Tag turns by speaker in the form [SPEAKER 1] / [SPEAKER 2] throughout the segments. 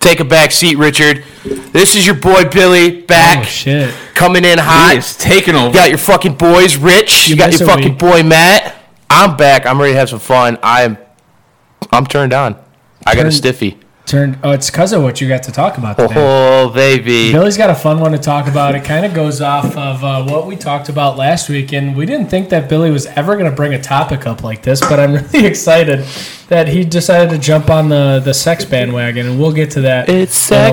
[SPEAKER 1] Take a back seat, Richard. This is your boy Billy
[SPEAKER 2] Oh
[SPEAKER 1] back,
[SPEAKER 2] shit!
[SPEAKER 1] coming in hot.
[SPEAKER 3] He is taking over.
[SPEAKER 1] You got your fucking boys, Rich. You,
[SPEAKER 2] You
[SPEAKER 1] got your
[SPEAKER 2] missing
[SPEAKER 1] fucking
[SPEAKER 2] me.
[SPEAKER 1] boy, Matt. I'm back. I'm ready to have some fun. I'm, I'm turned on. I got a
[SPEAKER 2] Turned-
[SPEAKER 1] stiffy.
[SPEAKER 2] Turned. Oh, it's because of what you got to talk about today.
[SPEAKER 1] Oh baby,
[SPEAKER 2] Billy's got a fun one to talk about. It kind of goes off of uh, what we talked about last week, and we didn't think that Billy was ever going to bring a topic up like this, but I'm really excited that he decided to jump on the, the sex bandwagon, and we'll get to that.
[SPEAKER 1] it's
[SPEAKER 2] in a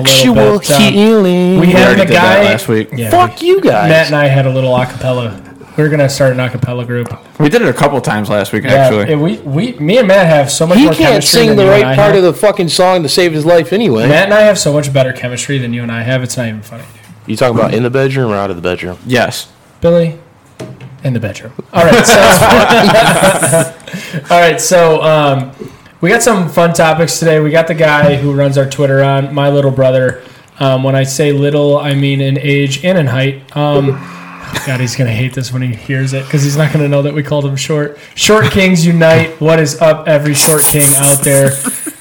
[SPEAKER 1] sexual
[SPEAKER 2] little bit. Um,
[SPEAKER 1] healing.
[SPEAKER 2] we
[SPEAKER 3] We
[SPEAKER 2] had
[SPEAKER 3] already
[SPEAKER 2] the
[SPEAKER 3] did that
[SPEAKER 2] guy
[SPEAKER 3] last week.
[SPEAKER 2] Yeah,
[SPEAKER 1] Fuck you guys.
[SPEAKER 2] Matt and I had a little acapella. We were gonna start an acapella group.
[SPEAKER 3] We did it a couple times last week,
[SPEAKER 2] Yeah,
[SPEAKER 3] actually.
[SPEAKER 2] we, we, me and Matt have so much.
[SPEAKER 1] he
[SPEAKER 2] more
[SPEAKER 1] can't
[SPEAKER 2] chemistry
[SPEAKER 1] sing
[SPEAKER 2] than
[SPEAKER 1] the
[SPEAKER 2] you and
[SPEAKER 1] right
[SPEAKER 2] I
[SPEAKER 1] part
[SPEAKER 2] have.
[SPEAKER 1] of the fucking song to save his life anyway.
[SPEAKER 2] Matt and I have so much better chemistry than you and I have. It's not even funny.
[SPEAKER 1] You talking about in the bedroom or out of the bedroom?
[SPEAKER 3] yes.
[SPEAKER 2] Billy, in the bedroom. All right. So, all right. So um, we got some fun topics today. We got the guy who runs our Twitter on my little brother. Um, when I say little, I mean in age and in height. Um, God, he's gonna hate this when he hears it because he's not gonna know that we called him short. Short Kings unite! What is up, every short king out there?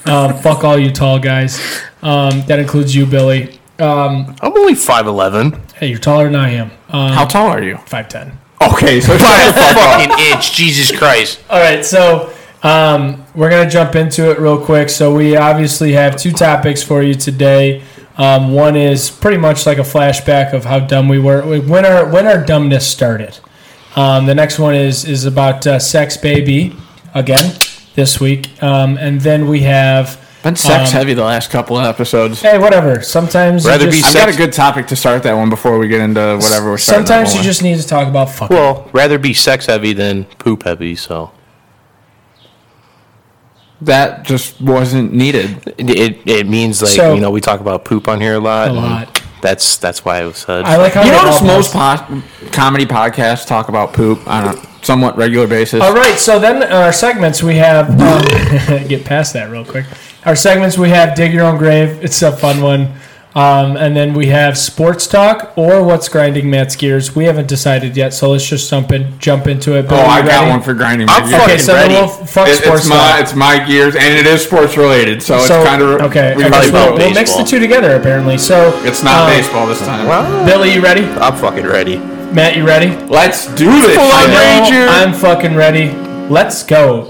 [SPEAKER 2] Um, fuck all you tall guys. Um, that includes you, Billy. Um,
[SPEAKER 1] I'm only five eleven.
[SPEAKER 2] hey, you're taller than I am. Um,
[SPEAKER 3] How tall are you?
[SPEAKER 2] Five ten.
[SPEAKER 3] Uh, Okay, so
[SPEAKER 1] fucking inch. Jesus Christ.
[SPEAKER 2] All right, so um, we're gonna jump into it real quick. So we obviously have two topics for you today. Um, one is pretty much like a flashback of how dumb we were when our when our dumbness started. Um, the next one is is about uh, sex baby again this week, um, and then we have
[SPEAKER 3] been sex heavy the last couple of episodes.
[SPEAKER 2] hey whatever. Sometimes you
[SPEAKER 1] Rather be
[SPEAKER 2] just-
[SPEAKER 3] I've got a good topic to start that one before we get into whatever we're starting. that
[SPEAKER 2] sometimes
[SPEAKER 3] one
[SPEAKER 2] you
[SPEAKER 3] with.
[SPEAKER 2] just need to talk about fucking.
[SPEAKER 1] Well, rather be sex heavy than poop heavy. So
[SPEAKER 3] that just wasn't needed.
[SPEAKER 1] it it, it means like
[SPEAKER 2] So-
[SPEAKER 1] you know we talk about poop on here a lot.
[SPEAKER 2] A
[SPEAKER 1] and
[SPEAKER 2] lot.
[SPEAKER 1] That's that's why it was said.
[SPEAKER 2] I like how
[SPEAKER 3] You
[SPEAKER 2] they
[SPEAKER 3] notice
[SPEAKER 2] all
[SPEAKER 3] most po- comedy podcasts talk about poop on a somewhat regular basis.
[SPEAKER 2] All right, so then our segments we have um, get past that real quick. Our segments we have dig your own grave. It's a fun one, um, and then we have sports talk or what's grinding Matt's gears. We haven't decided yet, so let's just jump in, jump into it.
[SPEAKER 3] Oh,
[SPEAKER 2] Bill,
[SPEAKER 3] I
[SPEAKER 2] you
[SPEAKER 3] got
[SPEAKER 2] ready?
[SPEAKER 3] one for grinding.
[SPEAKER 1] I'm
[SPEAKER 3] my gears.
[SPEAKER 2] Okay,
[SPEAKER 1] fucking
[SPEAKER 2] so
[SPEAKER 1] ready.
[SPEAKER 2] then we'll fuck
[SPEAKER 3] It-
[SPEAKER 2] sports
[SPEAKER 3] it's my
[SPEAKER 2] talk.
[SPEAKER 3] it's my gears, and it is sports related, so,
[SPEAKER 2] so
[SPEAKER 3] it's kind of
[SPEAKER 2] okay. I guess
[SPEAKER 1] probably
[SPEAKER 2] we'll,
[SPEAKER 1] vote
[SPEAKER 2] we'll mix the
[SPEAKER 1] baseball.
[SPEAKER 2] two together apparently. So
[SPEAKER 3] It's not
[SPEAKER 2] um,
[SPEAKER 3] baseball this time.
[SPEAKER 2] Billy, you ready?
[SPEAKER 1] I'm fucking ready.
[SPEAKER 2] Matt, you ready?
[SPEAKER 3] Let's do this.
[SPEAKER 1] I'm
[SPEAKER 3] shit.
[SPEAKER 1] ready. Ranger.
[SPEAKER 2] No, I'm fucking ready. Let's go.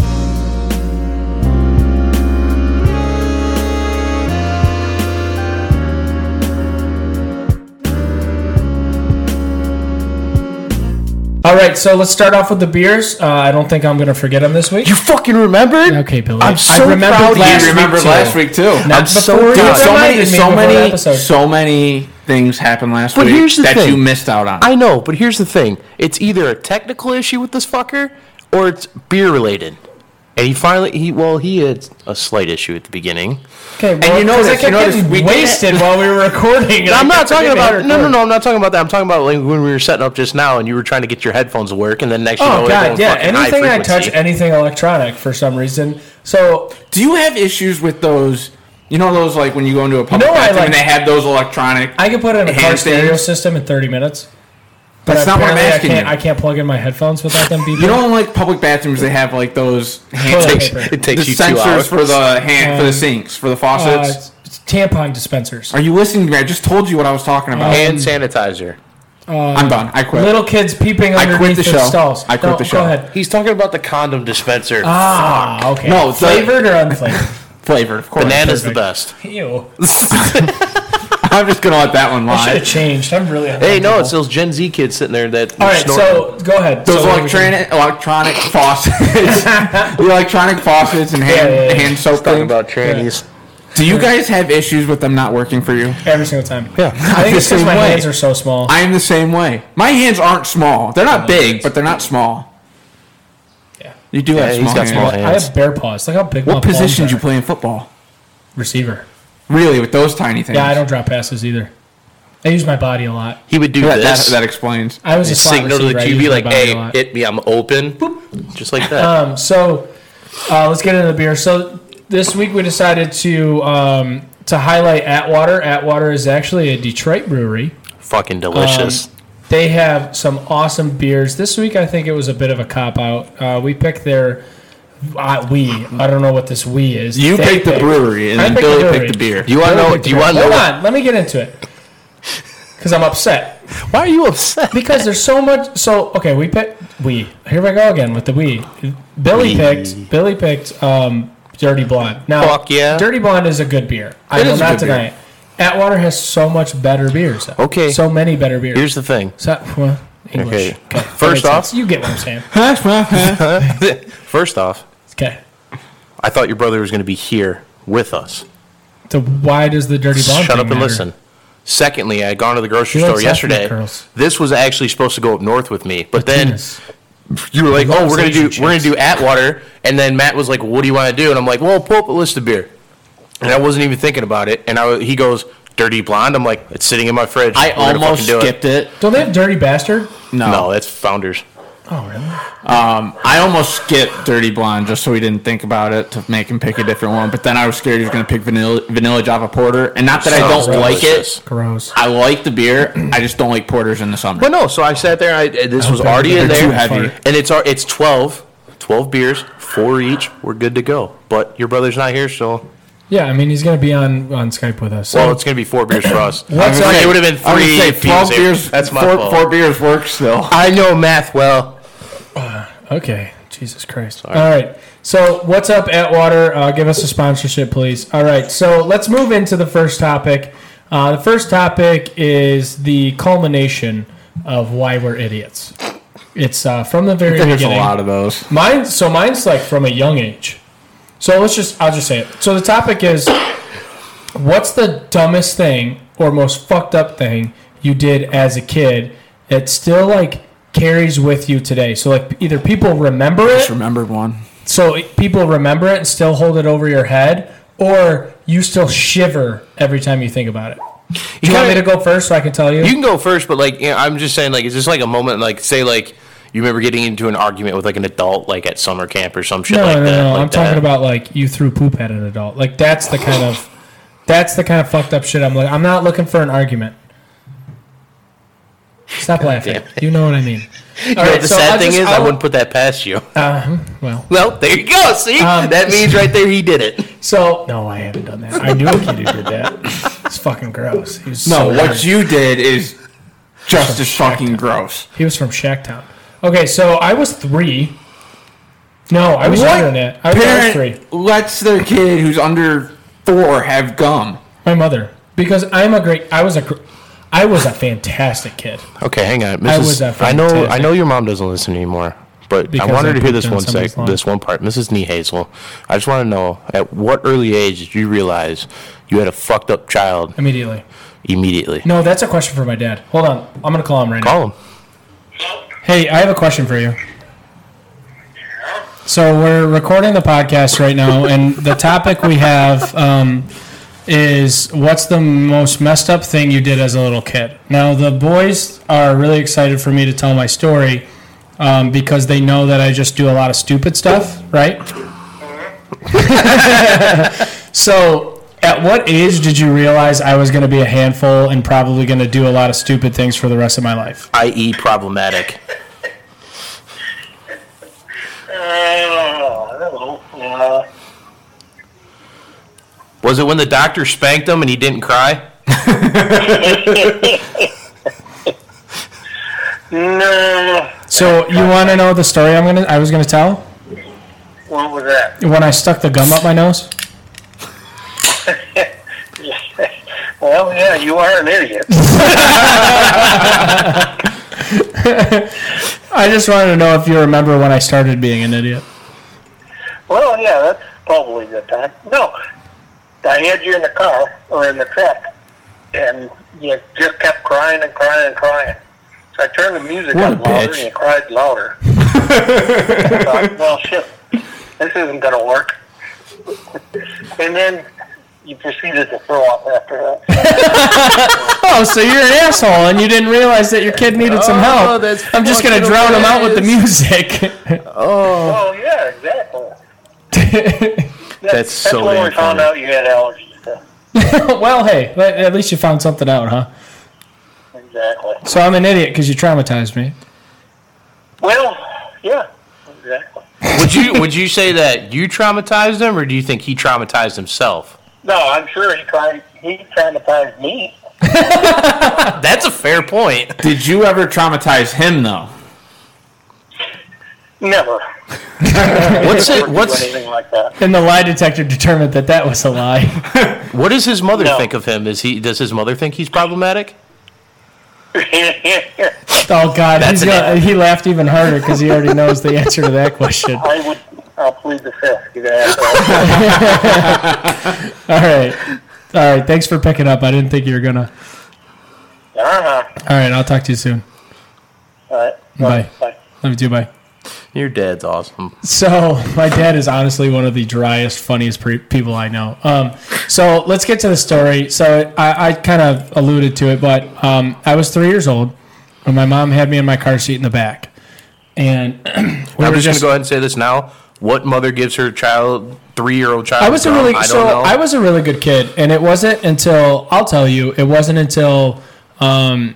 [SPEAKER 2] All right, so let's start off with the beers. Uh, I don't think I'm going to forget them this week.
[SPEAKER 1] You fucking remembered?
[SPEAKER 2] Okay, Billy.
[SPEAKER 1] I'm so proud of you.
[SPEAKER 3] You remembered
[SPEAKER 2] too.
[SPEAKER 3] last week too.
[SPEAKER 2] Not
[SPEAKER 1] I'm so
[SPEAKER 2] before you
[SPEAKER 1] proud.
[SPEAKER 3] Dude, so
[SPEAKER 2] reminded me
[SPEAKER 3] many,
[SPEAKER 2] before
[SPEAKER 3] so
[SPEAKER 2] the
[SPEAKER 3] many,
[SPEAKER 2] episode.
[SPEAKER 3] so many things happened last
[SPEAKER 1] But
[SPEAKER 3] week
[SPEAKER 1] here's the
[SPEAKER 3] that
[SPEAKER 1] thing.
[SPEAKER 3] you missed out on.
[SPEAKER 1] I know, but here's the thing: it's either a technical issue with this fucker, or it's beer related. And he finally, he well, he had a slight issue at the beginning.
[SPEAKER 2] Okay, well,
[SPEAKER 3] you notice-
[SPEAKER 2] because I kept
[SPEAKER 3] you notice
[SPEAKER 2] getting
[SPEAKER 3] we did-
[SPEAKER 2] wasted while we were recording. and I
[SPEAKER 1] I'm not
[SPEAKER 2] kept
[SPEAKER 1] talking
[SPEAKER 2] forgetting how to
[SPEAKER 1] about no, no,
[SPEAKER 2] record.
[SPEAKER 1] no. I'm not talking about that. I'm talking about like when we were setting up just now, and you were trying to get your headphones to work, and then next you know,
[SPEAKER 2] Oh
[SPEAKER 1] it
[SPEAKER 2] god,
[SPEAKER 1] goes
[SPEAKER 2] yeah.
[SPEAKER 1] fucking high
[SPEAKER 2] Anything I touch,
[SPEAKER 1] frequency.
[SPEAKER 2] anything electronic for some reason. So
[SPEAKER 3] Do you have issues with those? You know those like when you go into a public
[SPEAKER 2] know I
[SPEAKER 3] bathroom and
[SPEAKER 2] like-
[SPEAKER 3] they have those electronic.
[SPEAKER 2] I can put it in a car
[SPEAKER 3] Hand
[SPEAKER 2] stereo
[SPEAKER 3] things?
[SPEAKER 2] system in 30 minutes. But
[SPEAKER 3] That's not what I'm
[SPEAKER 2] apparently
[SPEAKER 3] asking
[SPEAKER 2] I can't,
[SPEAKER 3] you.
[SPEAKER 2] I can't plug in my headphones without them beeping.
[SPEAKER 3] you don't like public bathrooms. They have like those hand
[SPEAKER 2] Toilet
[SPEAKER 3] takes-
[SPEAKER 2] paper.
[SPEAKER 1] It takes
[SPEAKER 3] the
[SPEAKER 1] you two
[SPEAKER 3] sensors
[SPEAKER 1] hours.
[SPEAKER 3] for the hand for
[SPEAKER 2] Um,
[SPEAKER 3] the sinks for the
[SPEAKER 2] uh,
[SPEAKER 3] faucets.
[SPEAKER 2] it's- it's tampon dispensers.
[SPEAKER 3] Are you listening to me? I just told you what I was talking about.
[SPEAKER 1] hand sanitizer.
[SPEAKER 3] I'm done. I quit.
[SPEAKER 2] Uh, Little kids peeping
[SPEAKER 3] quit
[SPEAKER 2] underneath
[SPEAKER 3] the
[SPEAKER 2] the,
[SPEAKER 3] show.
[SPEAKER 2] stalls.
[SPEAKER 3] I quit
[SPEAKER 2] No,
[SPEAKER 3] the show.
[SPEAKER 2] Go ahead.
[SPEAKER 1] He's talking about the condom dispenser.
[SPEAKER 2] Ah, okay.
[SPEAKER 3] No, the-
[SPEAKER 2] flavored or unflavored?
[SPEAKER 3] Flavored, of course.
[SPEAKER 1] Banana's the
[SPEAKER 2] perfect.
[SPEAKER 1] best.
[SPEAKER 2] Ew.
[SPEAKER 3] I'm just gonna let that one
[SPEAKER 2] I should
[SPEAKER 3] lie.
[SPEAKER 2] have changed. I'm really.
[SPEAKER 1] Hey, no, it's
[SPEAKER 2] uncomfortable.
[SPEAKER 1] those Gen Z kids sitting there that.
[SPEAKER 2] All right, so go ahead.
[SPEAKER 3] Those
[SPEAKER 2] So what we can-
[SPEAKER 3] electronic electronic faucets, the electronic faucets and hand
[SPEAKER 2] Yeah, yeah, yeah.
[SPEAKER 3] hand soap
[SPEAKER 1] talking
[SPEAKER 3] thing.
[SPEAKER 1] about trannies.
[SPEAKER 3] Do you guys have issues with them not working for you?
[SPEAKER 2] every single time.
[SPEAKER 1] Yeah.
[SPEAKER 2] I think it's because
[SPEAKER 3] Same
[SPEAKER 2] my
[SPEAKER 3] way.
[SPEAKER 2] hands are so small.
[SPEAKER 3] I am the same way. My hands aren't small. They're not big, but they're not small.
[SPEAKER 2] Uh, Yeah.
[SPEAKER 3] You do have
[SPEAKER 1] he's
[SPEAKER 3] small
[SPEAKER 1] got
[SPEAKER 3] hands.
[SPEAKER 1] small
[SPEAKER 2] I
[SPEAKER 1] hands.
[SPEAKER 2] have bare paws. Look how big my
[SPEAKER 3] What
[SPEAKER 2] palms
[SPEAKER 3] position do
[SPEAKER 2] are.
[SPEAKER 3] you play in football?
[SPEAKER 2] Receiver.
[SPEAKER 3] Really, with those tiny things?
[SPEAKER 2] Yeah, I don't drop passes either. I use my body a lot.
[SPEAKER 1] He would do
[SPEAKER 3] That, that,
[SPEAKER 1] this.
[SPEAKER 3] that explains.
[SPEAKER 2] I was a slot
[SPEAKER 1] signal to the
[SPEAKER 2] receiver. I used
[SPEAKER 1] QB
[SPEAKER 2] my
[SPEAKER 1] like,
[SPEAKER 2] body
[SPEAKER 1] "Hey,
[SPEAKER 2] a lot."
[SPEAKER 1] hit me, I'm open," just like that.
[SPEAKER 2] Um, so uh, let's get into the beer. So this week we decided to um, to highlight Atwater. Atwater is actually a Detroit brewery.
[SPEAKER 1] Fucking delicious.
[SPEAKER 2] They have some awesome beers. This week I think it was a bit of a cop out. Uh, we picked their I, we. I don't know what this we is.
[SPEAKER 3] You
[SPEAKER 2] They
[SPEAKER 3] picked the
[SPEAKER 2] picked.
[SPEAKER 3] brewery, and
[SPEAKER 2] I
[SPEAKER 3] then
[SPEAKER 2] picked the
[SPEAKER 3] Billy
[SPEAKER 2] brewery.
[SPEAKER 3] picked the beer.
[SPEAKER 1] Do you want to know?
[SPEAKER 2] Picked
[SPEAKER 1] Do you
[SPEAKER 2] the-
[SPEAKER 1] want to know?
[SPEAKER 2] um, Hold
[SPEAKER 1] what-
[SPEAKER 2] on. Let me get into it because I'm upset
[SPEAKER 1] Why are you upset?
[SPEAKER 2] because there's so much. So okay, we picked we. Here we go again with the we. Billy
[SPEAKER 1] We.
[SPEAKER 2] picked. Billy picked. Um, Dirty Blonde. Now,
[SPEAKER 1] Fuck yeah.
[SPEAKER 2] Dirty Blonde is a good beer. I
[SPEAKER 3] It
[SPEAKER 2] will
[SPEAKER 3] is a
[SPEAKER 2] not
[SPEAKER 3] good beer.
[SPEAKER 2] deny it. Atwater has so much better beers. though.
[SPEAKER 1] Okay.
[SPEAKER 2] so many better beers.
[SPEAKER 1] Here's the thing.
[SPEAKER 2] So, well, English.
[SPEAKER 1] Okay.
[SPEAKER 2] Okay, that
[SPEAKER 1] First
[SPEAKER 2] makes
[SPEAKER 1] off-
[SPEAKER 2] sense. you get what I'm saying.
[SPEAKER 1] First off,
[SPEAKER 2] Okay.
[SPEAKER 1] I thought your brother was going to be here with us.
[SPEAKER 2] So why does the dirty blonde
[SPEAKER 1] Shut up
[SPEAKER 2] thing
[SPEAKER 1] and
[SPEAKER 2] matter?
[SPEAKER 1] listen. Secondly, I had gone to the grocery
[SPEAKER 2] She likes
[SPEAKER 1] store
[SPEAKER 2] ethnic
[SPEAKER 1] yesterday.
[SPEAKER 2] girls.
[SPEAKER 1] This was actually supposed to go up north with me, but then
[SPEAKER 2] Goodness.
[SPEAKER 1] you were like, "Oh, we're gonna do
[SPEAKER 2] Asian
[SPEAKER 1] we're gonna
[SPEAKER 2] chicks.
[SPEAKER 1] do Atwater," and then Matt was like, "What do you want to do?" And I'm like, "Well, pull up a list of beer," and I wasn't even thinking about it. And I he goes, "Dirty Blonde." I'm like, "It's sitting in my fridge."
[SPEAKER 3] I
[SPEAKER 1] We're gonna
[SPEAKER 3] almost
[SPEAKER 1] fucking do
[SPEAKER 3] skipped it.
[SPEAKER 2] Don't they have dirty bastard?
[SPEAKER 1] No.
[SPEAKER 3] No,
[SPEAKER 1] that's Founders.
[SPEAKER 2] Oh really?
[SPEAKER 3] I almost skipped Dirty Blonde just so he didn't think about it to make him pick a different one. But then I was scared he was going to pick vanilla, vanilla Java Porter, and not that I
[SPEAKER 1] Sounds
[SPEAKER 3] don't like
[SPEAKER 1] delicious.
[SPEAKER 3] it.
[SPEAKER 2] Gross.
[SPEAKER 3] I like the beer. I just don't like porters in the summer.
[SPEAKER 1] But no, so I sat there. I, this was
[SPEAKER 2] hope
[SPEAKER 1] already in there,
[SPEAKER 2] they're
[SPEAKER 3] too heavy.
[SPEAKER 1] and it's our it's 12, 12 beers, four each. We're good to go. But your brother's not here, so
[SPEAKER 2] Yeah, I mean he's gonna be on on Skype with us. So
[SPEAKER 1] well, it's gonna be four beers for us.
[SPEAKER 2] What's
[SPEAKER 1] I mean,
[SPEAKER 2] up?
[SPEAKER 1] it would have been
[SPEAKER 3] I would
[SPEAKER 1] three.
[SPEAKER 3] say
[SPEAKER 1] if he was
[SPEAKER 3] twelve
[SPEAKER 1] here.
[SPEAKER 3] beers.
[SPEAKER 1] That's my
[SPEAKER 3] four,
[SPEAKER 1] fault.
[SPEAKER 3] four beers works though.
[SPEAKER 1] I know math well.
[SPEAKER 2] okay. Jesus Christ. All right. So what's up, Atwater? Uh, give us a sponsorship, please. All right. So let's move into the first topic. Uh, the first topic is the culmination of why we're idiots. It's uh, from the very
[SPEAKER 3] There's a
[SPEAKER 2] beginning.
[SPEAKER 3] lot of those.
[SPEAKER 2] Mine, so mine's like from a young age. So let's just, I'll just say it. So the topic is, what's the dumbest thing or most fucked up thing you did as a kid that still like carries with you today? So like either people remember it,
[SPEAKER 3] Just remembered one.
[SPEAKER 2] so people remember it and still hold it over your head, or you still shiver every time you think about it. Do you want me to go first so I can tell you?
[SPEAKER 1] You can go first, but like you know, I'm just saying, like it's just like a moment, like say like you remember getting into an argument with like an adult, like at summer camp or some shit
[SPEAKER 2] no,
[SPEAKER 1] like
[SPEAKER 2] no,
[SPEAKER 1] that.
[SPEAKER 2] no.
[SPEAKER 1] like
[SPEAKER 2] I'm
[SPEAKER 1] that.
[SPEAKER 2] talking about like you threw poop at an adult. Like that's the kind of that's the kind of fucked up shit. I'm like, I'm not looking for an argument. Stop laughing.
[SPEAKER 1] Damn
[SPEAKER 2] You know what I mean. All
[SPEAKER 1] You know,
[SPEAKER 2] right,
[SPEAKER 1] the
[SPEAKER 2] so
[SPEAKER 1] sad
[SPEAKER 2] I'll
[SPEAKER 1] thing
[SPEAKER 2] just-
[SPEAKER 1] is, I,
[SPEAKER 2] I'll-
[SPEAKER 1] wouldn't put that past you.
[SPEAKER 2] Uh, well,
[SPEAKER 1] well, there you go. See,
[SPEAKER 2] Um,
[SPEAKER 1] that means right there he did it.
[SPEAKER 2] so no, I haven't done that. I knew a kid who did that. It's fucking gross. He was
[SPEAKER 3] No,
[SPEAKER 2] so
[SPEAKER 3] what
[SPEAKER 2] weird.
[SPEAKER 3] you did is just as fucking gross.
[SPEAKER 2] He was from Shacktown. Okay, so I was three. No, I was younger than that. I was, I was three.
[SPEAKER 3] parent lets their kid who's under four have gum?
[SPEAKER 2] My mother, because I'm a great. I was a. gr- I was a fantastic kid.
[SPEAKER 1] Okay, hang on.
[SPEAKER 2] I
[SPEAKER 1] Mrs.
[SPEAKER 2] was a
[SPEAKER 1] I know I
[SPEAKER 2] fantastic-
[SPEAKER 1] know your mom doesn't listen anymore, but
[SPEAKER 2] Because
[SPEAKER 1] I
[SPEAKER 2] I
[SPEAKER 1] wanted to hear
[SPEAKER 2] pooped
[SPEAKER 1] this
[SPEAKER 2] on
[SPEAKER 1] one sec,
[SPEAKER 2] somebody's lawn.
[SPEAKER 1] this one part. Mrs. Nee Hazel, I just want to know at what early age did you realize you had a fucked up child
[SPEAKER 2] Immediately.
[SPEAKER 1] immediately?
[SPEAKER 2] No, that's a question for my dad. Hold on. I'm going to call him right
[SPEAKER 1] Call him.
[SPEAKER 2] now. Hey, I have a question for you. So, we're recording the podcast right now, and the topic we have um, is what's the most messed up thing you did as a little kid? Now, the boys are really excited for me to tell my story um, because they know that I just do a lot of stupid stuff, right? So, at what age did you realize I was going to be a handful and probably going to do a lot of stupid things for the rest of my life?
[SPEAKER 1] I.e. E problematic.
[SPEAKER 4] Uh, I don't know. Uh,
[SPEAKER 1] Was it when the doctor spanked him and he didn't cry?
[SPEAKER 4] no.
[SPEAKER 2] So, you want to know the story I'm going to I was going to tell?
[SPEAKER 4] What was that?
[SPEAKER 2] When I stuck the gum up my nose?
[SPEAKER 4] Well, yeah, you are an idiot.
[SPEAKER 2] I just wanted to know if you remember when I started being an idiot.
[SPEAKER 4] well, yeah, that's probably the time. No, I had you in the car or in the truck, and you just kept crying and crying and crying. So I turned the music
[SPEAKER 3] What a
[SPEAKER 4] up louder,
[SPEAKER 3] bitch.
[SPEAKER 4] and you cried louder. I thought, well, shit, this isn't gonna work. and then you proceeded to throw up after that.
[SPEAKER 2] Oh, so you're an asshole and you didn't realize that your kid needed some help.
[SPEAKER 1] Oh, that's
[SPEAKER 2] I'm just going to
[SPEAKER 1] fucking
[SPEAKER 2] drown him out with the
[SPEAKER 1] hilarious.
[SPEAKER 2] music.
[SPEAKER 4] Oh, yeah, exactly.
[SPEAKER 1] That's so
[SPEAKER 4] when
[SPEAKER 1] damn
[SPEAKER 4] we found
[SPEAKER 1] funny.
[SPEAKER 4] out you had allergies. So.
[SPEAKER 2] well, hey, at at least you found something out, huh?
[SPEAKER 4] Exactly.
[SPEAKER 2] So I'm an idiot because you traumatized me.
[SPEAKER 4] Well, yeah, exactly.
[SPEAKER 1] Would you would you say that you traumatized him, or do you think he traumatized himself?
[SPEAKER 4] No, I'm sure he tried. He traumatized me.
[SPEAKER 1] That's a fair point.
[SPEAKER 3] Did you ever traumatize him though?
[SPEAKER 4] Never.
[SPEAKER 1] What's it?
[SPEAKER 4] Never do
[SPEAKER 1] What's
[SPEAKER 4] anything like that?
[SPEAKER 2] And the lie detector determined that that was a lie.
[SPEAKER 1] what does his mother
[SPEAKER 4] No.
[SPEAKER 1] think of him? Is he does his mother think he's problematic?
[SPEAKER 2] Oh God,
[SPEAKER 1] That's
[SPEAKER 2] he's
[SPEAKER 1] an
[SPEAKER 2] gonna, he laughed even harder because he already knows the answer to that question. All
[SPEAKER 4] I would. I'll plead the fifth. You know,
[SPEAKER 2] right, all right. Thanks for picking up. I didn't think you were gonna.
[SPEAKER 4] uh-huh.
[SPEAKER 2] All right, I'll talk to you soon.
[SPEAKER 4] All right.
[SPEAKER 2] Bye.
[SPEAKER 4] Bye.
[SPEAKER 2] Love you too. Bye.
[SPEAKER 1] Your dad's awesome.
[SPEAKER 2] So my dad is honestly one of the driest, funniest pre- people I know. Um, so let's get to the story. So I, I kind of alluded to it, but um, I was three years old when my mom had me in my car seat in the back, and we
[SPEAKER 1] I'm
[SPEAKER 2] were
[SPEAKER 1] just, gonna
[SPEAKER 2] just.
[SPEAKER 1] go ahead and say this now. What mother gives her child three year old child?
[SPEAKER 2] I was a
[SPEAKER 1] gum?
[SPEAKER 2] really
[SPEAKER 1] Um, I don't
[SPEAKER 2] so
[SPEAKER 1] know.
[SPEAKER 2] I was a really good kid, and it wasn't until I'll tell you, it wasn't until um,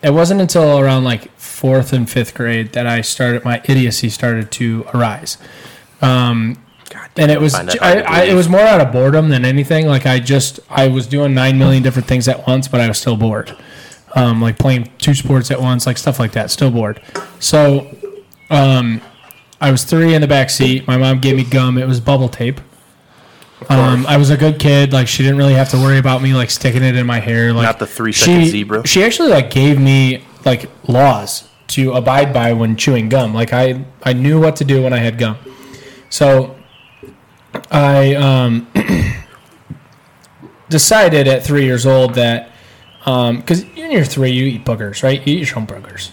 [SPEAKER 2] it wasn't until around like fourth and fifth grade that I started my idiocy started to arise. Um,
[SPEAKER 1] God damn,
[SPEAKER 2] and it was
[SPEAKER 1] find that
[SPEAKER 2] I,
[SPEAKER 1] hard to
[SPEAKER 2] I, it
[SPEAKER 1] believe.
[SPEAKER 2] was more out of boredom than anything. Like I just I was doing nine million different things at once, but I was still bored. Um, like playing two sports at once, like stuff like that. Still bored. So, um, I was three in the back seat. My mom gave me gum. It was bubble tape. Um, I was a good kid. Like she didn't really have to worry about me like sticking it in my hair. Like
[SPEAKER 1] Not the three-second
[SPEAKER 2] she-
[SPEAKER 1] zebra.
[SPEAKER 2] She actually like gave me like laws to abide by when chewing gum. Like I I knew what to do when I had gum. So I um, decided at three years old that um, because when you're three, you eat boogers, right? You eat your own boogers,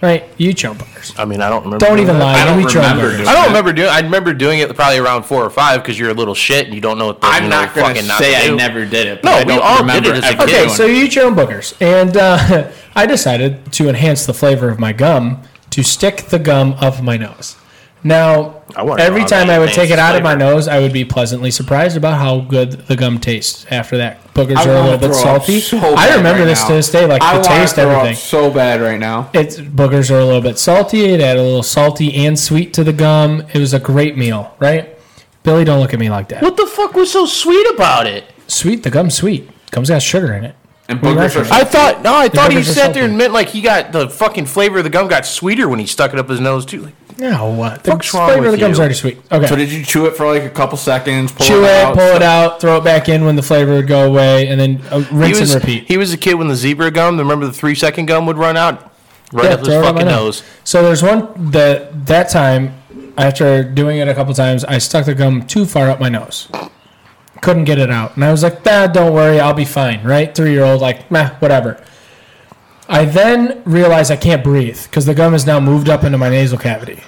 [SPEAKER 2] right? You eat your own boogers.
[SPEAKER 1] I mean, I don't remember.
[SPEAKER 2] Don't
[SPEAKER 1] doing
[SPEAKER 2] even
[SPEAKER 1] that.
[SPEAKER 2] lie.
[SPEAKER 3] I don't
[SPEAKER 2] you eat your own
[SPEAKER 3] remember
[SPEAKER 2] boogers.
[SPEAKER 3] doing
[SPEAKER 1] I don't remember doing. I remember doing it probably around four or five because you're a little shit and you don't know what. The,
[SPEAKER 3] I'm
[SPEAKER 1] you know,
[SPEAKER 3] not gonna
[SPEAKER 1] fucking not
[SPEAKER 3] say
[SPEAKER 1] to
[SPEAKER 3] I
[SPEAKER 1] do.
[SPEAKER 3] never did it.
[SPEAKER 1] No,
[SPEAKER 3] I
[SPEAKER 1] we all did it as a
[SPEAKER 3] ever
[SPEAKER 1] kid.
[SPEAKER 2] Okay,
[SPEAKER 3] doing
[SPEAKER 2] so
[SPEAKER 3] it.
[SPEAKER 2] you eat your own boogers, and uh, I decided to enhance the flavor of my gum to stick the gum up my nose. Now,
[SPEAKER 1] I wanna know
[SPEAKER 2] every
[SPEAKER 1] how
[SPEAKER 2] time
[SPEAKER 1] that
[SPEAKER 2] I would take it
[SPEAKER 1] enhances
[SPEAKER 2] out of my
[SPEAKER 1] flavor.
[SPEAKER 2] nose, I would be pleasantly surprised about how good the gum tastes after that. Boogers
[SPEAKER 3] I
[SPEAKER 2] are a
[SPEAKER 3] wanna
[SPEAKER 2] little bit
[SPEAKER 3] throw up
[SPEAKER 2] salty.
[SPEAKER 3] so
[SPEAKER 2] I
[SPEAKER 3] bad
[SPEAKER 2] remember
[SPEAKER 3] right
[SPEAKER 2] this
[SPEAKER 3] now.
[SPEAKER 2] to this day, like
[SPEAKER 3] I
[SPEAKER 2] the
[SPEAKER 3] wanna
[SPEAKER 2] taste,
[SPEAKER 3] throw up
[SPEAKER 2] everything.
[SPEAKER 3] so bad right now.
[SPEAKER 2] It's boogers are a little bit salty. It added a little salty and sweet to the gum. It was a great meal, right? Billy, don't look at me like that.
[SPEAKER 1] What the fuck was so sweet about it?
[SPEAKER 2] Sweet, the gum's sweet. Gum's got sugar in it.
[SPEAKER 3] And boogers are
[SPEAKER 1] I thought no, I thought he
[SPEAKER 2] burgers are
[SPEAKER 1] sat there
[SPEAKER 2] salty.
[SPEAKER 1] and meant like he got the fucking flavor of the gum got sweeter when he stuck it up his nose too. Like,
[SPEAKER 2] No, what? The
[SPEAKER 1] Fuck's wrong
[SPEAKER 2] flavor
[SPEAKER 1] with
[SPEAKER 2] of the gum's
[SPEAKER 1] you?
[SPEAKER 2] already sweet. Okay.
[SPEAKER 3] So did you chew it for like a couple seconds? Pull
[SPEAKER 2] Chew
[SPEAKER 3] it,
[SPEAKER 2] it,
[SPEAKER 3] out,
[SPEAKER 2] pull it out, throw it back in when the flavor would go away, and then uh,
[SPEAKER 1] he
[SPEAKER 2] rinse
[SPEAKER 1] was
[SPEAKER 2] and repeat.
[SPEAKER 1] he was a kid when the zebra gum. Remember the three second gum would run out right
[SPEAKER 2] Yeah,
[SPEAKER 1] up his
[SPEAKER 2] throw it up my
[SPEAKER 1] fucking nose.
[SPEAKER 2] So there's one that that time after doing it a couple times, I stuck the gum too far up my nose. Couldn't get it out, and I was like, "Nah, don't worry, I'll be fine." Right, three year old, like, "Nah, whatever." I then realized I can't breathe because the gum is now moved up into my nasal cavity,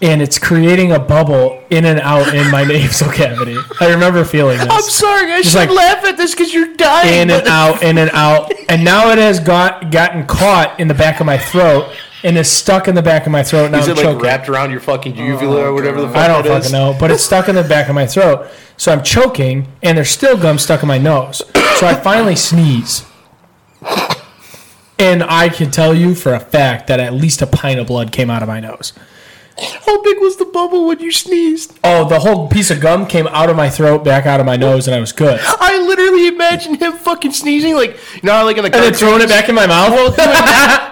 [SPEAKER 2] and it's creating a bubble in and out in my nasal cavity. I remember feeling this.
[SPEAKER 1] sorry, I
[SPEAKER 2] like-
[SPEAKER 1] laugh at this because you're dying.
[SPEAKER 2] in and
[SPEAKER 1] but-
[SPEAKER 2] out, in and out, and now it has got gotten caught in the back of my throat and is stuck in the back of my throat. Now
[SPEAKER 1] Is
[SPEAKER 2] I'm
[SPEAKER 1] it like
[SPEAKER 2] choking. Oh,
[SPEAKER 1] wrapped around your fucking uvula or whatever the fuck
[SPEAKER 2] I don't
[SPEAKER 1] that
[SPEAKER 2] fucking
[SPEAKER 1] is?
[SPEAKER 2] know, but it's stuck in the back of my throat. So I'm choking, and there's still gum stuck in my nose. So I finally sneeze, and I can tell you for a fact that at least a pint of blood came out of my nose.
[SPEAKER 1] How big was the bubble when you sneezed?
[SPEAKER 2] Oh, the whole piece of gum came out of my throat, back out of my nose, and I was good.
[SPEAKER 1] I literally imagine him fucking sneezing like you know how, like in the
[SPEAKER 2] And then throwing it back in my mouth.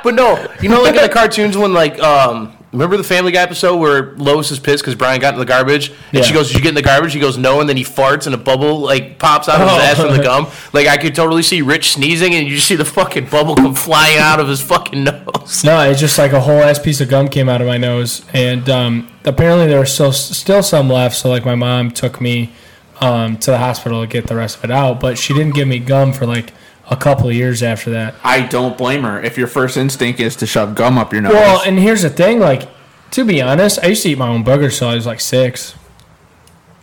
[SPEAKER 1] but no, you know, like in the cartoons when like um, remember the Family Guy episode where Lois is pissed because Brian got in the garbage, and
[SPEAKER 2] Yeah.
[SPEAKER 1] she goes, "Did you get in the garbage?" He goes, "No," and then he farts and a bubble like pops out of his
[SPEAKER 2] Oh.
[SPEAKER 1] ass from the gum. Like I could totally see Rich sneezing, and you just see the fucking bubble come flying out of his fucking nose.
[SPEAKER 2] No, it's just like a whole ass piece of gum came out of my nose, and um, apparently there was still still some left. So like my mom took me um, to the hospital to get the rest of it out, but she didn't give me gum for like a couple of years after that.
[SPEAKER 3] I don't blame her. If your first instinct is to shove gum up your nose,
[SPEAKER 2] Well, and here's the thing, like to be honest, I used to eat my own burgers till I was like six.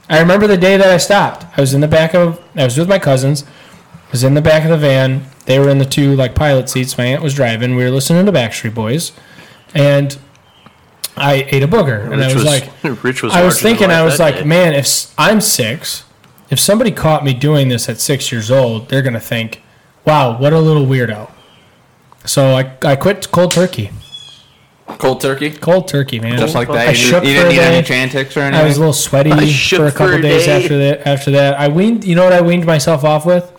[SPEAKER 2] I remember the day that I stopped. I was in the back of I was with my cousins. I was in the back of the van. They were in the two like pilot seats. My aunt was driving. We were listening to Backstreet Boys, and I ate a booger. And, I was, like,
[SPEAKER 1] Rich was.
[SPEAKER 2] I
[SPEAKER 1] larger
[SPEAKER 2] was
[SPEAKER 1] than
[SPEAKER 2] thinking,
[SPEAKER 1] life
[SPEAKER 2] I was
[SPEAKER 1] that
[SPEAKER 2] like,
[SPEAKER 1] day.
[SPEAKER 2] man, if s- I'm six, if somebody caught me doing this at six years old, they're gonna think, wow, what a little weirdo. So I I quit cold turkey.
[SPEAKER 3] Cold turkey.
[SPEAKER 2] Cold turkey, man.
[SPEAKER 3] Just like that.
[SPEAKER 2] I
[SPEAKER 3] You, didn't-
[SPEAKER 2] shook for
[SPEAKER 3] you didn't
[SPEAKER 2] a
[SPEAKER 3] need any
[SPEAKER 2] day.
[SPEAKER 3] Chantix or anything.
[SPEAKER 2] I was a little sweaty
[SPEAKER 1] I shook
[SPEAKER 2] for a couple
[SPEAKER 1] for a
[SPEAKER 2] days
[SPEAKER 1] day.
[SPEAKER 2] after that. After that, I weaned. You know what I weaned myself off with?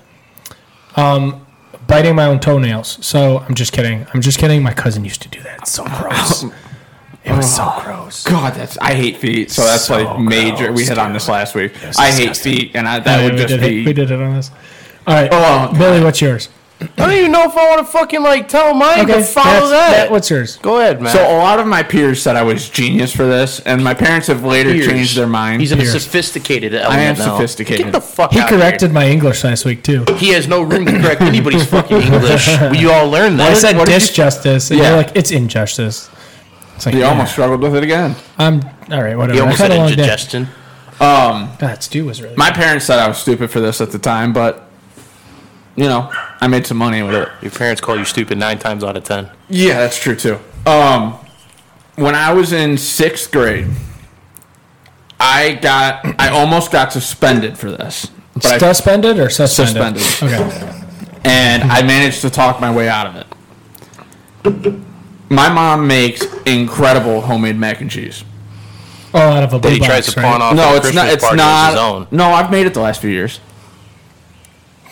[SPEAKER 2] Um, biting my own toenails. So I'm just kidding. I'm just kidding. My cousin used to do that. It's so gross. it was so gross.
[SPEAKER 3] God, that's I hate feet. So that's
[SPEAKER 2] So
[SPEAKER 3] like major. we hit on this last week. I hate
[SPEAKER 2] disgusting.
[SPEAKER 3] feet, and I, that
[SPEAKER 2] Yeah,
[SPEAKER 3] would
[SPEAKER 2] we,
[SPEAKER 3] just
[SPEAKER 2] did
[SPEAKER 3] be.
[SPEAKER 2] it, we did it on this. All right,
[SPEAKER 3] Oh,
[SPEAKER 2] Billy, what's yours?
[SPEAKER 1] I don't even know if I want to fucking like tell mine to follow
[SPEAKER 2] that's-
[SPEAKER 1] that.
[SPEAKER 2] What's yours?
[SPEAKER 1] Go ahead, man.
[SPEAKER 3] So a lot of my peers said I was genius for this, and my parents have later
[SPEAKER 1] Ears.
[SPEAKER 3] changed their mind.
[SPEAKER 1] He's in a
[SPEAKER 2] Ears.
[SPEAKER 1] sophisticated element
[SPEAKER 3] I am
[SPEAKER 1] now.
[SPEAKER 3] sophisticated.
[SPEAKER 1] Get the fuck
[SPEAKER 2] He
[SPEAKER 1] out of
[SPEAKER 2] corrected my English last week too.
[SPEAKER 1] here. He has no room to correct anybody's fucking English. We all learned that.
[SPEAKER 2] I said
[SPEAKER 3] what did you-
[SPEAKER 2] disjustice, and you're
[SPEAKER 3] Yeah.
[SPEAKER 2] like, it's injustice. It's like,
[SPEAKER 3] he
[SPEAKER 2] yeah,
[SPEAKER 3] almost struggled with it again.
[SPEAKER 2] I'm all right. Whatever.
[SPEAKER 1] he almost had
[SPEAKER 2] I've had a long day.
[SPEAKER 1] indigestion.
[SPEAKER 2] That stew was really.
[SPEAKER 3] My parents said I was stupid for this at the time, but you know, I made some money with it.
[SPEAKER 1] Your parents call you stupid nine times out of ten.
[SPEAKER 3] Yeah, that's true too. Um, when I was in sixth grade, I got I almost got suspended for this, but I
[SPEAKER 2] suspended or suspended?
[SPEAKER 3] Suspended.
[SPEAKER 2] Okay.
[SPEAKER 3] and I managed to talk my way out of it. My mom makes incredible homemade mac and cheese.
[SPEAKER 2] Oh, out of a blue
[SPEAKER 1] That he
[SPEAKER 2] box,
[SPEAKER 1] tries to
[SPEAKER 2] right?
[SPEAKER 1] pawn off.
[SPEAKER 3] no,
[SPEAKER 1] at
[SPEAKER 3] it's
[SPEAKER 1] Christmas
[SPEAKER 3] not. It's
[SPEAKER 1] parties as his
[SPEAKER 3] not.
[SPEAKER 1] own.
[SPEAKER 3] No, I've made it the last few years.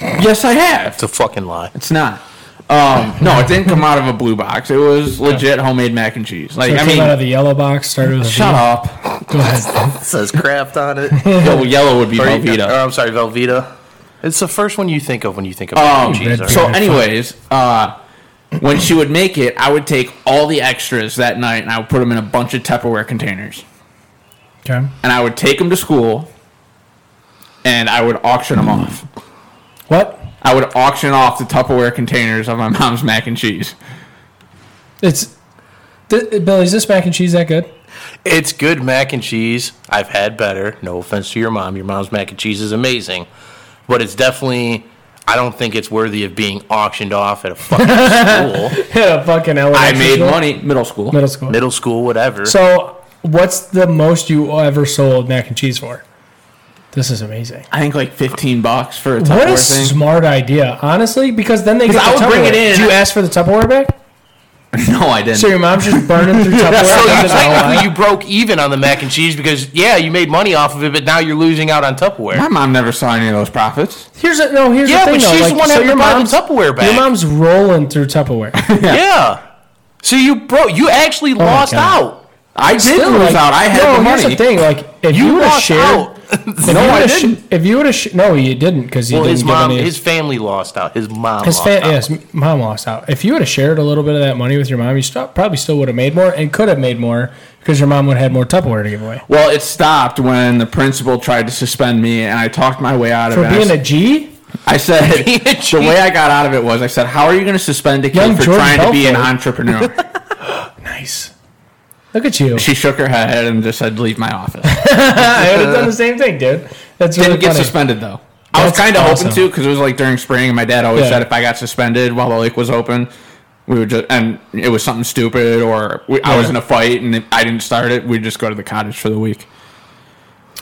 [SPEAKER 3] Yes, I have.
[SPEAKER 1] It's a fucking lie.
[SPEAKER 3] It's not. Um, no, it didn't come out of a blue box. It was legit homemade mac and cheese. Like
[SPEAKER 2] It
[SPEAKER 3] I
[SPEAKER 2] came out of
[SPEAKER 3] mean,
[SPEAKER 2] the yellow box. Started with a
[SPEAKER 3] shut
[SPEAKER 2] V.
[SPEAKER 3] up.
[SPEAKER 2] Go ahead.
[SPEAKER 1] It says Kraft on it.
[SPEAKER 3] Yo, yellow would be
[SPEAKER 1] or,
[SPEAKER 3] Velveeta.
[SPEAKER 1] or, I'm sorry, Velveeta. It's the first one you think of when you think of
[SPEAKER 3] Um,
[SPEAKER 1] mac and cheese,
[SPEAKER 2] red
[SPEAKER 1] all
[SPEAKER 3] So,
[SPEAKER 1] right?
[SPEAKER 2] Fuck.
[SPEAKER 3] anyways, uh, when she would make it, I would take all the extras that night and I would put them in a bunch of Tupperware containers.
[SPEAKER 2] Okay.
[SPEAKER 3] And I would take them to school and I would auction them off.
[SPEAKER 2] What?
[SPEAKER 3] I would auction off the Tupperware containers of my mom's mac and cheese.
[SPEAKER 2] It's th- Billy. Is this mac and cheese that good?
[SPEAKER 1] It's good mac and cheese. I've had better. No offense to your mom. Your mom's mac and cheese is amazing. But it's definitely, I don't think it's worthy of being auctioned off at a fucking school,
[SPEAKER 2] Yeah, fucking elementary.
[SPEAKER 3] I made
[SPEAKER 2] school?
[SPEAKER 3] money middle school.
[SPEAKER 2] Middle school.
[SPEAKER 1] middle school, whatever.
[SPEAKER 2] So, what's the most you ever sold mac and cheese for? This is amazing.
[SPEAKER 3] I think like 15 bucks for a
[SPEAKER 2] What a
[SPEAKER 3] Tupperware thing.
[SPEAKER 2] smart idea, honestly. Because then they get
[SPEAKER 3] I
[SPEAKER 2] the
[SPEAKER 3] would bring
[SPEAKER 2] Tupperware.
[SPEAKER 3] it in.
[SPEAKER 2] Did you ask for the Tupperware back?
[SPEAKER 3] no, I didn't.
[SPEAKER 2] So your mom's just burning through Tupperware.
[SPEAKER 1] So you,
[SPEAKER 2] doesn't know why?
[SPEAKER 1] technically you broke even on the mac and cheese because, yeah, you made money off of it, but now you're losing out on Tupperware.
[SPEAKER 3] my mom never saw any of those profits.
[SPEAKER 2] Here's a, no. Here's
[SPEAKER 1] Yeah,
[SPEAKER 2] the thing
[SPEAKER 1] but
[SPEAKER 2] though.
[SPEAKER 1] she's
[SPEAKER 2] like,
[SPEAKER 1] the one
[SPEAKER 2] so
[SPEAKER 1] having
[SPEAKER 2] your
[SPEAKER 1] to buy the
[SPEAKER 2] mom's
[SPEAKER 1] Tupperware back.
[SPEAKER 2] Your mom's rolling through Tupperware.
[SPEAKER 1] Yeah. So you broke, you actually lost
[SPEAKER 2] Oh God.
[SPEAKER 1] out.
[SPEAKER 3] I did
[SPEAKER 2] Still,
[SPEAKER 3] lose
[SPEAKER 2] like,
[SPEAKER 3] out. I had
[SPEAKER 2] no,
[SPEAKER 3] the
[SPEAKER 2] Here's
[SPEAKER 3] money.
[SPEAKER 2] the thing. Like if you,
[SPEAKER 1] You
[SPEAKER 2] would have
[SPEAKER 1] lost
[SPEAKER 2] shared,
[SPEAKER 1] out.
[SPEAKER 2] if
[SPEAKER 3] No,
[SPEAKER 2] you
[SPEAKER 3] I
[SPEAKER 2] would've sh-
[SPEAKER 3] didn't.
[SPEAKER 2] if you would have, sh- no, you didn't because you
[SPEAKER 1] Well,
[SPEAKER 2] didn't
[SPEAKER 1] his
[SPEAKER 2] give
[SPEAKER 1] mom,
[SPEAKER 2] any.
[SPEAKER 1] his family lost out. His mom
[SPEAKER 2] his
[SPEAKER 1] lost
[SPEAKER 2] fa-
[SPEAKER 1] out.
[SPEAKER 2] yes, m- mom lost out. If you would have shared a little bit of that money with your mom, you st- probably still would have made more and could have made more because your mom would have had more Tupperware to give away.
[SPEAKER 3] Well, it stopped when the principal tried to suspend me, and I talked my way out of
[SPEAKER 2] For
[SPEAKER 3] it. I
[SPEAKER 2] being
[SPEAKER 3] s-
[SPEAKER 2] a G,
[SPEAKER 3] I said
[SPEAKER 1] Being a
[SPEAKER 3] the way I got out of it was I said, "How are you going to suspend a kid
[SPEAKER 2] Young
[SPEAKER 3] for
[SPEAKER 2] Jordan
[SPEAKER 3] trying to be an
[SPEAKER 2] Belfort."
[SPEAKER 3] entrepreneur?"
[SPEAKER 2] nice. Look at you.
[SPEAKER 3] she shook her head and just said, "Leave my office."
[SPEAKER 2] I would have done the same thing, dude. That's really
[SPEAKER 3] Didn't get
[SPEAKER 2] funny.
[SPEAKER 3] suspended though. I was
[SPEAKER 2] That's
[SPEAKER 3] kind of
[SPEAKER 2] awesome.
[SPEAKER 3] hoping to because it was like during spring, and my dad always
[SPEAKER 2] Yeah.
[SPEAKER 3] said if I got suspended while the lake was open, we would just and it was something stupid or we, I was
[SPEAKER 2] Yeah.
[SPEAKER 3] in a fight and I didn't start it, we'd just go to the cottage for the week.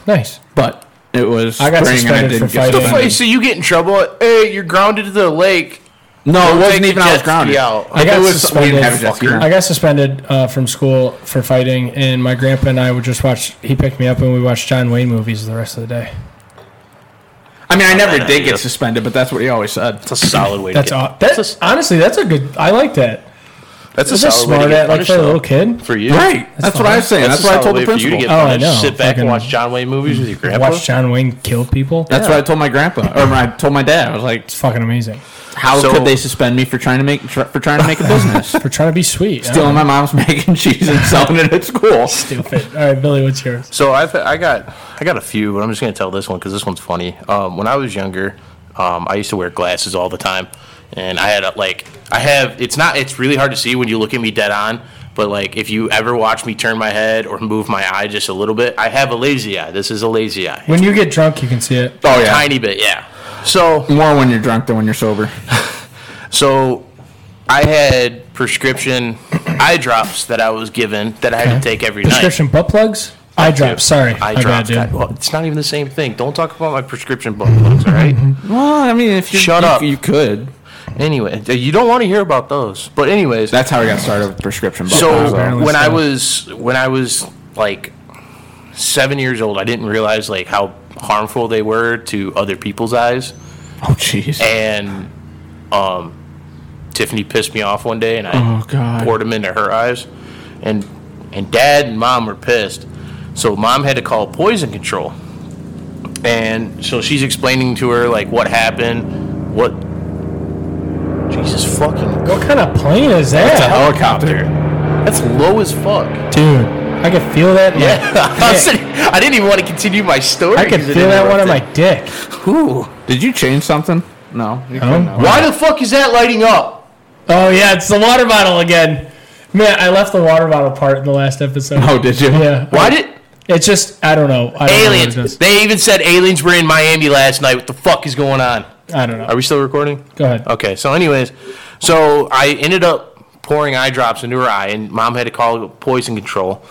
[SPEAKER 2] nice.
[SPEAKER 3] But it was
[SPEAKER 2] I got
[SPEAKER 3] spring and I
[SPEAKER 2] suspended
[SPEAKER 3] didn't
[SPEAKER 2] for
[SPEAKER 3] get
[SPEAKER 2] fighting.
[SPEAKER 3] suspended.
[SPEAKER 1] So you get in trouble. Hey, you're grounded to the lake.
[SPEAKER 3] No, it
[SPEAKER 1] take
[SPEAKER 3] wasn't
[SPEAKER 1] the
[SPEAKER 3] even I was
[SPEAKER 1] jet ski
[SPEAKER 3] grounded.
[SPEAKER 1] out.
[SPEAKER 2] I
[SPEAKER 3] If
[SPEAKER 2] got
[SPEAKER 3] it
[SPEAKER 2] suspended.
[SPEAKER 3] We didn't have a jet ski.
[SPEAKER 2] I got suspended uh, from school for fighting, and my grandpa and I would just watch. He picked me up, and we watched John Wayne movies the rest of the day.
[SPEAKER 3] I mean, I never
[SPEAKER 1] bad
[SPEAKER 3] did
[SPEAKER 1] idea.
[SPEAKER 3] get suspended, but that's what he always said.
[SPEAKER 1] That's a solid way.
[SPEAKER 2] That's
[SPEAKER 1] to
[SPEAKER 2] aw-
[SPEAKER 1] get,
[SPEAKER 2] that's
[SPEAKER 1] that's a,
[SPEAKER 2] honestly that's a good. I like that.
[SPEAKER 1] that's a
[SPEAKER 2] That's a
[SPEAKER 1] solid way
[SPEAKER 2] smart
[SPEAKER 1] to get
[SPEAKER 2] at like
[SPEAKER 1] punished
[SPEAKER 2] for a
[SPEAKER 1] though.
[SPEAKER 2] little kid.
[SPEAKER 1] for you,
[SPEAKER 3] Right. That's, what I was saying. That's,
[SPEAKER 1] That's,
[SPEAKER 3] what I
[SPEAKER 1] what
[SPEAKER 3] told the
[SPEAKER 1] for you to
[SPEAKER 3] principal.
[SPEAKER 1] get
[SPEAKER 2] Oh, I
[SPEAKER 1] punished.
[SPEAKER 2] know.
[SPEAKER 1] Sit back
[SPEAKER 2] Fucking-
[SPEAKER 1] and watch John Wayne movies with your grandpa.
[SPEAKER 2] Watch John Wayne kill people.
[SPEAKER 3] That's what I told my grandpa, or my, I told my dad. I was like,
[SPEAKER 2] It's fucking amazing.
[SPEAKER 3] "How
[SPEAKER 1] So-
[SPEAKER 3] could they suspend me for trying to make tr- for trying to make a business?"
[SPEAKER 2] For trying to be sweet. I
[SPEAKER 3] Stealing my mom's mac and cheese and selling it at school.
[SPEAKER 2] don't know. Stupid. All right, Billy, what's yours?
[SPEAKER 1] So I've I got I got a few, but I'm just gonna tell this one because this one's funny. Um, when I was younger, um, I used to wear glasses all the time, and I had a, like I have it's not it's really hard to see when you look at me dead on, but like if you ever watch me turn my head or move my eye just a little bit, I have a lazy eye. This is a lazy eye,
[SPEAKER 2] When you get drunk, you can see it.
[SPEAKER 3] Oh yeah,
[SPEAKER 1] tiny bit, yeah. So
[SPEAKER 3] more when you're drunk than when you're sober.
[SPEAKER 1] So I had prescription eye drops that I was given that I had to take every night.
[SPEAKER 2] Prescription butt plugs. Eye drops. Sorry,
[SPEAKER 1] Eye
[SPEAKER 2] my
[SPEAKER 1] drops.
[SPEAKER 2] bad,
[SPEAKER 1] God,
[SPEAKER 2] dude. Oh,
[SPEAKER 1] well, it's not even the same thing. Don't talk about my prescription butt plugs, all right?
[SPEAKER 3] Well, I mean, if you
[SPEAKER 1] Shut
[SPEAKER 3] you,
[SPEAKER 1] up.
[SPEAKER 3] you could.
[SPEAKER 1] Anyway, you don't want to hear about those. But anyways,
[SPEAKER 3] That's how we got started with prescription.
[SPEAKER 1] so
[SPEAKER 3] bottles.
[SPEAKER 2] apparently
[SPEAKER 1] when I
[SPEAKER 2] so.
[SPEAKER 1] was when I was like seven years old, I didn't realize like how harmful they were to other people's eyes.
[SPEAKER 3] oh jeez.
[SPEAKER 1] And um, Tiffany pissed me off one day, and I
[SPEAKER 3] Oh, God.
[SPEAKER 1] poured them into her eyes. And and Dad and Mom were pissed, so Mom had to call poison control. And so she's explaining to her like what happened, what. Jesus fucking.
[SPEAKER 2] What kind of plane
[SPEAKER 1] It's
[SPEAKER 2] is
[SPEAKER 1] a
[SPEAKER 2] that,
[SPEAKER 1] helicopter. That's low as fuck.
[SPEAKER 2] dude? I could feel that. in my
[SPEAKER 1] Yeah, I, was
[SPEAKER 2] dick.
[SPEAKER 1] sitting- I didn't even want to continue my story.
[SPEAKER 2] I could
[SPEAKER 1] 'cause it
[SPEAKER 2] feel that one on my
[SPEAKER 1] interrupted.
[SPEAKER 2] dick.
[SPEAKER 1] Ooh.
[SPEAKER 3] Did you change something? No.
[SPEAKER 2] No?
[SPEAKER 3] You couldn't know.
[SPEAKER 1] Why the fuck is that lighting up?
[SPEAKER 2] Oh yeah, it's the water bottle again. Man, I left the water bottle part in the last episode.
[SPEAKER 3] Oh, did you?
[SPEAKER 2] Yeah,
[SPEAKER 1] Why did
[SPEAKER 2] it's just I don't know. I don't Know what
[SPEAKER 1] aliens?
[SPEAKER 2] it
[SPEAKER 1] They even said aliens were in Miami last night. What the fuck is going on?
[SPEAKER 2] is. I don't
[SPEAKER 1] Are
[SPEAKER 2] know.
[SPEAKER 1] we still recording?
[SPEAKER 2] Go ahead.
[SPEAKER 1] Okay. So, anyways, so I ended up pouring eye drops into her eye, and mom had to call poison control.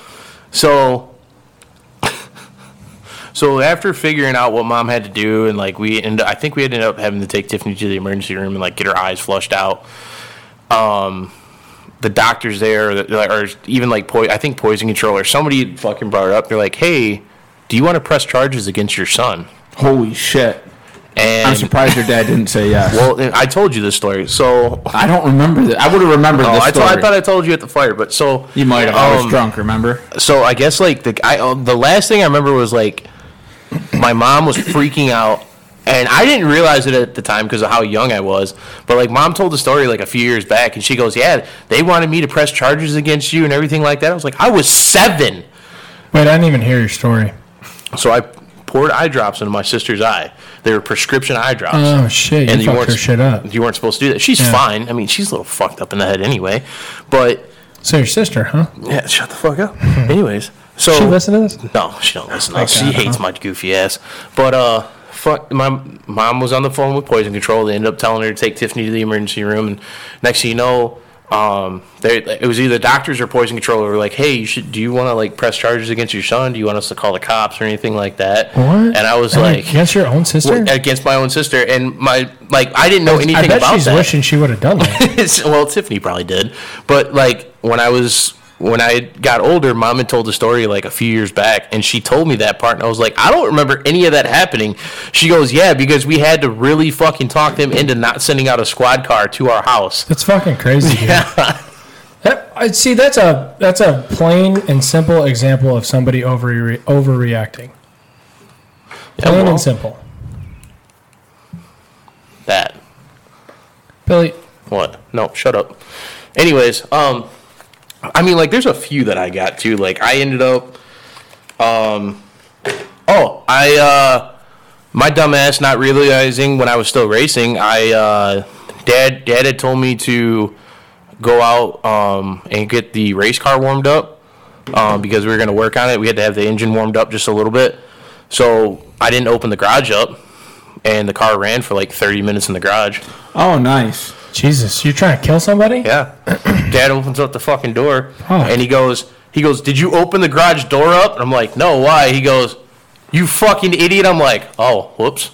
[SPEAKER 1] So, so after figuring out what mom had to do, and like we, and I think we ended up having to take Tiffany to the emergency room and like get her eyes flushed out. Um, the doctors there, that- like, or even like po- I think poison control or somebody fucking brought it up. They're like, "Hey, do you want to press charges against your son?"
[SPEAKER 3] Holy shit.
[SPEAKER 1] And
[SPEAKER 3] I'm surprised your dad didn't say yes.
[SPEAKER 1] well, and I told you this story, so
[SPEAKER 3] I don't remember that. I would have remembered
[SPEAKER 1] oh,
[SPEAKER 3] this
[SPEAKER 1] I,
[SPEAKER 3] story.
[SPEAKER 1] told, I thought I told you at the fire, but so
[SPEAKER 3] you might have. I was
[SPEAKER 1] um,
[SPEAKER 3] drunk, remember?
[SPEAKER 1] So I guess like the I, uh, the last thing I remember was like my mom was freaking out. And I didn't realize it at the time because of how young I was. But like, mom told the story like a few years back, and she goes, "Yeah, they wanted me to press charges against you and everything like that." I was like, "I was seven.
[SPEAKER 2] Wait, I didn't even hear your story.
[SPEAKER 1] So I poured eye drops into my sister's eye. They were prescription eye drops.
[SPEAKER 3] Uh,
[SPEAKER 2] Oh shit! You
[SPEAKER 1] and you
[SPEAKER 2] fucked
[SPEAKER 1] weren't
[SPEAKER 2] her shit up.
[SPEAKER 1] you weren't supposed to do that. She's
[SPEAKER 2] Yeah.
[SPEAKER 1] fine. I mean, she's a little fucked up in the head anyway. But
[SPEAKER 2] So your sister, huh?
[SPEAKER 1] yeah, shut the fuck up. Anyways, so
[SPEAKER 2] Hmm. She listen to this?
[SPEAKER 1] no, she don't listen. to us. she
[SPEAKER 2] Okay,
[SPEAKER 1] hates my goofy ass. But uh, fuck, my mom was on the phone with poison control. They ended up telling her to take Tiffany to the emergency room, and next thing you know, um, they it was either doctors or poison control were like, "Hey, you should. Do you want to like press charges against your son? Do you want us to call the cops or anything like that?"
[SPEAKER 2] What?
[SPEAKER 1] And I was like,
[SPEAKER 2] "Against your own sister?"
[SPEAKER 1] w- against my own sister, and my like I didn't know anything
[SPEAKER 2] I bet
[SPEAKER 1] about
[SPEAKER 2] she's
[SPEAKER 1] that.
[SPEAKER 2] wishing she would have done that.
[SPEAKER 1] It's- well, Tiffany probably did, but like when I was when I got older, mom had told the story like a few years back, and she told me that part, and I was like, I don't remember any of that happening. She goes, Yeah, because we had to really fucking talk them into not sending out a squad car to our house.
[SPEAKER 2] That's fucking crazy. Dude. That, I see. That's a that's a plain and simple example of somebody overre- overreacting. Plain
[SPEAKER 1] well.
[SPEAKER 2] and simple.
[SPEAKER 1] That
[SPEAKER 2] Billy,
[SPEAKER 1] what? No, shut up. Anyways, um, I mean, like, there's a few that I got too. Like, I ended up, um, oh, I, uh, my dumbass not realizing when I was still racing, I, uh, dad, dad had told me to go out, um, and get the race car warmed up, um, because we were gonna work on it. We had to have the engine warmed up just a little bit, so I didn't open the garage up. And the car ran for like 30 minutes in the garage.
[SPEAKER 3] Oh, nice.
[SPEAKER 2] Jesus, you're trying to kill somebody?
[SPEAKER 1] Yeah. Dad opens up the fucking door
[SPEAKER 2] Huh.
[SPEAKER 1] and he goes, he goes, Did you open the garage door up? And I'm like, No, why? He goes, You fucking idiot. I'm like, Oh, whoops.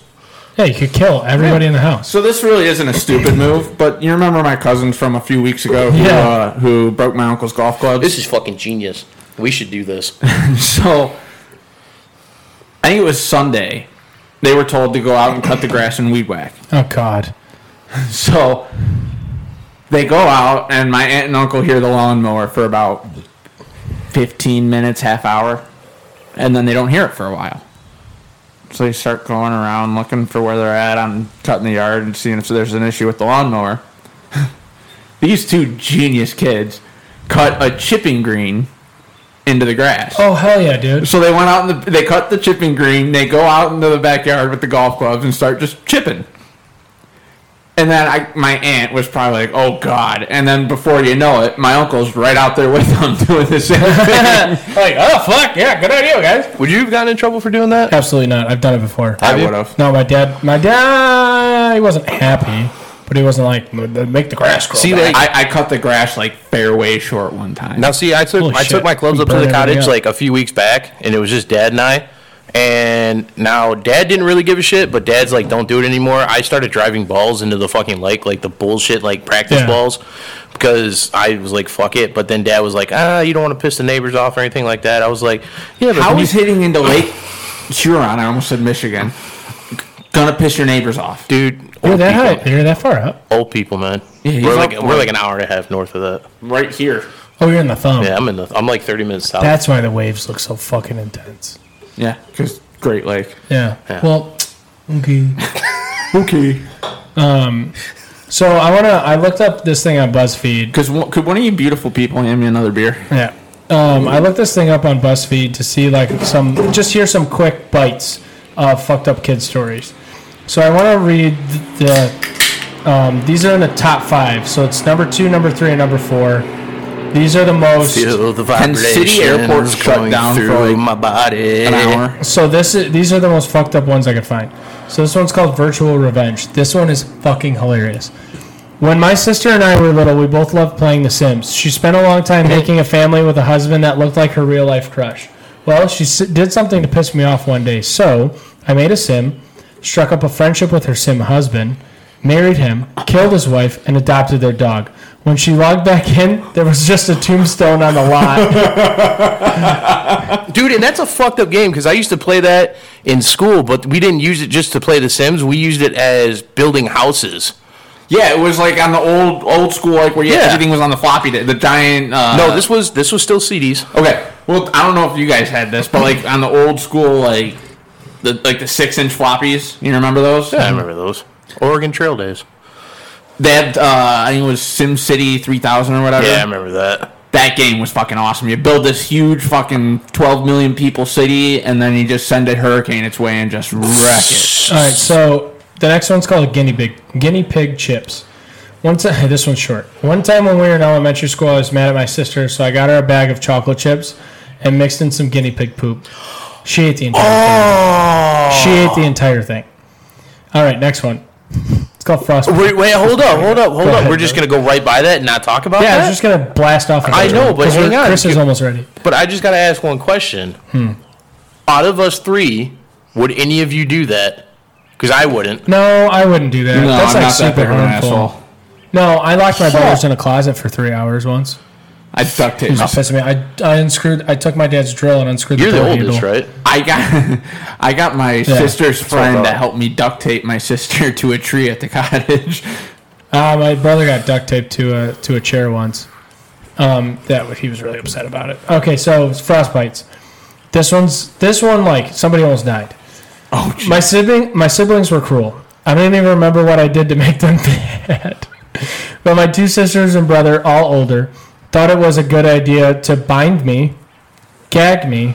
[SPEAKER 2] Yeah, you could kill everybody in the house.
[SPEAKER 3] So this really isn't a stupid move, but you remember my cousins from a few weeks ago who,
[SPEAKER 2] Yeah.
[SPEAKER 3] uh, who broke my uncle's golf clubs?
[SPEAKER 1] This is fucking genius. We should do this.
[SPEAKER 3] So I think it was Sunday. They were told to go out and cut the grass and weed whack.
[SPEAKER 2] Oh God.
[SPEAKER 3] So they go out, and my aunt and uncle hear the lawnmower for about 15 minutes, half hour, and then they don't hear it for a while. So they start going around looking for where they're at on cutting the yard and seeing if there's an issue with the lawnmower. These two genius kids cut a chipping green into the grass.
[SPEAKER 2] Oh hell yeah, dude.
[SPEAKER 3] So they went out and the, they cut the chipping green. They go out into the backyard with the golf clubs and start just chipping. And then I, my aunt was probably like, "Oh God!" And then before you know it, my uncle's right out there with them doing the same thing.
[SPEAKER 2] Like oh fuck yeah, good idea, guys.
[SPEAKER 1] Would you have gotten in trouble for doing that?
[SPEAKER 2] Absolutely not. I've done it before.
[SPEAKER 3] I
[SPEAKER 1] you?
[SPEAKER 3] would have.
[SPEAKER 2] No, my dad. My dad. He wasn't happy, but he wasn't like make the grass grow.
[SPEAKER 1] See,
[SPEAKER 2] back."
[SPEAKER 1] like,
[SPEAKER 3] I, I cut the grass like fairway short one time.
[SPEAKER 1] now see, I took
[SPEAKER 2] Holy
[SPEAKER 1] I
[SPEAKER 2] shit.
[SPEAKER 1] took my clubs
[SPEAKER 2] You
[SPEAKER 1] up to the
[SPEAKER 2] burned everything
[SPEAKER 1] cottage like
[SPEAKER 2] up.
[SPEAKER 1] a few weeks back, and it was just Dad and I, And now dad didn't really give a shit, but dad's like, don't do it anymore. I started driving balls into the fucking lake, like the bullshit, like practice
[SPEAKER 2] Yeah.
[SPEAKER 1] balls, because I was like, fuck it. But then dad was like, ah, you don't want to piss the neighbors off or anything like that. I was like, yeah, but
[SPEAKER 3] How
[SPEAKER 1] can you
[SPEAKER 3] is hitting into Lake Huron? I almost said Michigan. Gonna piss your neighbors off.
[SPEAKER 1] dude,
[SPEAKER 2] You're
[SPEAKER 1] old
[SPEAKER 2] that
[SPEAKER 1] people,
[SPEAKER 2] high. You're that far up.
[SPEAKER 1] old people, man.
[SPEAKER 3] Yeah, he's
[SPEAKER 1] we're
[SPEAKER 3] up
[SPEAKER 1] like
[SPEAKER 3] one.
[SPEAKER 1] we're like an hour and a half north of that.
[SPEAKER 3] Right here.
[SPEAKER 2] Oh, you're in the thumb.
[SPEAKER 1] Yeah, I'm in the I'm like 30 minutes south.
[SPEAKER 2] That's why the waves look so fucking intense.
[SPEAKER 3] Yeah, because Great Lake.
[SPEAKER 2] Yeah.
[SPEAKER 1] Yeah.
[SPEAKER 2] Well, okay. Um,
[SPEAKER 3] Okay.
[SPEAKER 2] So I wanna. I looked up this thing on BuzzFeed.
[SPEAKER 3] Because could one of you beautiful people hand me another beer?
[SPEAKER 2] Yeah. Um, I looked this thing up on BuzzFeed to see like some, just hear some quick bites of fucked up kid stories. So I want to read the. Um, these are in the top five. So it's number two, number three, and number four. These are the most.
[SPEAKER 1] Feel the
[SPEAKER 3] Can city airports
[SPEAKER 1] vibrations
[SPEAKER 3] shut
[SPEAKER 1] going
[SPEAKER 3] down for,
[SPEAKER 1] through
[SPEAKER 3] like,
[SPEAKER 1] my body?
[SPEAKER 3] An hour.
[SPEAKER 2] So this is, these are the most fucked up ones I could find. So this one's called Virtual Revenge. This one is fucking hilarious. When my sister and I were little, we both loved playing The Sims. She spent a long time making a family with a husband that looked like her real life crush. Well, she s- did something to piss me off one day, so I made a sim, struck up a friendship with her sim husband, married him, killed his wife, and adopted their dog. When she logged back in, there was just a tombstone on the lot.
[SPEAKER 1] Dude, and that's a fucked up game because I used to play that in school, but we didn't use it just to play The Sims. We used it as building houses.
[SPEAKER 3] Yeah, it was like on the old old school, like where you,
[SPEAKER 1] Yeah.
[SPEAKER 3] everything was on the floppy, di- the giant. Uh,
[SPEAKER 1] No, this was this was still CDs.
[SPEAKER 3] Okay. Well, I don't know if you guys had this, but like on the old school, like the like the six inch floppies. You remember those?
[SPEAKER 1] I remember those Oregon Trail days.
[SPEAKER 3] They had, uh, I think it was Sim City 3000 or whatever.
[SPEAKER 1] Yeah, I remember that.
[SPEAKER 3] That game was fucking awesome. You build this huge fucking 12 million people city, and then you just send a hurricane its way and just wreck it.
[SPEAKER 2] All right, so the next one's called guinea pig guinea pig chips. One time, this one's short. One time when we were in elementary school, I was mad at my sister, so I got her a bag of chocolate chips and mixed in some guinea pig poop. She ate the entire
[SPEAKER 1] Oh,
[SPEAKER 2] thing. She ate the entire thing. All right, next one. It's called frostbite.
[SPEAKER 1] wait, wait, hold up, hold up, hold
[SPEAKER 2] Go
[SPEAKER 1] up.
[SPEAKER 2] ahead,
[SPEAKER 1] We're just
[SPEAKER 2] bro.
[SPEAKER 1] gonna go right by that and not talk about
[SPEAKER 2] Yeah, I
[SPEAKER 1] that.
[SPEAKER 2] was just gonna blast off.
[SPEAKER 1] I know, but
[SPEAKER 2] Because we're-
[SPEAKER 1] hang on.
[SPEAKER 2] Chris is almost ready.
[SPEAKER 1] But I just gotta ask one question.
[SPEAKER 2] Hmm.
[SPEAKER 1] Out of us three, would any of you do that? Because I wouldn't.
[SPEAKER 2] No, I wouldn't do that.
[SPEAKER 3] No,
[SPEAKER 2] That's like
[SPEAKER 3] I'm not that
[SPEAKER 2] super
[SPEAKER 3] big of an
[SPEAKER 2] harmful.
[SPEAKER 3] asshole.
[SPEAKER 2] No, I locked my brothers in a closet for three hours once.
[SPEAKER 3] I duct tape.
[SPEAKER 2] It was pissing me. I, I unscrewed. I took my dad's drill and unscrewed
[SPEAKER 1] You're
[SPEAKER 2] the
[SPEAKER 1] the
[SPEAKER 2] door
[SPEAKER 1] oldest,
[SPEAKER 2] handle.
[SPEAKER 1] right?
[SPEAKER 3] I got, I got my sister's
[SPEAKER 1] I
[SPEAKER 3] friend
[SPEAKER 1] thought.
[SPEAKER 3] to help me duct tape my sister to a tree at the cottage.
[SPEAKER 2] Uh, my brother got duct taped to a to a chair once. Um, that he was really upset about it. Okay, so it's frostbites. This one's this one like somebody almost died.
[SPEAKER 3] Oh, jeez.
[SPEAKER 2] My sibling my siblings were cruel. I don't even remember what I did to make them mad. But my two sisters and brother, all older, thought it was a good idea to bind me, gag me,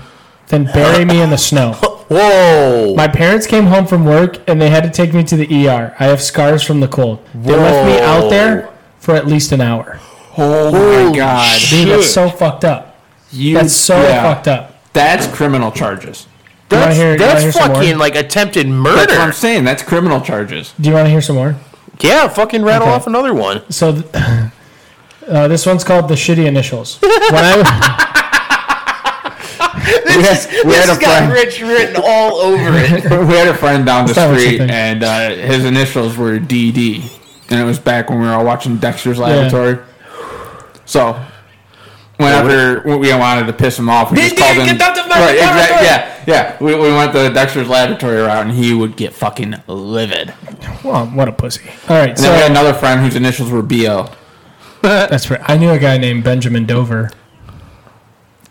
[SPEAKER 2] then bury me in the snow.
[SPEAKER 1] Whoa.
[SPEAKER 2] My parents came home from work and they had to take me to the ER. I have scars from the cold. They left me out there for at least an hour.
[SPEAKER 3] oh my
[SPEAKER 1] Holy
[SPEAKER 3] god.
[SPEAKER 1] shit.
[SPEAKER 2] Dude, that's so fucked up.
[SPEAKER 3] You-
[SPEAKER 2] That's so
[SPEAKER 3] yeah.
[SPEAKER 2] fucked up.
[SPEAKER 3] That's criminal charges.
[SPEAKER 2] wanna
[SPEAKER 1] That's,
[SPEAKER 2] hear- you wanna
[SPEAKER 1] that's
[SPEAKER 2] hear some more?
[SPEAKER 1] fucking like attempted
[SPEAKER 3] That's what I'm
[SPEAKER 1] murder.
[SPEAKER 3] saying. That's criminal charges.
[SPEAKER 2] Do you want to hear some more?
[SPEAKER 1] Yeah, fucking rattle
[SPEAKER 2] Okay.
[SPEAKER 1] off another one.
[SPEAKER 2] So, th- uh, this one's called the shitty initials. When I,
[SPEAKER 3] We had, we had a friend.
[SPEAKER 1] rich written all over it.
[SPEAKER 3] we had a friend down the
[SPEAKER 2] Start with
[SPEAKER 3] street,
[SPEAKER 2] something.
[SPEAKER 3] and uh, his initials were DD, and it was back when we were all watching Dexter's Laboratory. So, whenever we, we wanted to piss him off, we just
[SPEAKER 1] DD,
[SPEAKER 3] called him.
[SPEAKER 1] get out of my
[SPEAKER 3] right,
[SPEAKER 1] laboratory!
[SPEAKER 3] exact, yeah, yeah. We, we went the Dexter's Laboratory route, and he would get fucking livid. And
[SPEAKER 2] well, what a pussy. All right,
[SPEAKER 3] then we had
[SPEAKER 2] so
[SPEAKER 3] another friend whose initials were BO.
[SPEAKER 2] that's right. I knew a guy named Benjamin Dover.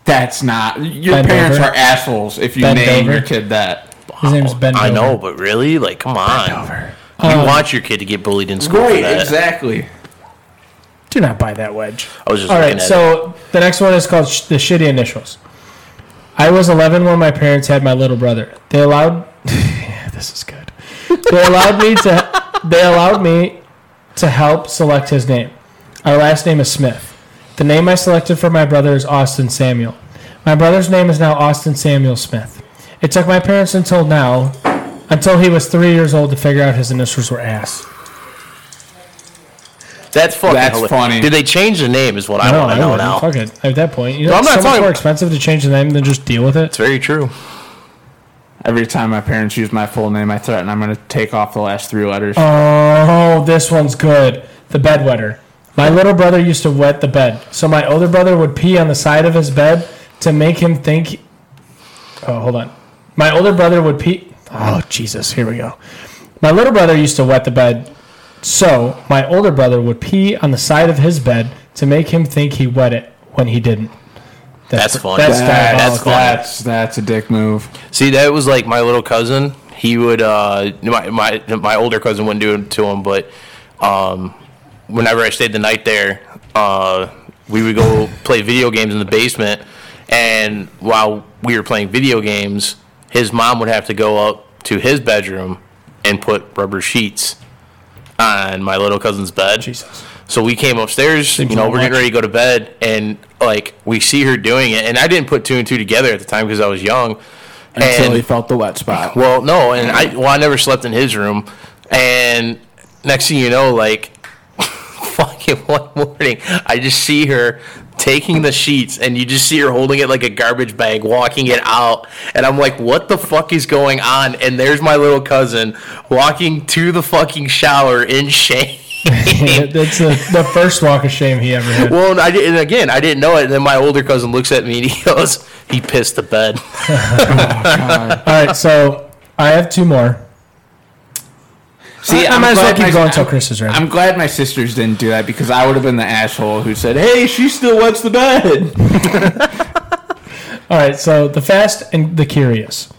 [SPEAKER 3] That's not your
[SPEAKER 2] Ben
[SPEAKER 3] parents
[SPEAKER 2] Dover?
[SPEAKER 3] are assholes if you
[SPEAKER 2] Ben
[SPEAKER 3] name
[SPEAKER 2] Dover?
[SPEAKER 3] your kid that.
[SPEAKER 2] His name's Ben.
[SPEAKER 1] I
[SPEAKER 2] Dover.
[SPEAKER 1] know, but really, like, come on. You
[SPEAKER 2] Um,
[SPEAKER 1] want your kid to get bullied in school for that.
[SPEAKER 3] exactly.
[SPEAKER 2] Do not buy that wedge.
[SPEAKER 1] I was just
[SPEAKER 2] All
[SPEAKER 1] looking
[SPEAKER 2] right,
[SPEAKER 1] at
[SPEAKER 2] so the next one is called sh- the shitty initials. I was 11 when my parents had my little brother. They allowed. Yeah, this is good. They allowed me to. They allowed me to help select his name. Our last name is Smith. The name I selected for my brother is Austin Samuel. My brother's name is now Austin Samuel Smith. It took my parents until now, until he was three years old, to figure out his initials were ass.
[SPEAKER 1] That's fucking
[SPEAKER 3] That's
[SPEAKER 1] hilarious.
[SPEAKER 3] funny.
[SPEAKER 1] Did they change the name is what I want to know
[SPEAKER 2] wouldn't.
[SPEAKER 1] now.
[SPEAKER 2] Fuck it. At that point, you know,
[SPEAKER 1] I'm
[SPEAKER 2] it's
[SPEAKER 1] not
[SPEAKER 2] so much
[SPEAKER 1] talking-
[SPEAKER 2] more expensive to change the name than just deal with it.
[SPEAKER 1] It's very true.
[SPEAKER 3] Every time my parents use my full name, I threaten I'm going to take off the last three letters.
[SPEAKER 2] Oh, this one's good. The bedwetter. My little brother used to wet the bed, so my older brother would pee on the side of his bed to make him think. Oh, hold on. My older brother would pee. Oh, Jesus. Here we go. My little brother used to wet the bed, so my older brother would pee on the side of his bed to make him think he wet it when he didn't.
[SPEAKER 1] That's funny.
[SPEAKER 2] That's Oh,
[SPEAKER 1] That- that's
[SPEAKER 2] diabolical.
[SPEAKER 1] funny.
[SPEAKER 3] That's that's a dick move.
[SPEAKER 1] See, that was like my little cousin. He would uh, my my my older cousin wouldn't do it to him, but um, whenever I stayed the night there, uh, we would go play video games in the basement, and while we were playing video games, his mom would have to go up to his bedroom and put rubber sheets on my little cousin's bed.
[SPEAKER 2] Jesus.
[SPEAKER 1] So we came upstairs, you know,
[SPEAKER 2] like
[SPEAKER 1] we're
[SPEAKER 2] a
[SPEAKER 1] getting ready to go to bed, and like we see her doing it, and I didn't put two and two together at the time because I was young.
[SPEAKER 3] Until he
[SPEAKER 1] And
[SPEAKER 3] felt the wet spot.
[SPEAKER 1] well, no, and I well I never slept in his room, and next thing you know, like fucking one morning, I just see her taking the sheets, and you just see her holding it like a garbage bag, walking it out, and I'm like, what the fuck is going on? And there's my little cousin walking to the fucking shower in shame.
[SPEAKER 2] That's the, the first walk of shame he ever did.
[SPEAKER 1] Well, and I didn't. Again, I didn't know it. And then my older cousin looks at me and he goes, "He pissed the bed."
[SPEAKER 2] All right, so I have two more.
[SPEAKER 3] See,
[SPEAKER 2] I, I
[SPEAKER 3] I'm
[SPEAKER 2] might as well
[SPEAKER 3] glad
[SPEAKER 2] keep
[SPEAKER 3] my-
[SPEAKER 2] going until Chris is ready.
[SPEAKER 3] I'm glad my sisters didn't do that because I would have been the asshole who said, "Hey, she still wets the bed."
[SPEAKER 2] All right, so the fast and the curious.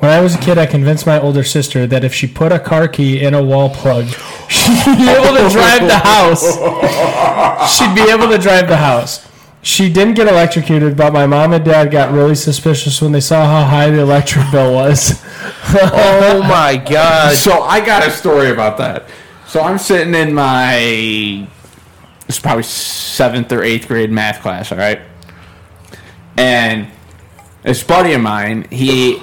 [SPEAKER 2] When I was a kid, I convinced my older sister that if she put a car key in a wall plug, she'd be able to drive the house. She'd be able to drive the house. She didn't get electrocuted, but my mom and dad got really suspicious when they saw how high the electric bill was.
[SPEAKER 1] oh my god!
[SPEAKER 3] So I got a story about that. So I'm sitting in my it's probably seventh or eighth grade math class, all right? And this buddy of mine, he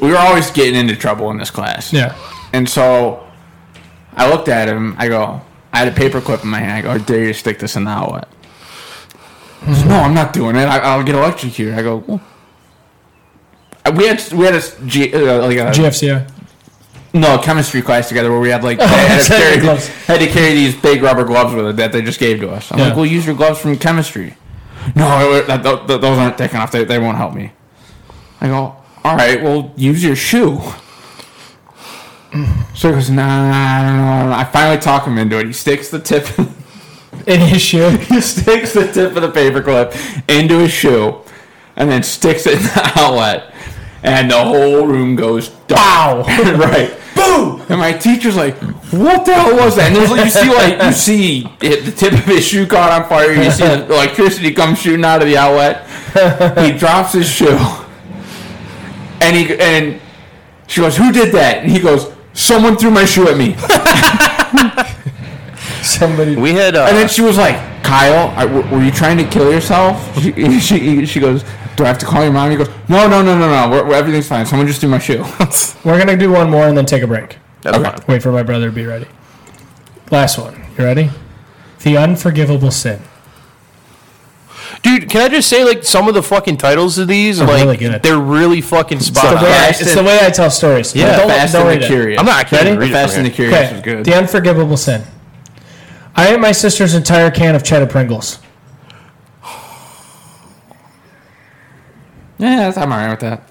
[SPEAKER 3] we were always getting into trouble in this class.
[SPEAKER 2] Yeah.
[SPEAKER 3] And so I looked at him, I go, I had a paper clip in my hand, I go, I dare you to stick this in the outlet. He says, no, I'm not doing it. I, I'll get electrocuted. I go, well. We had we had a s- G, uh, like a
[SPEAKER 2] GFCI.
[SPEAKER 3] no, chemistry class together where we had like had, to
[SPEAKER 2] Sorry,
[SPEAKER 3] carry,
[SPEAKER 2] gloves.
[SPEAKER 3] had to carry these big rubber gloves with it that they just gave to us. I'm
[SPEAKER 2] Yeah.
[SPEAKER 3] like, well, use your gloves from chemistry. No, it- that- th- th- those aren't thick enough. They, they won't help me. I go, all right, well, use your shoe. So he goes, nah, nah, nah, nah, nah." I finally talk him into it. He sticks the tip,
[SPEAKER 2] In his shoe.
[SPEAKER 3] he sticks the tip of the paperclip into his shoe, and then sticks it in the outlet, and the whole room goes
[SPEAKER 2] Wow.
[SPEAKER 3] right. Boom! And my teacher's like, "What the hell was that?" And there's like, you see, like, you see it, the tip of his shoe caught on fire. You see the electricity come shooting out of the outlet. He drops his shoe, and he and she goes, "Who did that?" And he goes, "Someone threw my shoe at me."
[SPEAKER 2] Somebody.
[SPEAKER 1] We had. Uh,
[SPEAKER 3] And then she was like, "Kyle, I, w- were you trying to kill yourself?" She, she she goes, "Do I have to call your mom?" He goes, "No, no, no, no, no. We're, we're- everything's fine. Someone just threw my shoe."
[SPEAKER 2] We're going to do one more and then take a break.
[SPEAKER 1] that's
[SPEAKER 3] okay.
[SPEAKER 1] fine.
[SPEAKER 2] Wait for my brother to be ready. Last one. You ready? The unforgivable sin.
[SPEAKER 1] uh, Dude, can I just say like some of the fucking titles of these? like
[SPEAKER 2] really good.
[SPEAKER 1] they're really fucking spot
[SPEAKER 2] the way I,
[SPEAKER 1] on.
[SPEAKER 2] it's the way I tell stories.
[SPEAKER 1] Yeah.
[SPEAKER 2] don't,
[SPEAKER 3] Fast
[SPEAKER 2] don't
[SPEAKER 3] and
[SPEAKER 2] read
[SPEAKER 3] the
[SPEAKER 2] it.
[SPEAKER 3] Curious.
[SPEAKER 1] I'm not kidding. Read
[SPEAKER 2] Ready?
[SPEAKER 1] it
[SPEAKER 3] Fast
[SPEAKER 1] from
[SPEAKER 3] and the
[SPEAKER 1] here.
[SPEAKER 3] Curious
[SPEAKER 2] Okay,
[SPEAKER 3] was good.
[SPEAKER 2] the unforgivable sin. I ate my sister's entire can of cheddar Pringles.
[SPEAKER 3] Yeah, that's- I'm alright with that.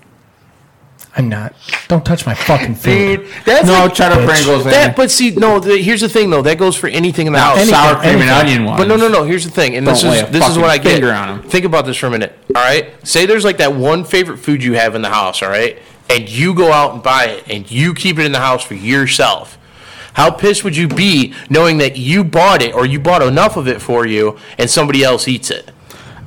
[SPEAKER 2] I'm not. Don't touch my fucking food.
[SPEAKER 1] Dude, that's
[SPEAKER 3] No
[SPEAKER 1] like-
[SPEAKER 3] cheddar
[SPEAKER 2] bitch.
[SPEAKER 3] Pringles.
[SPEAKER 1] that, but see, no. The, here's the thing, though. That goes for anything in the house.
[SPEAKER 2] any-
[SPEAKER 3] sour
[SPEAKER 2] anything,
[SPEAKER 3] cream and
[SPEAKER 2] anything.
[SPEAKER 3] onion ones.
[SPEAKER 1] But no, no, no. Here's the thing, and this
[SPEAKER 3] Don't lay
[SPEAKER 1] is
[SPEAKER 3] a
[SPEAKER 1] this is
[SPEAKER 3] fucking
[SPEAKER 1] what I get.
[SPEAKER 3] finger on 'em.
[SPEAKER 1] Think about this for a minute. All right. Say there's like that one favorite food you have in the house. All right, and you go out and buy it, and you keep it in the house for yourself. How pissed would you be knowing that you bought it or you bought enough of it for you, and somebody else eats it?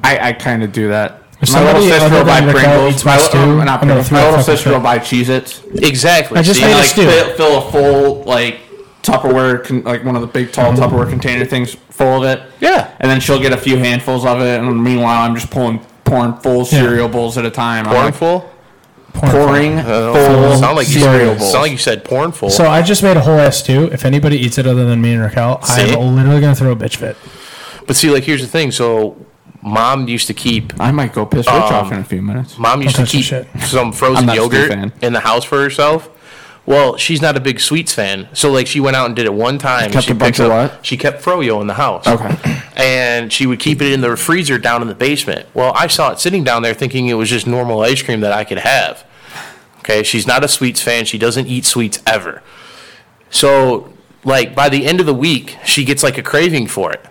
[SPEAKER 3] I, I kind of do that. My
[SPEAKER 2] somebody
[SPEAKER 3] little sister
[SPEAKER 2] other
[SPEAKER 3] will buy
[SPEAKER 2] than Raquel
[SPEAKER 3] Pringles.
[SPEAKER 2] eats my
[SPEAKER 3] My,
[SPEAKER 2] stew,
[SPEAKER 3] little,
[SPEAKER 2] I'm
[SPEAKER 3] not
[SPEAKER 2] gonna
[SPEAKER 3] Pringles.
[SPEAKER 2] throw
[SPEAKER 3] my
[SPEAKER 2] a
[SPEAKER 3] little
[SPEAKER 2] fucking
[SPEAKER 3] sister will
[SPEAKER 2] fit.
[SPEAKER 3] buy Cheez-Its.
[SPEAKER 1] Exactly.
[SPEAKER 2] I just
[SPEAKER 1] see?
[SPEAKER 2] made
[SPEAKER 3] And
[SPEAKER 2] a
[SPEAKER 3] like
[SPEAKER 2] stew.
[SPEAKER 3] fill, fill a full like Tupperware, con- like one of the big tall Tupperware container things full of it.
[SPEAKER 1] Yeah.
[SPEAKER 3] And then she'll get a few handfuls of it, and meanwhile I'm just pulling pouring full cereal bowls at a time. I'm
[SPEAKER 1] porn
[SPEAKER 3] like,
[SPEAKER 1] full.
[SPEAKER 3] pouring
[SPEAKER 1] Oh,
[SPEAKER 3] full
[SPEAKER 1] sound like you
[SPEAKER 3] cereal
[SPEAKER 1] said,
[SPEAKER 3] bowls.
[SPEAKER 1] sound like you said porn full.
[SPEAKER 2] So I just made a whole ass stew. If anybody eats it other than me and Raquel,
[SPEAKER 1] See?
[SPEAKER 2] I'm literally gonna throw a bitch fit.
[SPEAKER 1] But see, like, here's the thing. So mom used to keep
[SPEAKER 3] I might go piss Rich off in a few minutes.
[SPEAKER 1] Mom used
[SPEAKER 2] Don't
[SPEAKER 1] to
[SPEAKER 2] touch the
[SPEAKER 1] keep
[SPEAKER 2] shit.
[SPEAKER 1] some
[SPEAKER 3] I'm
[SPEAKER 1] frozen
[SPEAKER 3] not a Stu fan.
[SPEAKER 1] yogurt in the house for herself. Well, she's not a big sweets fan, so like she went out and did it one time.
[SPEAKER 3] Kept
[SPEAKER 1] she
[SPEAKER 3] a bunch
[SPEAKER 1] picked
[SPEAKER 3] of
[SPEAKER 1] up-
[SPEAKER 3] what?
[SPEAKER 1] She kept froyo in the house.
[SPEAKER 3] Okay.
[SPEAKER 1] And she would keep it in the freezer down in the basement. Well, I saw it sitting down there, thinking it was just normal ice cream that I could have. Okay, she's not a sweets fan. She doesn't eat sweets ever. So, like by the end of the week, she gets like a craving for it,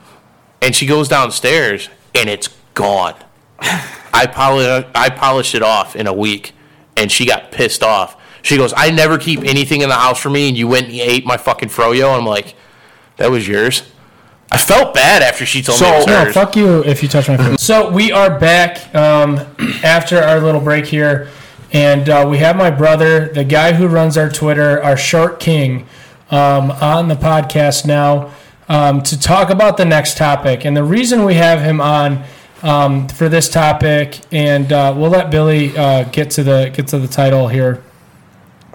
[SPEAKER 1] and she goes downstairs and it's gone. I polished I polished it off in a week, and she got pissed off. She goes, "I never keep anything in the house for me, and you went and ate my fucking froyo." I'm like, "That was yours." I felt bad after she told me it was
[SPEAKER 3] So-
[SPEAKER 2] No,
[SPEAKER 1] hers.
[SPEAKER 2] fuck you if you touch my food. so we are back um, after our little break here, and uh, we have my brother, the guy who runs our Twitter, our Short King, um, on the podcast now um, to talk about the next topic. And the reason we have him on um, for this topic, and uh, we'll let Billy uh, get to the get to the title here.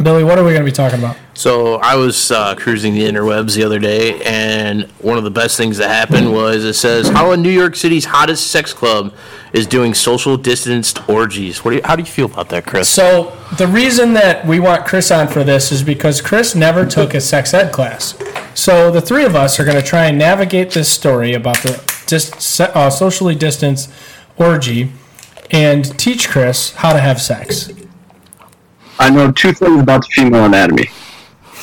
[SPEAKER 2] Billy, what are we going to be talking about?
[SPEAKER 1] So I was uh, cruising the interwebs the other day, and one of the best things that happened was it says how in New York City's hottest sex club is doing social distanced orgies. What do you, how do you feel about that, Chris?
[SPEAKER 2] So the reason that we want Chris on for this is because Chris never took a sex ed class. So the three of us are going to try and navigate this story about the dis- se- uh, socially distanced orgy and teach Chris how to have sex.
[SPEAKER 5] I know two things about the female anatomy: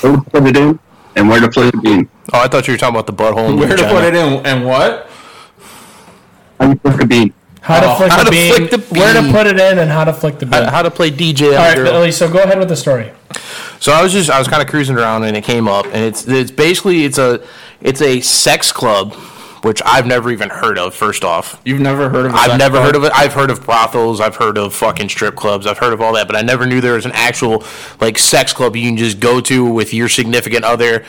[SPEAKER 5] where to put it in and where to put it in.
[SPEAKER 1] Oh, I thought you were talking about the butthole. And the
[SPEAKER 3] Where to
[SPEAKER 1] vagina.
[SPEAKER 3] put it in and what?
[SPEAKER 5] How you flick a bean?
[SPEAKER 2] How to,
[SPEAKER 3] Oh,
[SPEAKER 2] flick,
[SPEAKER 1] how
[SPEAKER 2] a
[SPEAKER 1] to
[SPEAKER 2] beam,
[SPEAKER 1] flick the
[SPEAKER 2] where to
[SPEAKER 1] beam.
[SPEAKER 2] put it in, and how to flick the beam.
[SPEAKER 1] Uh, How to play DJ?
[SPEAKER 2] All right,
[SPEAKER 1] after-
[SPEAKER 2] Billy. So go ahead with the story.
[SPEAKER 1] So I was just I was kind of cruising around and it came up and it's it's basically it's a it's a sex club which I've never even heard of first off.
[SPEAKER 3] You've never heard of? a
[SPEAKER 1] I've
[SPEAKER 3] sex
[SPEAKER 1] never
[SPEAKER 3] club?
[SPEAKER 1] heard of it. I've heard of brothels, I've heard of fucking strip clubs, I've heard of all that, but I never knew there was an actual like sex club you can just go to with your significant other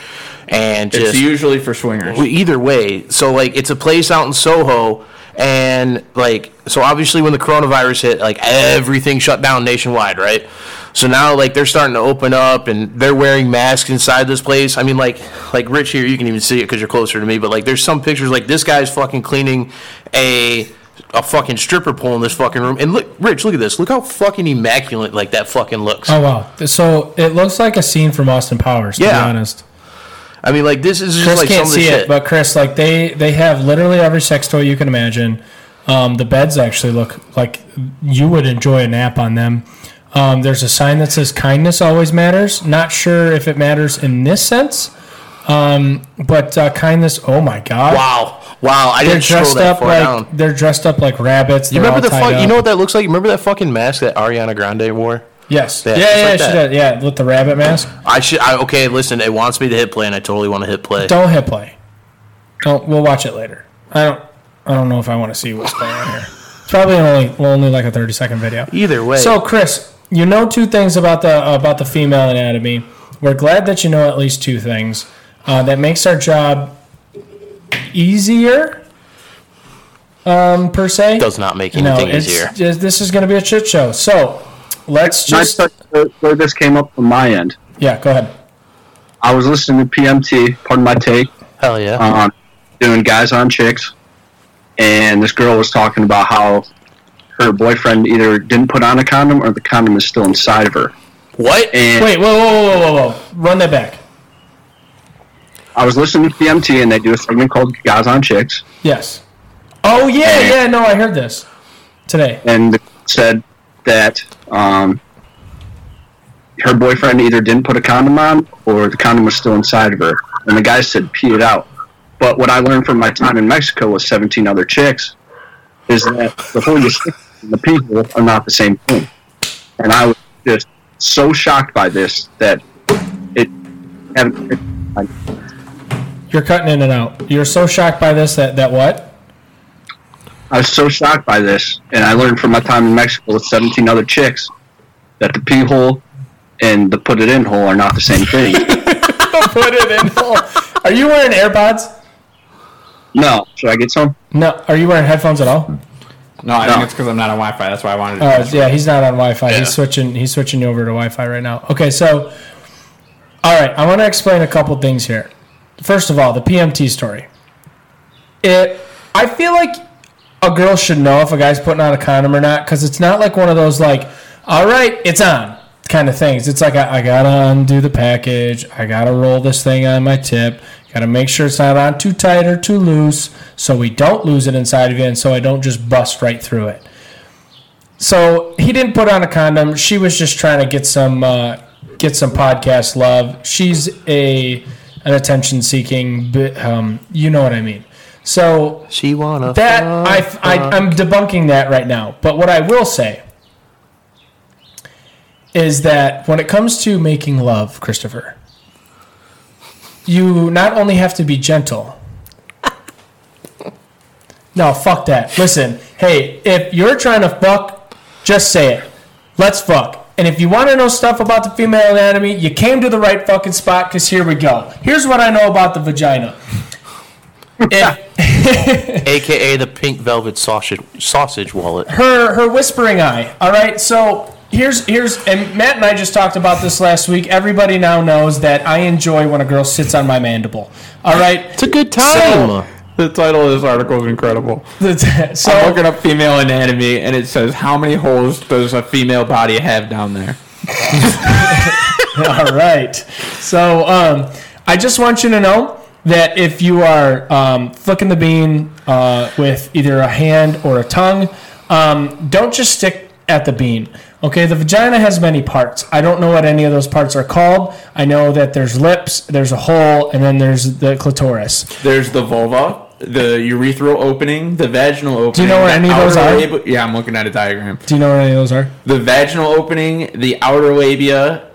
[SPEAKER 1] and
[SPEAKER 3] It's
[SPEAKER 1] just
[SPEAKER 3] usually for swingers.
[SPEAKER 1] well, either way, so like it's a place out in Soho, and like so obviously when the coronavirus hit, like everything shut down nationwide, right? So now like they're starting to open up, and they're wearing masks inside this place. I mean, like like Rich here, you can even see it because you're closer to me. But like there's some pictures like this guy's fucking cleaning a. A fucking stripper pole in this fucking room, and look, Rich, look at this. Look how fucking immaculate like that fucking looks.
[SPEAKER 2] Oh wow! So it looks like a scene from Austin Powers. To
[SPEAKER 1] Yeah.
[SPEAKER 2] be honest,
[SPEAKER 1] I mean, like this is just
[SPEAKER 2] Chris
[SPEAKER 1] like
[SPEAKER 2] can't
[SPEAKER 1] some of the
[SPEAKER 2] see
[SPEAKER 1] shit.
[SPEAKER 2] it, but Chris, like they they have literally every sex toy you can imagine. Um, the beds actually look like you would enjoy a nap on them. Um, there's a sign that says "Kindness always matters." Not sure if it matters in this sense, um, but uh, kindness. Oh my God!
[SPEAKER 1] wow, wow! I
[SPEAKER 2] They're
[SPEAKER 1] didn't scroll
[SPEAKER 2] dressed
[SPEAKER 1] that
[SPEAKER 2] up
[SPEAKER 1] far
[SPEAKER 2] like
[SPEAKER 1] down.
[SPEAKER 2] they're dressed up like rabbits.
[SPEAKER 1] You
[SPEAKER 2] They're
[SPEAKER 1] remember
[SPEAKER 2] all
[SPEAKER 1] the
[SPEAKER 2] tied
[SPEAKER 1] fuck? You
[SPEAKER 2] up.
[SPEAKER 1] know what that looks like? You remember that fucking mask that Ariana Grande wore?
[SPEAKER 2] Yes.
[SPEAKER 1] Yeah,
[SPEAKER 2] Yeah,
[SPEAKER 1] just
[SPEAKER 2] yeah,
[SPEAKER 1] like
[SPEAKER 2] she
[SPEAKER 1] that.
[SPEAKER 2] did. Yeah, with the rabbit mask.
[SPEAKER 1] I should. I, okay, listen. It wants me to hit play, and I totally want to hit play.
[SPEAKER 2] Don't hit play. Don't. We'll watch it later. I don't. I don't know if I want to see what's going on here. It's probably only only like a thirty second video.
[SPEAKER 1] Either way,
[SPEAKER 2] So Chris, you know two things about the about the female anatomy. We're glad that you know at least two things. Uh, that makes our job easier, um, per se.
[SPEAKER 1] does not make
[SPEAKER 2] no,
[SPEAKER 1] anything
[SPEAKER 2] it's
[SPEAKER 1] easier.
[SPEAKER 2] just- this is going to be a shit show. So let's
[SPEAKER 5] Can I
[SPEAKER 2] just
[SPEAKER 5] start where- where this came up from my end?
[SPEAKER 2] yeah, go ahead.
[SPEAKER 5] I was listening to PMT, pardon my take,
[SPEAKER 1] Hell yeah.
[SPEAKER 2] Um,
[SPEAKER 5] on doing guys on chicks, and this girl was talking about how her boyfriend either didn't put on a condom or the condom is still inside of her.
[SPEAKER 1] what?
[SPEAKER 5] And
[SPEAKER 2] Wait, whoa, whoa, whoa, whoa, whoa! Run that back.
[SPEAKER 5] I was listening to PMT, and they do a segment called Guys on Chicks,
[SPEAKER 2] Yes. Oh yeah, yeah. No, I heard this today.
[SPEAKER 5] and said that um, her boyfriend either didn't put a condom on or the condom was still inside of her. And the guy said, pee it out. But what I learned from my time in Mexico with 17 other chicks is that the holy shit and the people are not the same thing. And I was just so shocked by this that it.
[SPEAKER 2] You're cutting in and out. You're so shocked by this that that what?
[SPEAKER 5] I was so shocked by this, and I learned from my time in Mexico with 17 other chicks that the pee hole and the put it in hole are not the same thing.
[SPEAKER 2] Put it in. Are you wearing AirPods?
[SPEAKER 5] no, should I get some?
[SPEAKER 2] No. Are you wearing headphones at all?
[SPEAKER 3] No, I
[SPEAKER 5] No.
[SPEAKER 3] think it's because I'm not on Wi-Fi. That's why I wanted. to
[SPEAKER 2] Uh, yeah, he's not on Wi-Fi.
[SPEAKER 1] Yeah.
[SPEAKER 2] He's switching. He's switching you over to Wi-Fi right now. Okay, so all right, I want to explain a couple things here. First of all, the PMT story. It. I feel like a girl should know if a guy's putting on a condom or not because it's not like one of those like, all right, it's on kind of things. It's like I, I gotta undo the package, I gotta roll this thing on my tip, gotta make sure it's not on too tight or too loose, so we don't lose it inside of you, and so I don't just bust right through it. So he didn't put on a condom. She was just trying to get some uh, get some podcast love. She's a an attention seeking, um, you know what I mean. So
[SPEAKER 1] She wanna.
[SPEAKER 2] that I, I I'm debunking that right now. But what I will say is that when it comes to making love, Christopher, you not only have to be gentle. No, fuck that. Listen, hey, if you're trying to fuck, just say it. Let's fuck. And if you want to know stuff about the female anatomy, you came to the right fucking spot because here we go. Here's what I know about the vagina. If-
[SPEAKER 1] AKA the pink velvet sausage sausage wallet.
[SPEAKER 2] her her whispering eye. All right, so here's here's and Matt and I just talked about this last week. Everybody now knows that I enjoy when a girl sits on my mandible. All right,
[SPEAKER 1] It's a good
[SPEAKER 2] time.
[SPEAKER 3] The title of this article is incredible. I'm
[SPEAKER 2] so
[SPEAKER 3] looking up female anatomy, and it says how many holes does a female body have down there?
[SPEAKER 2] all right, so um, I just want you to know that if you are um, flicking the bean uh, with either a hand or a tongue, um, don't just stick at the bean. Okay, the vagina has many parts. I don't know what any of those parts are called. I know that there's lips, there's a hole, and then there's the clitoris.
[SPEAKER 3] There's the vulva, the urethral opening, the vaginal opening.
[SPEAKER 2] you know where
[SPEAKER 3] the
[SPEAKER 2] any of those
[SPEAKER 3] outer
[SPEAKER 2] are?
[SPEAKER 3] lab- yeah, I'm looking at a diagram.
[SPEAKER 2] Do you know what any of those are?
[SPEAKER 3] The vaginal opening, the outer labia,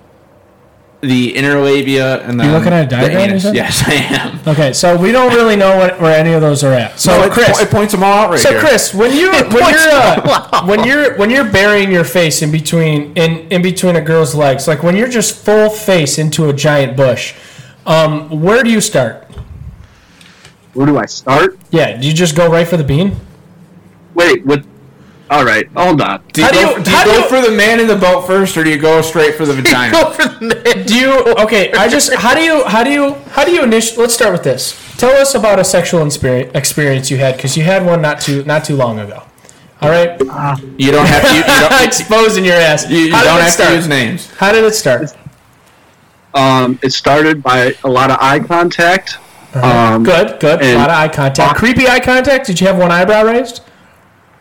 [SPEAKER 3] the inner labia, and then
[SPEAKER 2] looking at a
[SPEAKER 3] the
[SPEAKER 2] diagram, you
[SPEAKER 3] anus.
[SPEAKER 2] said?
[SPEAKER 3] Yes, I am.
[SPEAKER 2] Okay, so we don't really know what, where any of those are at. So
[SPEAKER 3] it,
[SPEAKER 2] Chris,
[SPEAKER 3] po- it points them all out right
[SPEAKER 2] so
[SPEAKER 3] here.
[SPEAKER 2] Chris, when you when you're
[SPEAKER 1] points
[SPEAKER 2] uh, when you're when you're burying your face in between in in between a girl's legs, like when you're just full face into a giant bush, um, where do you start?
[SPEAKER 5] Where do I start?
[SPEAKER 2] Yeah, do you just go right for the bean?
[SPEAKER 5] Wait, what? All right, hold on.
[SPEAKER 3] do you
[SPEAKER 2] how do
[SPEAKER 3] go,
[SPEAKER 2] you-
[SPEAKER 3] do you
[SPEAKER 2] how do
[SPEAKER 3] go
[SPEAKER 2] you-
[SPEAKER 3] for the man in the boat first, or do you go straight for the vagina?
[SPEAKER 2] Do you okay? I just how do you how do you how do you initial? Let's start with this. Tell us about a sexual inspir- experience you had because you had one not too not too long ago. All right,
[SPEAKER 3] You don't have to. You, you don't,
[SPEAKER 2] exposing your ass.
[SPEAKER 3] you- you
[SPEAKER 2] How did
[SPEAKER 3] don't
[SPEAKER 2] it
[SPEAKER 3] have
[SPEAKER 2] start?
[SPEAKER 3] to use names.
[SPEAKER 2] How did it start?
[SPEAKER 5] Um, it started by a lot of eye contact. Um,
[SPEAKER 2] Good, good. A
[SPEAKER 5] and-
[SPEAKER 2] lot of eye contact. Creepy eye contact. Did you have one eyebrow raised?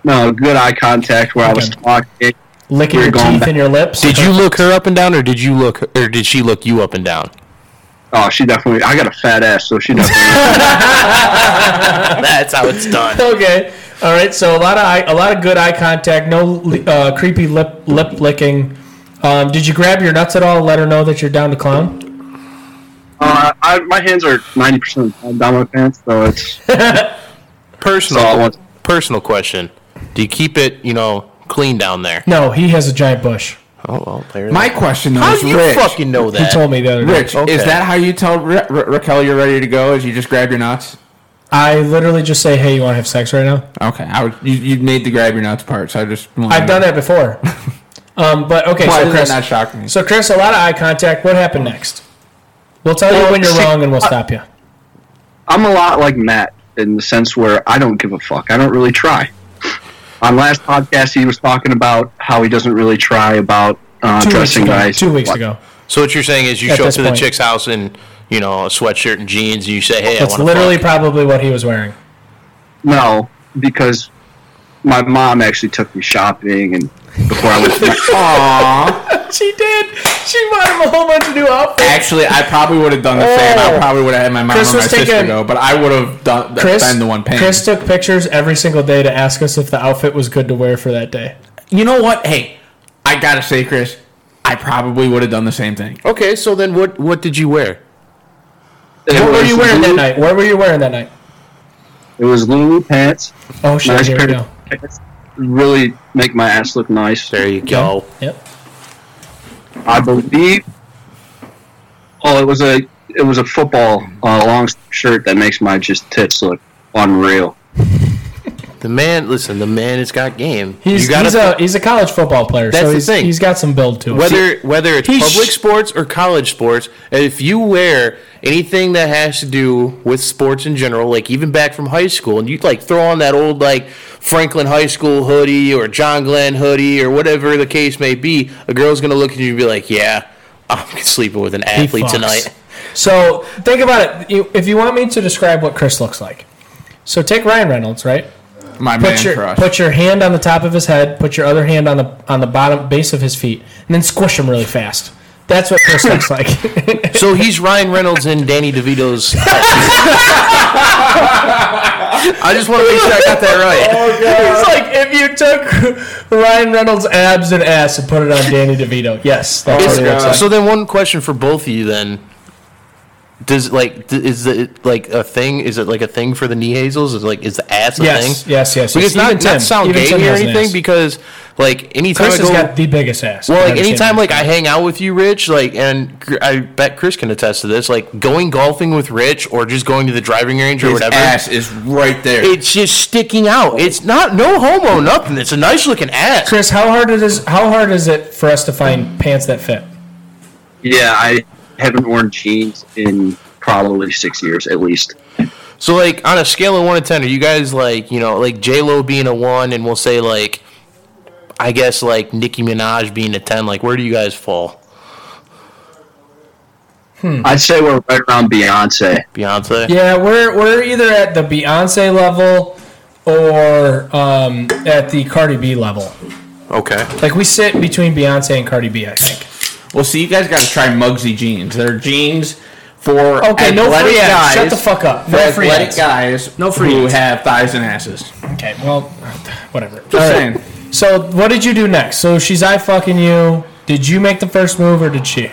[SPEAKER 5] No, good eye contact where I was
[SPEAKER 2] Okay.
[SPEAKER 5] talking.
[SPEAKER 2] Licking
[SPEAKER 5] We're
[SPEAKER 2] your
[SPEAKER 5] going
[SPEAKER 2] teeth
[SPEAKER 5] back.
[SPEAKER 2] and your lips.
[SPEAKER 1] Did you look her up and down, or did you look, or did she look you up and down?
[SPEAKER 5] Oh, she definitely. I got a fat ass, so she definitely.
[SPEAKER 1] That's how it's done.
[SPEAKER 2] Okay. All right. So a lot of eye, a lot of good eye contact. No li- uh, creepy lip lip licking. Um, did you grab your nuts at all? and Let her know that you're down to clown.
[SPEAKER 5] uh, I, my hands are ninety percent down my pants, so it's
[SPEAKER 1] Personal,
[SPEAKER 5] So I want-
[SPEAKER 1] personal question. Do you keep it, you know, clean down there?
[SPEAKER 2] No, he has a giant bush.
[SPEAKER 1] Oh well, there.
[SPEAKER 3] My question though
[SPEAKER 1] how
[SPEAKER 3] is,
[SPEAKER 1] do you
[SPEAKER 3] Rich,
[SPEAKER 1] fucking know
[SPEAKER 2] He
[SPEAKER 1] that?
[SPEAKER 2] told me the other day.
[SPEAKER 3] Rich,
[SPEAKER 1] Okay.
[SPEAKER 3] is that how you tell Ra- Ra- Raquel you're ready to go? Is you just grab your nuts?
[SPEAKER 2] I literally just say, "Hey, you want to have sex right now?"
[SPEAKER 3] Okay, I would, you, you made the grab your nuts part, so I just wanted
[SPEAKER 2] I've done that before. um, but okay. so
[SPEAKER 3] Why does that
[SPEAKER 2] Chris,
[SPEAKER 3] not shock me?
[SPEAKER 2] so Chris, a lot of eye contact. What happened next? We'll tell you
[SPEAKER 5] Well,
[SPEAKER 2] when you're
[SPEAKER 5] see-
[SPEAKER 2] wrong, and we'll stop you.
[SPEAKER 5] I'm a lot like Matt in the sense where I don't give a fuck. I don't really try. On last podcast, he was talking about how he doesn't really try about uh,
[SPEAKER 2] Two weeks
[SPEAKER 5] dressing
[SPEAKER 2] ago.
[SPEAKER 5] nice.
[SPEAKER 2] Two weeks
[SPEAKER 5] What-
[SPEAKER 2] ago.
[SPEAKER 1] so what you're saying is you
[SPEAKER 2] At
[SPEAKER 1] show up
[SPEAKER 2] this
[SPEAKER 1] to the
[SPEAKER 2] point.
[SPEAKER 1] chick's house in, you know, a sweatshirt and jeans, and you say, "Hey, I
[SPEAKER 2] That's
[SPEAKER 1] want to."
[SPEAKER 2] literally probably what he was wearing.
[SPEAKER 5] No, because my mom actually took me shopping, and before I went, to my,
[SPEAKER 3] Aw.
[SPEAKER 2] She did. She bought him a whole bunch of new outfits.
[SPEAKER 3] Actually, I probably would have done the same. I probably would have had my mom
[SPEAKER 2] Oh. Chris
[SPEAKER 3] or my
[SPEAKER 2] was
[SPEAKER 3] sister
[SPEAKER 2] taking-
[SPEAKER 3] go, but I would have done
[SPEAKER 2] Chris,
[SPEAKER 3] been the one paying.
[SPEAKER 2] Chris took pictures every single day to ask us if the outfit was good to wear for that day.
[SPEAKER 3] you know what? Hey, I gotta say, Chris, I probably would have done the same thing.
[SPEAKER 1] Okay, so then what? What did you wear?
[SPEAKER 5] it
[SPEAKER 2] What were
[SPEAKER 5] was
[SPEAKER 2] you wearing that
[SPEAKER 5] Lulu-
[SPEAKER 2] night? What were you wearing that night?
[SPEAKER 5] It was Lulu pants,
[SPEAKER 2] Oh shit!
[SPEAKER 5] nice
[SPEAKER 2] Here we
[SPEAKER 5] pair
[SPEAKER 2] go.
[SPEAKER 5] of pants, really make my ass look nice.
[SPEAKER 1] There you go.
[SPEAKER 2] Yep.
[SPEAKER 5] I believe. Oh, it was a it was a football uh, long shirt that makes my just tits look unreal.
[SPEAKER 1] The man, listen, the man has got game.
[SPEAKER 2] He's,
[SPEAKER 1] you gotta,
[SPEAKER 2] he's, a, he's a college football player,
[SPEAKER 1] That's
[SPEAKER 2] so
[SPEAKER 1] the
[SPEAKER 2] he's,
[SPEAKER 1] thing.
[SPEAKER 2] he's got some build to him.
[SPEAKER 1] whether whether it's
[SPEAKER 3] He's-
[SPEAKER 1] public sports or college sports, if you wear anything that has to do with sports in general, like even back from high school, and you like throw on that old like Franklin High School hoodie or John Glenn hoodie or whatever the case may be, a girl's gonna look at you and be like, "Yeah, I'm sleeping with an
[SPEAKER 2] He
[SPEAKER 1] athlete
[SPEAKER 2] fucks.
[SPEAKER 1] tonight."
[SPEAKER 2] So think about it. You- If you want me to describe what Chris looks like, so take Ryan Reynolds, right?
[SPEAKER 3] My
[SPEAKER 2] Put
[SPEAKER 3] man
[SPEAKER 2] your
[SPEAKER 3] crush.
[SPEAKER 2] put your hand on the top of his head, put your other hand on the on the bottom base of his feet, and then squish him really fast. That's what Chris looks like.
[SPEAKER 1] So he's Ryan Reynolds and Danny DeVito's. I just want to make sure I got that
[SPEAKER 3] Oh,
[SPEAKER 1] right.
[SPEAKER 2] it's like if you took Ryan Reynolds' abs and ass and put it on Danny DeVito. Yes, that's
[SPEAKER 3] Oh
[SPEAKER 2] what
[SPEAKER 3] my
[SPEAKER 2] he looks
[SPEAKER 3] God.
[SPEAKER 2] like.
[SPEAKER 1] So then, one question for both of you then: Does like d- is it like a thing? Is it like a thing for the knee hazels? Is like is the ass a
[SPEAKER 2] Yes,
[SPEAKER 1] thing?
[SPEAKER 2] yes, yes.
[SPEAKER 1] Because
[SPEAKER 2] yes.
[SPEAKER 1] not,
[SPEAKER 2] Even Tim-
[SPEAKER 1] not sound
[SPEAKER 2] even
[SPEAKER 1] gay
[SPEAKER 2] Tim
[SPEAKER 1] or
[SPEAKER 2] has an
[SPEAKER 1] anything.
[SPEAKER 2] ass.
[SPEAKER 1] Because like anytime
[SPEAKER 2] Chris
[SPEAKER 1] I
[SPEAKER 2] has
[SPEAKER 1] go,
[SPEAKER 2] got the biggest ass.
[SPEAKER 1] well,
[SPEAKER 2] I've
[SPEAKER 1] like
[SPEAKER 2] ever seen.
[SPEAKER 1] anytime like I hang out with you, Rich, like and gr- I bet Chris can attest to this. Like going golfing with Rich or just going to the driving range or
[SPEAKER 3] His
[SPEAKER 1] whatever.
[SPEAKER 3] ass is right there.
[SPEAKER 1] It's just sticking out. It's not no homo nothing. It's a nice looking ass.
[SPEAKER 2] Chris, how hard it is how hard is it for us to find pants that fit?
[SPEAKER 5] Yeah, I haven't worn jeans in probably six years at least.
[SPEAKER 1] So like on a scale of one to ten, are you guys like you know like J Lo being a one, and we'll say like I guess like Nicki Minaj being a ten. Like where do you guys fall?
[SPEAKER 5] I'd say we're right around Beyonce.
[SPEAKER 1] Beyonce.
[SPEAKER 2] Yeah, we're we're either at the Beyonce level or um, at the Cardi B level.
[SPEAKER 1] Okay.
[SPEAKER 2] Like we sit between Beyonce and Cardi B, I think.
[SPEAKER 3] Well, see, you guys got to try Muggsy jeans. They're jeans for
[SPEAKER 2] Okay, no
[SPEAKER 3] athletic
[SPEAKER 2] free ads.
[SPEAKER 3] guys.
[SPEAKER 2] Shut the fuck up.
[SPEAKER 3] For
[SPEAKER 2] No free
[SPEAKER 3] athletic
[SPEAKER 2] ads.
[SPEAKER 3] guys
[SPEAKER 2] No free
[SPEAKER 3] who
[SPEAKER 2] ads.
[SPEAKER 3] have thighs and asses.
[SPEAKER 2] Okay, well, whatever.
[SPEAKER 3] Just
[SPEAKER 2] All right,
[SPEAKER 3] saying.
[SPEAKER 2] So what did you do next? So she's I fucking you. Did you make the first move or did she?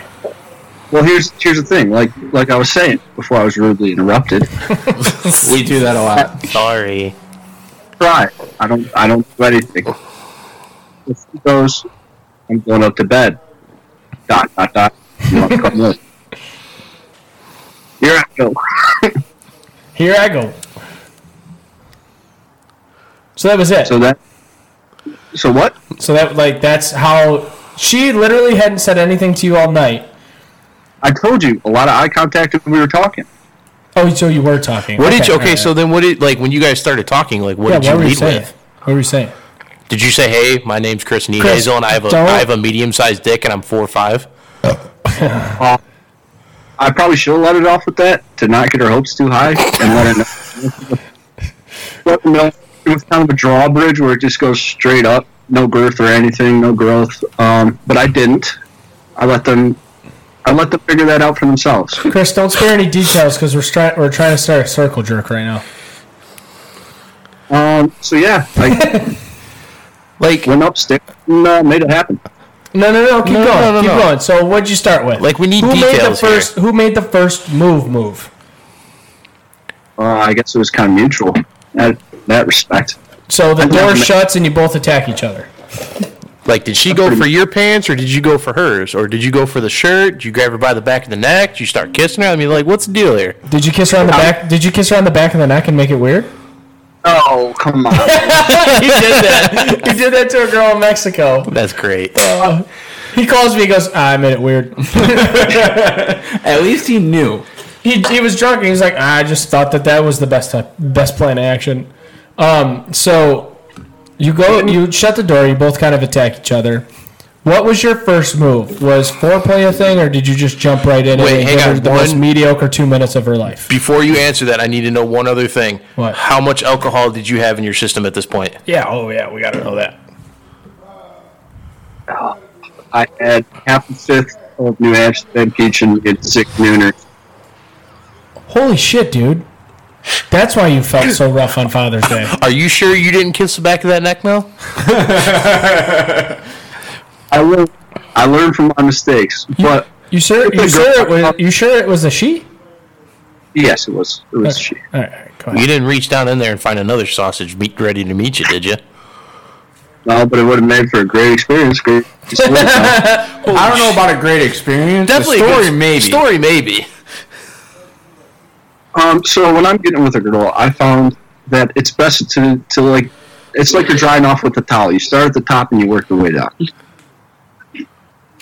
[SPEAKER 5] Well, here's here's the thing. Like like I was saying before I was rudely interrupted.
[SPEAKER 3] We do that a lot.
[SPEAKER 1] Sorry.
[SPEAKER 5] Try. I don't I don't do anything. If she goes, I'm going up to bed. Dot dot dot. You want to come in? Here I go.
[SPEAKER 2] Here I go. So that was it.
[SPEAKER 5] So that. So what?
[SPEAKER 2] So that like that's how she literally hadn't said anything to you all night.
[SPEAKER 5] I told you a lot of eye contact when we were talking.
[SPEAKER 2] Oh, so you were talking.
[SPEAKER 1] What did you? Okay,
[SPEAKER 2] alright.
[SPEAKER 1] so then what did like when you guys started talking? Like what
[SPEAKER 2] yeah,
[SPEAKER 1] did you
[SPEAKER 2] what were you
[SPEAKER 1] lead
[SPEAKER 2] saying?
[SPEAKER 1] with?
[SPEAKER 2] What were you saying?
[SPEAKER 1] Did you say, "Hey, my name's Chris Niehazel,
[SPEAKER 2] Chris,
[SPEAKER 1] and I have a
[SPEAKER 2] don't-
[SPEAKER 1] I have a medium sized dick, and I'm four or five?
[SPEAKER 5] I probably should have let it off with that to not get her hopes too high and let her know. let her know it was kind of a drawbridge where it just goes straight up, no girth or anything, no growth. Um, but I didn't. I let them. I let them figure that out for themselves.
[SPEAKER 2] Chris, don't spare any details because we're stri- we're trying to start a circle jerk right now.
[SPEAKER 5] Um, so yeah, I
[SPEAKER 1] Like
[SPEAKER 5] went upstairs and uh, made it happen.
[SPEAKER 2] No, no, no. Keep
[SPEAKER 1] No, no,
[SPEAKER 2] going.
[SPEAKER 1] no, no,
[SPEAKER 2] keep
[SPEAKER 1] no.
[SPEAKER 2] going. So what'd you start with?
[SPEAKER 1] Like, we need
[SPEAKER 2] who Made the
[SPEAKER 1] details here.
[SPEAKER 2] first, Who made the first move? Move.
[SPEAKER 5] Uh, I guess it was kind of mutual. That that respect.
[SPEAKER 2] So the
[SPEAKER 5] I'm not
[SPEAKER 2] door
[SPEAKER 5] ma-
[SPEAKER 2] shuts and you both attack each other.
[SPEAKER 1] Like, did she go
[SPEAKER 5] pretty-
[SPEAKER 1] for your pants or did you go for hers? Or did you go for the shirt? Did you grab her by the back of the neck? Did you start kissing her? I mean, like, what's the deal here?
[SPEAKER 2] Did you kiss her on the back? Did you kiss her on the back of the neck and make it weird?
[SPEAKER 5] Oh come on!
[SPEAKER 2] He did that. he did that to a girl in Mexico.
[SPEAKER 1] That's great.
[SPEAKER 2] He calls me. He goes, "Ah, I made it weird.
[SPEAKER 3] At least he knew.
[SPEAKER 2] he, he was drunk and he's like, "Ah, I just thought that that was the best type, best plan of action. Um, so you go, you shut the door. You both kind of attack each other. What was your first move? Was foreplay a thing, or did you just jump right in
[SPEAKER 1] Wait,
[SPEAKER 2] and
[SPEAKER 1] hang
[SPEAKER 2] give her
[SPEAKER 1] on,
[SPEAKER 2] the most
[SPEAKER 1] one-
[SPEAKER 2] mediocre two minutes of her life?
[SPEAKER 1] Before you answer that, I need to know one other thing.
[SPEAKER 2] What?
[SPEAKER 1] How much alcohol did you have in your system at this point?
[SPEAKER 2] Yeah. Oh, yeah. We got to know that.
[SPEAKER 5] I had half a fifth of New Amsterdam peach and it's six nooners.
[SPEAKER 2] Holy shit, dude. That's why you felt so rough on Father's Day.
[SPEAKER 1] Are you sure you didn't kiss the back of that neck, Mel?
[SPEAKER 5] I learned, I learned from my mistakes,
[SPEAKER 2] Hmm.
[SPEAKER 5] but
[SPEAKER 2] You sure? You
[SPEAKER 5] The
[SPEAKER 2] sure it
[SPEAKER 5] girl-
[SPEAKER 2] was? You sure it was a she?
[SPEAKER 5] yes, it was it was she.
[SPEAKER 2] All right, all right, go
[SPEAKER 1] You
[SPEAKER 2] ahead.
[SPEAKER 1] didn't reach down in there and find another sausage meat ready to meet you, did you?
[SPEAKER 5] No, but it would have made for a great experience. Great. just a little time.
[SPEAKER 3] I don't know about a great experience.
[SPEAKER 1] Definitely
[SPEAKER 3] a
[SPEAKER 1] a good
[SPEAKER 3] story,
[SPEAKER 1] s-
[SPEAKER 3] maybe.
[SPEAKER 1] Story, maybe.
[SPEAKER 5] um, so when I'm getting with a girl, I found that it's best to, to like, it's like you're drying off with a towel. You start at the top and you work your way down.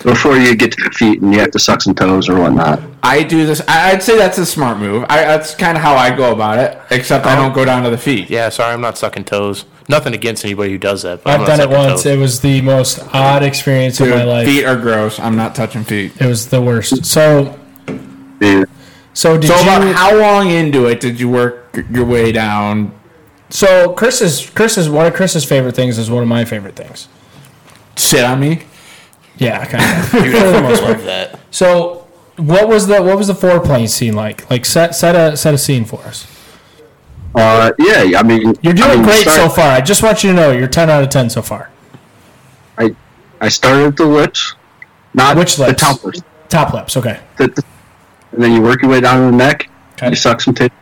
[SPEAKER 5] Before you get to your feet and you have to suck some toes or whatnot.
[SPEAKER 3] I do this. I, I'd say that's a smart move. I, that's kind of how I go about it. Except I don't go down to the feet.
[SPEAKER 1] Yeah, sorry, I'm not sucking toes. Nothing against anybody who does that. But I'm not
[SPEAKER 2] I've done it
[SPEAKER 1] sucking
[SPEAKER 2] once.
[SPEAKER 1] toes.
[SPEAKER 2] It was the most odd experience of
[SPEAKER 3] Dude,
[SPEAKER 2] my life.
[SPEAKER 3] feet are gross. I'm not touching feet.
[SPEAKER 2] It was the worst. So,
[SPEAKER 5] Yeah.
[SPEAKER 2] so did
[SPEAKER 3] So
[SPEAKER 2] you?
[SPEAKER 3] about how long into it did you work your way down?
[SPEAKER 2] so Chris's Chris's one of Chris's favorite things is one of my favorite things.
[SPEAKER 3] Sit on me.
[SPEAKER 2] Yeah, kind of. for the most part.
[SPEAKER 1] Love that.
[SPEAKER 2] So, what was the what was the foreplay scene like? Like set set a set a scene for us.
[SPEAKER 5] Uh, yeah, I mean,
[SPEAKER 2] You're doing
[SPEAKER 5] I mean,
[SPEAKER 2] great
[SPEAKER 5] start-
[SPEAKER 2] so far. I just want you to know you're ten out of ten so far.
[SPEAKER 5] I, I started at the lips, not
[SPEAKER 2] Which
[SPEAKER 5] the
[SPEAKER 2] lips?
[SPEAKER 5] top lips.
[SPEAKER 2] Top lips, okay.
[SPEAKER 5] The, the- and then you work your way down to the neck.
[SPEAKER 2] Okay.
[SPEAKER 5] You suck some tit.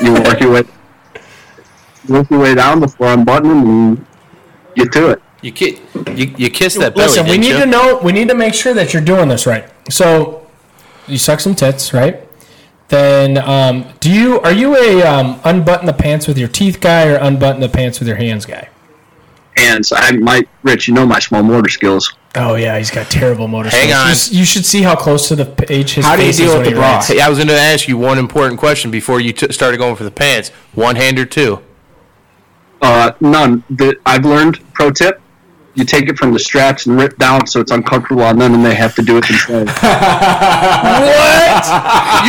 [SPEAKER 5] You work your way, work your way down before unbuttoning and get to it.
[SPEAKER 1] You, ki- you, you kiss that belly.
[SPEAKER 2] Listen, we
[SPEAKER 1] didn't
[SPEAKER 2] need
[SPEAKER 1] you?
[SPEAKER 2] to know. We need to make sure that you're doing this right. So, you suck some tits, right? Then, um, do you are you a um, unbutton the pants with your teeth guy or unbutton the pants with your hands guy?
[SPEAKER 5] And so I might, Rich, you know my small mortar skills.
[SPEAKER 2] Oh yeah, he's got terrible motor.
[SPEAKER 1] Hang
[SPEAKER 2] skills.
[SPEAKER 1] on.
[SPEAKER 2] You s- You, should see how close to the page his
[SPEAKER 3] How do you
[SPEAKER 2] face
[SPEAKER 3] deal
[SPEAKER 2] is
[SPEAKER 3] with
[SPEAKER 2] when he
[SPEAKER 3] the bra?
[SPEAKER 2] writes.
[SPEAKER 1] Hey, I was going to ask you one important question before you t- started going for the pants. One hand or two?
[SPEAKER 5] Uh, none. The, I've learned pro tip. You take it from the straps and rip down so it's uncomfortable on them, and they have to do it themselves.
[SPEAKER 1] You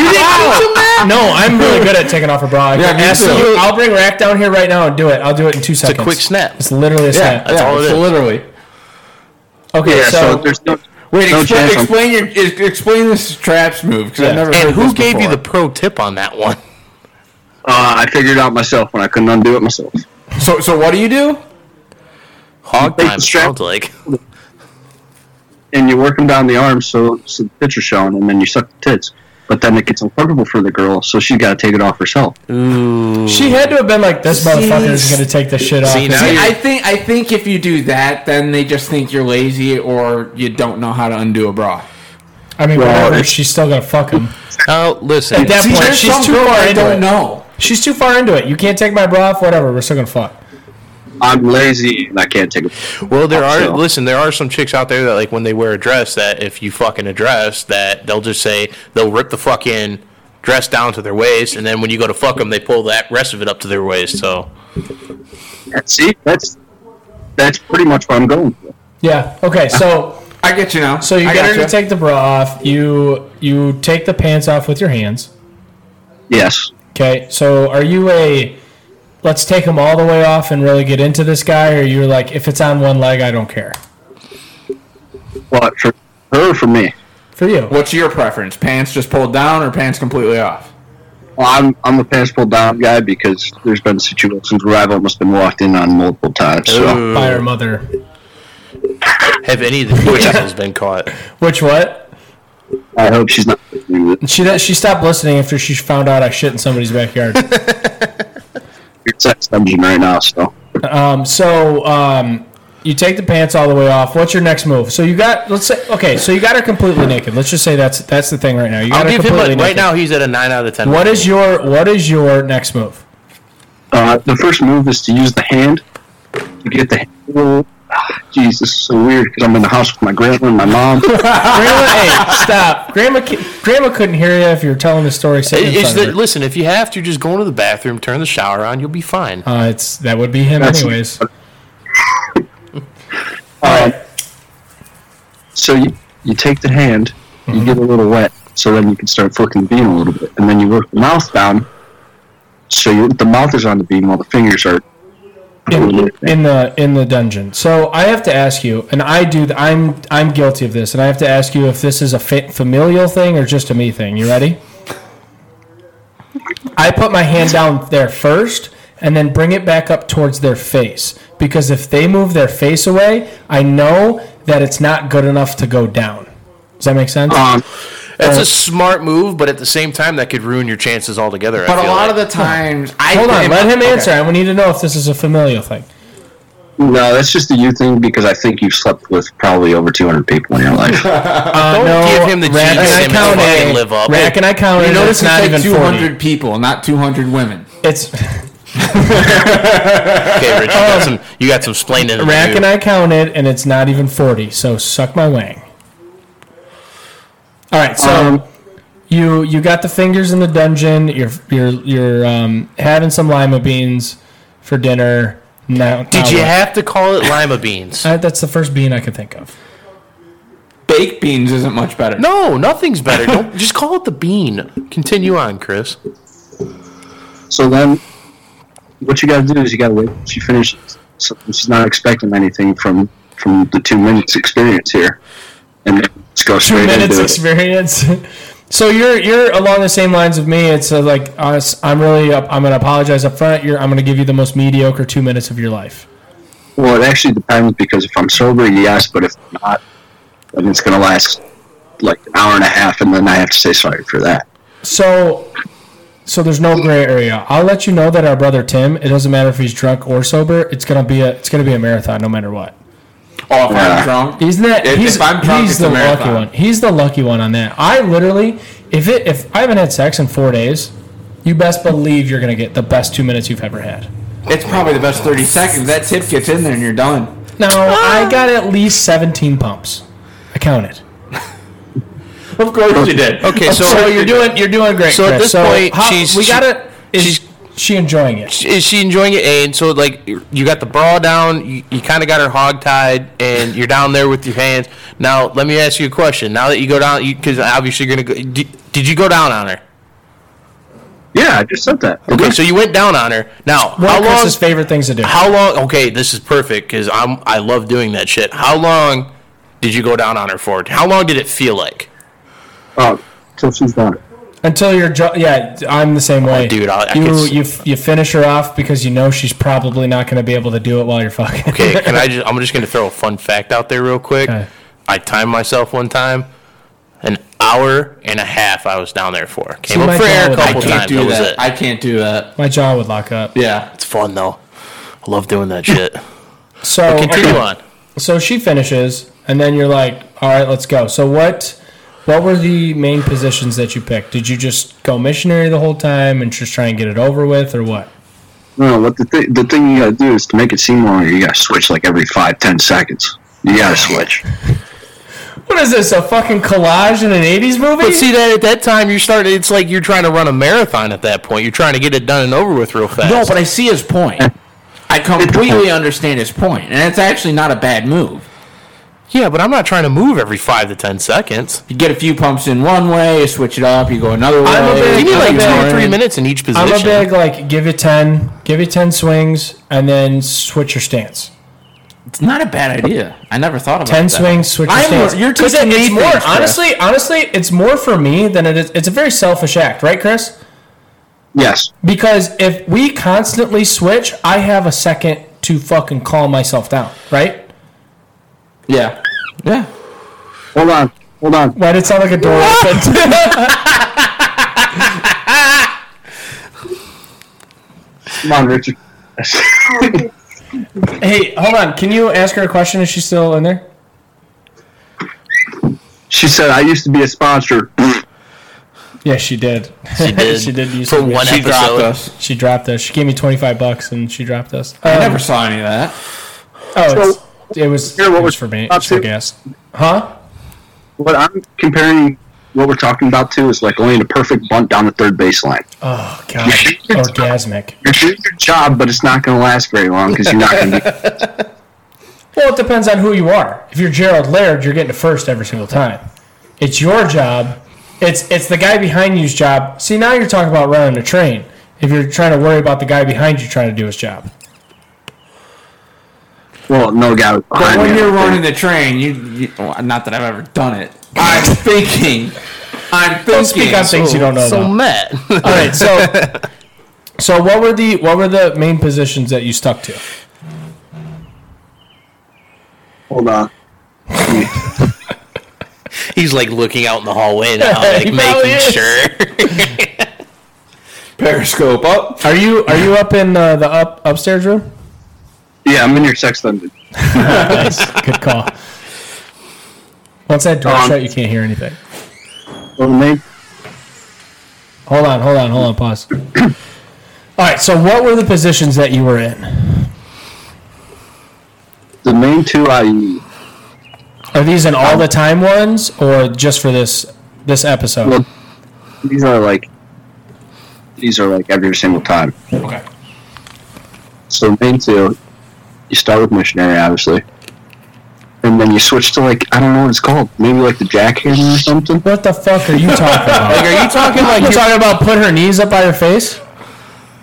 [SPEAKER 1] didn't teach him that?
[SPEAKER 2] No, I'm really good at taking off a bra. I
[SPEAKER 3] Yeah,
[SPEAKER 2] can
[SPEAKER 3] me
[SPEAKER 2] ask
[SPEAKER 3] too.
[SPEAKER 2] you- I'll bring Rack down here right now and do it. I'll do it in two
[SPEAKER 1] It's
[SPEAKER 2] seconds.
[SPEAKER 1] a quick snap.
[SPEAKER 2] It's literally a snap.
[SPEAKER 1] that's all it
[SPEAKER 3] it's
[SPEAKER 1] is.
[SPEAKER 3] Literally.
[SPEAKER 2] Okay,
[SPEAKER 5] yeah, so,
[SPEAKER 2] so,
[SPEAKER 5] there's no. uh,
[SPEAKER 3] Wait,
[SPEAKER 5] No
[SPEAKER 3] explain,
[SPEAKER 5] chance I'm-
[SPEAKER 3] explain your ex- explain this traps move because
[SPEAKER 2] Yeah.
[SPEAKER 3] I've never
[SPEAKER 1] And
[SPEAKER 3] heard
[SPEAKER 1] who
[SPEAKER 3] this
[SPEAKER 1] gave you
[SPEAKER 3] before.
[SPEAKER 1] the pro tip on that one?
[SPEAKER 5] Uh, I figured it out myself when I couldn't undo it myself.
[SPEAKER 3] so so what do you do?
[SPEAKER 1] Hog
[SPEAKER 5] Take the
[SPEAKER 1] time
[SPEAKER 5] strap.
[SPEAKER 1] sounds like.
[SPEAKER 5] and you work them down the arm so, so the picture's shown, and then you suck the tits. But then it gets uncomfortable for the girl, so she's got to take it off herself.
[SPEAKER 2] she had to have been like, "This motherfucker is going to take this shit off."
[SPEAKER 1] See, now
[SPEAKER 3] See,
[SPEAKER 1] you're-
[SPEAKER 3] I think I think if you do that, then they just think you're lazy or you don't know how to undo a bra.
[SPEAKER 2] I mean,
[SPEAKER 5] Well,
[SPEAKER 2] whatever.
[SPEAKER 5] it's-
[SPEAKER 2] She's still going to fuck him.
[SPEAKER 1] Oh, listen.
[SPEAKER 2] At that
[SPEAKER 3] See,
[SPEAKER 2] point,
[SPEAKER 3] there's
[SPEAKER 2] she's
[SPEAKER 3] some
[SPEAKER 2] too
[SPEAKER 3] girls
[SPEAKER 2] far
[SPEAKER 3] I
[SPEAKER 2] into
[SPEAKER 3] don't
[SPEAKER 2] it.
[SPEAKER 3] know.
[SPEAKER 2] She's too far into it. You can't take my bra off. Whatever. We're still going to fuck.
[SPEAKER 5] I'm lazy and I can't take it.
[SPEAKER 1] Well, there are
[SPEAKER 5] So-
[SPEAKER 1] listen. There are some chicks out there that like when they wear a dress that if you fucking a dress that they'll just say they'll rip the fucking dress down to their waist, and then when you go to fuck them, they pull that rest of it up to their waist. So
[SPEAKER 5] See, that's that's pretty much what I'm going for.
[SPEAKER 2] Yeah. Okay. So,
[SPEAKER 3] I get you now.
[SPEAKER 2] so you
[SPEAKER 3] I
[SPEAKER 2] get her
[SPEAKER 3] gotcha.
[SPEAKER 2] to take the bra off. You you take the pants off with your hands.
[SPEAKER 5] Yes,
[SPEAKER 2] Okay. So, are you a let's take him all the way off and really get into this guy, or you're like, if it's on one leg, I don't care
[SPEAKER 5] but for her, or for me,
[SPEAKER 2] for you?
[SPEAKER 3] What's your preference? Pants just pulled down or pants completely off?
[SPEAKER 5] well, I'm I'm a pants pulled down guy because there's been situations where I've almost been walked in on multiple times. So
[SPEAKER 2] By her mother.
[SPEAKER 1] have any of the females been caught?
[SPEAKER 2] Which what?
[SPEAKER 5] I hope she's not. listening to this.
[SPEAKER 2] She she stopped listening after she found out I shit in somebody's backyard.
[SPEAKER 5] You're sex dungeon right now, so
[SPEAKER 2] um, so um, you take the pants all the way off. What's your next move? So you got let's say okay. So you got her completely naked. Let's just say that's that's the thing right now. You got
[SPEAKER 1] I'll
[SPEAKER 2] her
[SPEAKER 1] give him
[SPEAKER 2] completely
[SPEAKER 1] a, right
[SPEAKER 2] naked.
[SPEAKER 1] now. He's at a nine out of ten.
[SPEAKER 2] What is your what is your next move?
[SPEAKER 5] uh, the first move is to use the hand to get the handle. Ah, Jeez, this is so weird because I'm in the house with my grandma and my mom.
[SPEAKER 2] Grandma, hey, stop. Grandma ca- Grandma couldn't hear you if you were telling the story. Sitting in
[SPEAKER 1] It's
[SPEAKER 2] front of
[SPEAKER 1] that,
[SPEAKER 2] her.
[SPEAKER 1] listen, if you have to, just go into the bathroom, turn the shower on, you'll be fine.
[SPEAKER 2] Uh, it's that would be him
[SPEAKER 5] That's-
[SPEAKER 2] anyways.
[SPEAKER 5] Um, so you, you take the hand, you get a little wet, so then you can start flicking the bean a little bit, and then you work the mouth down. So you, the mouth is on the bean while the fingers are.
[SPEAKER 2] in, in the in the dungeon. So I have to ask you, and I do. th- I'm I'm guilty of this, and I have to ask you if this is a fa- familial thing or just a me thing. You ready? I put my hand down there first, and then bring it back up towards their face because if they move their face away, I know that it's not good enough to go down. Does that make
[SPEAKER 1] Uh,
[SPEAKER 2] sense?
[SPEAKER 5] Um,
[SPEAKER 1] That's a smart move, but at the same time, that could ruin your chances altogether.
[SPEAKER 3] But a lot of the times, I
[SPEAKER 2] Hold on,
[SPEAKER 3] think-
[SPEAKER 2] let him
[SPEAKER 3] okay.
[SPEAKER 2] answer. I need to know if this is a familial thing.
[SPEAKER 5] no, that's just a you thing because I think you've slept with probably over 200 people in your life.
[SPEAKER 2] Don't
[SPEAKER 1] give him the cheese
[SPEAKER 2] Rack and I
[SPEAKER 1] and fucking
[SPEAKER 2] counted.
[SPEAKER 1] live up.
[SPEAKER 2] Rack and I counted.
[SPEAKER 3] You
[SPEAKER 2] and it's
[SPEAKER 3] notice
[SPEAKER 2] not
[SPEAKER 3] it's like
[SPEAKER 2] even
[SPEAKER 3] 200
[SPEAKER 2] 40.
[SPEAKER 3] people, not 200 women.
[SPEAKER 2] It's
[SPEAKER 1] Okay, Rich, you
[SPEAKER 2] Oh.
[SPEAKER 1] got some, you got some splaining to
[SPEAKER 2] Rack
[SPEAKER 1] do.
[SPEAKER 2] and I counted, and it's not even 40, so suck my wang. All right, so
[SPEAKER 5] Um,
[SPEAKER 2] you you got the fingers in the dungeon. You're you're you're um, having some lima beans for dinner. Now, Uh,
[SPEAKER 1] Did you have to call it lima beans?
[SPEAKER 2] that's the first bean I could think of.
[SPEAKER 3] Baked beans isn't much better.
[SPEAKER 1] No, nothing's better. Don't just call it the bean. Continue on, Chris.
[SPEAKER 5] So then, what you gotta do is you gotta wait. till She finishes. So she's not expecting anything from from the two minutes experience here, and then just go
[SPEAKER 2] two
[SPEAKER 5] straight
[SPEAKER 2] minutes
[SPEAKER 5] into
[SPEAKER 2] experience. so you're you're along the same lines of me. It's uh, like honest, I'm really up, I'm gonna apologize up front. You're, I'm gonna give you the most mediocre two minutes of your life.
[SPEAKER 5] it. Well, it actually depends because if I'm sober, yes, but if I'm not, then it's gonna last like an hour and a half, and then I have to say sorry for that.
[SPEAKER 2] So so there's no gray area. I'll let you know that our brother Tim. It doesn't matter if he's drunk or sober. It's gonna be a it's gonna be a marathon no matter what.
[SPEAKER 3] Oh, if
[SPEAKER 5] Yeah.
[SPEAKER 3] I'm drunk.
[SPEAKER 2] Isn't that
[SPEAKER 3] If-
[SPEAKER 2] he's,
[SPEAKER 3] if I'm drunk,
[SPEAKER 2] he's
[SPEAKER 3] it's
[SPEAKER 2] the
[SPEAKER 3] a
[SPEAKER 2] lucky
[SPEAKER 3] marathon.
[SPEAKER 2] one? He's the lucky one on that. I literally, if it if I haven't had sex in four days, you best believe you're gonna get the best two minutes you've ever had.
[SPEAKER 3] It's probably the best 30 seconds. That tip gets in there and you're done.
[SPEAKER 2] No, I got at least 17 pumps. I counted.
[SPEAKER 3] Of course you did.
[SPEAKER 1] Okay, so,
[SPEAKER 2] So you're doing you're doing great.
[SPEAKER 1] So at
[SPEAKER 2] Chris.
[SPEAKER 1] this point, she's-
[SPEAKER 2] we
[SPEAKER 1] she-
[SPEAKER 2] got to Is
[SPEAKER 1] she's-
[SPEAKER 2] she enjoying it?
[SPEAKER 1] is she enjoying it? And so, like, you got the bra down, you, you kind of got her hog tied, and you're down there with your hands. Now, let me ask you a question. Now that you go down, because obviously you're going to go, did, did you go down on her?
[SPEAKER 5] Yeah, I just said that.
[SPEAKER 1] Okay, so you went down on her. Now,
[SPEAKER 2] One
[SPEAKER 1] how
[SPEAKER 2] of Chris's
[SPEAKER 1] long?
[SPEAKER 2] favorite things to do.
[SPEAKER 1] How long? Okay, this is perfect because I'm I love doing that shit. How long did you go down on her for? How long did it feel like?
[SPEAKER 5] Oh, till she's done.
[SPEAKER 2] Until you're, jo- yeah, I'm the same way,
[SPEAKER 1] dude, I- I
[SPEAKER 2] you
[SPEAKER 1] could s-
[SPEAKER 2] you f- you finish her off because you know she's probably not going to be able to do it while you're fucking.
[SPEAKER 1] Okay, can I just? I'm just gonna throw a fun fact out there real quick.
[SPEAKER 2] Okay.
[SPEAKER 1] I timed myself one time. An hour and a half I was down there for. Came
[SPEAKER 2] See,
[SPEAKER 1] up
[SPEAKER 2] my
[SPEAKER 1] for air
[SPEAKER 2] dad
[SPEAKER 1] a
[SPEAKER 2] would-
[SPEAKER 3] I
[SPEAKER 1] couple
[SPEAKER 3] can't
[SPEAKER 1] times. That
[SPEAKER 3] do
[SPEAKER 1] was
[SPEAKER 3] that.
[SPEAKER 1] it.
[SPEAKER 3] I can't do that.
[SPEAKER 2] My jaw would lock up.
[SPEAKER 3] Yeah.
[SPEAKER 1] it's fun though. I love doing that shit.
[SPEAKER 2] So
[SPEAKER 1] Continue on.
[SPEAKER 2] so she finishes, and then you're like, all right, let's go. So what? What were the main positions that you picked? Did you just go missionary the whole time and just try and get it over with, or what?
[SPEAKER 5] No, what the th- the thing you gotta do is to make it seem longer. You gotta switch like every five, ten seconds. You gotta switch.
[SPEAKER 2] What is this? A fucking collage in an '80s movie?
[SPEAKER 1] But see that at that time you're starting. It's like you're trying to run a marathon at that point. You're trying to get it done and over with real fast.
[SPEAKER 3] No, but I see his point. I completely understand his point, and it's actually not a bad move.
[SPEAKER 1] yeah, but I'm not trying to move every five to ten seconds.
[SPEAKER 3] You get a few pumps in one way, you switch it up, you go another way.
[SPEAKER 2] I'm a big-
[SPEAKER 1] You need
[SPEAKER 2] I'm
[SPEAKER 1] like
[SPEAKER 2] a
[SPEAKER 1] two or
[SPEAKER 2] big-
[SPEAKER 1] three minutes in each position.
[SPEAKER 2] I'm a big like give you ten, give you ten swings, and then switch your stance.
[SPEAKER 3] It's not a bad idea. I never thought about
[SPEAKER 2] Ten
[SPEAKER 3] that.
[SPEAKER 2] swings, switch your
[SPEAKER 3] I'm-
[SPEAKER 2] stance.
[SPEAKER 3] you're
[SPEAKER 2] 'Cause
[SPEAKER 3] teaching
[SPEAKER 2] it-
[SPEAKER 3] me
[SPEAKER 2] it's more
[SPEAKER 3] things, Chris.
[SPEAKER 2] honestly, honestly, it's more for me than it is. It's a very selfish act, right, Chris?
[SPEAKER 5] Yes.
[SPEAKER 2] Because if we constantly switch, I have a second to fucking calm myself down, right?
[SPEAKER 3] Yeah, yeah.
[SPEAKER 5] Hold on. Hold on.
[SPEAKER 2] Why did it sound like a door opened?
[SPEAKER 5] Come on, Richard.
[SPEAKER 2] hey, hold on. Can you ask her a question? Is she still in there?
[SPEAKER 5] She said, I used to be a sponsor.
[SPEAKER 2] Yeah, she did.
[SPEAKER 1] She did.
[SPEAKER 2] she did use
[SPEAKER 1] for
[SPEAKER 2] some-
[SPEAKER 1] one
[SPEAKER 3] She dropped
[SPEAKER 1] episode.
[SPEAKER 3] us.
[SPEAKER 2] She dropped us. She gave me twenty five bucks, and she dropped us.
[SPEAKER 3] I
[SPEAKER 2] Um,
[SPEAKER 3] never saw any of that.
[SPEAKER 2] Oh,
[SPEAKER 5] So-
[SPEAKER 2] it's, it was.
[SPEAKER 5] Here,
[SPEAKER 2] it
[SPEAKER 5] what
[SPEAKER 2] was
[SPEAKER 5] was-
[SPEAKER 2] for me. It
[SPEAKER 5] uh,
[SPEAKER 2] was for
[SPEAKER 5] two-
[SPEAKER 2] gas. Huh?
[SPEAKER 5] What I'm comparing what we're talking about to is like laying a perfect bunt down the third baseline.
[SPEAKER 2] Oh god, orgasmic.
[SPEAKER 5] You're doing your job, but it's not going to last very long because you're not going to get.
[SPEAKER 2] Well, it depends on who you are. If you're Gerald Laird, you're getting a first every single time. It's your job. It's it's the guy behind you's job. See, now you're talking about running a train. If you're trying to worry about the guy behind you trying to do his job,
[SPEAKER 5] Well, no guy was
[SPEAKER 3] But
[SPEAKER 5] behind
[SPEAKER 3] when
[SPEAKER 5] me.
[SPEAKER 3] you're running the train, you, you well, not that I've ever done it. I'm thinking. I'm thinking.
[SPEAKER 2] don't speak on things you don't know
[SPEAKER 1] So
[SPEAKER 2] about.
[SPEAKER 1] Matt,
[SPEAKER 2] All right, so so what were the what were the main positions that you stuck to?
[SPEAKER 5] Hold on.
[SPEAKER 1] he's like looking out in the hallway now, like
[SPEAKER 2] He probably
[SPEAKER 1] making
[SPEAKER 2] is.
[SPEAKER 1] sure.
[SPEAKER 3] Periscope up.
[SPEAKER 2] Are you are you up in uh, the up upstairs room?
[SPEAKER 5] Yeah, I'm in your sex dungeon.
[SPEAKER 2] Nice, good call. Once that door
[SPEAKER 5] Um,
[SPEAKER 2] shut, you can't hear anything.
[SPEAKER 5] Well, the main-
[SPEAKER 2] Hold on, hold on, hold on. Pause. All right. So what were the positions that you were in?
[SPEAKER 5] The main two I use.
[SPEAKER 2] Are these an all the time ones or just for this this episode?
[SPEAKER 5] Well, these are like these are like every single time.
[SPEAKER 2] Okay.
[SPEAKER 5] So main two, you start with missionary, obviously, and then you switch to like I don't know what it's called, maybe like the jackhammer or something.
[SPEAKER 2] What the fuck are you talking about? like, are you talking like you talking about put her knees up by her face?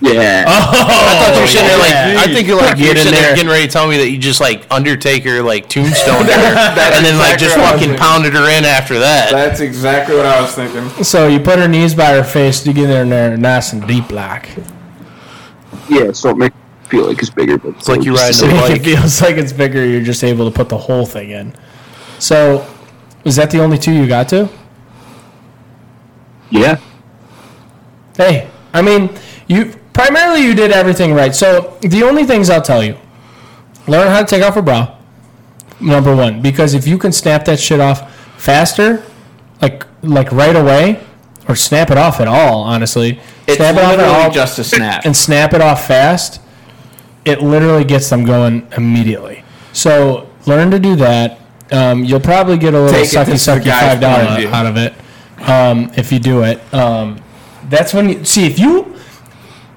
[SPEAKER 5] Yeah,
[SPEAKER 1] Oh. I thought you were sitting there like
[SPEAKER 2] yeah.
[SPEAKER 1] I think you're like
[SPEAKER 2] Get
[SPEAKER 1] you're
[SPEAKER 2] in
[SPEAKER 1] sitting
[SPEAKER 2] there.
[SPEAKER 1] there getting ready to tell me that you just like Undertaker like tombstoned her and then like just
[SPEAKER 3] exactly what I was
[SPEAKER 1] fucking
[SPEAKER 3] thinking.
[SPEAKER 1] pounded her in after that.
[SPEAKER 3] That's exactly what I was thinking.
[SPEAKER 2] So you put her knees by her face to get in there nice and deep like.
[SPEAKER 5] yeah. So it makes you feel like it's bigger, but
[SPEAKER 1] It's like you're
[SPEAKER 5] just
[SPEAKER 1] riding
[SPEAKER 5] the
[SPEAKER 1] a
[SPEAKER 5] same.
[SPEAKER 1] bike.
[SPEAKER 2] If it feels like it's bigger, you're just able to put the whole thing in. So is that the only two you got to?
[SPEAKER 5] Yeah,
[SPEAKER 2] Hey, I mean, you primarily you did everything right. So the only things I'll tell you: learn how to take off a bra. Number one, because if you can snap that shit off faster, like like right away, or snap it off at all, honestly,
[SPEAKER 3] It's
[SPEAKER 2] snap it off at all
[SPEAKER 3] literally just a snap.
[SPEAKER 2] and snap it off fast. It literally gets them going immediately. So learn to do that. Um, you'll probably get a little
[SPEAKER 3] Take it,
[SPEAKER 2] sucky
[SPEAKER 3] this is the
[SPEAKER 2] sucky
[SPEAKER 3] guy's
[SPEAKER 2] five
[SPEAKER 3] point of
[SPEAKER 2] dollar
[SPEAKER 3] view.
[SPEAKER 2] out of it um, if you do it. Um, that's when you see if you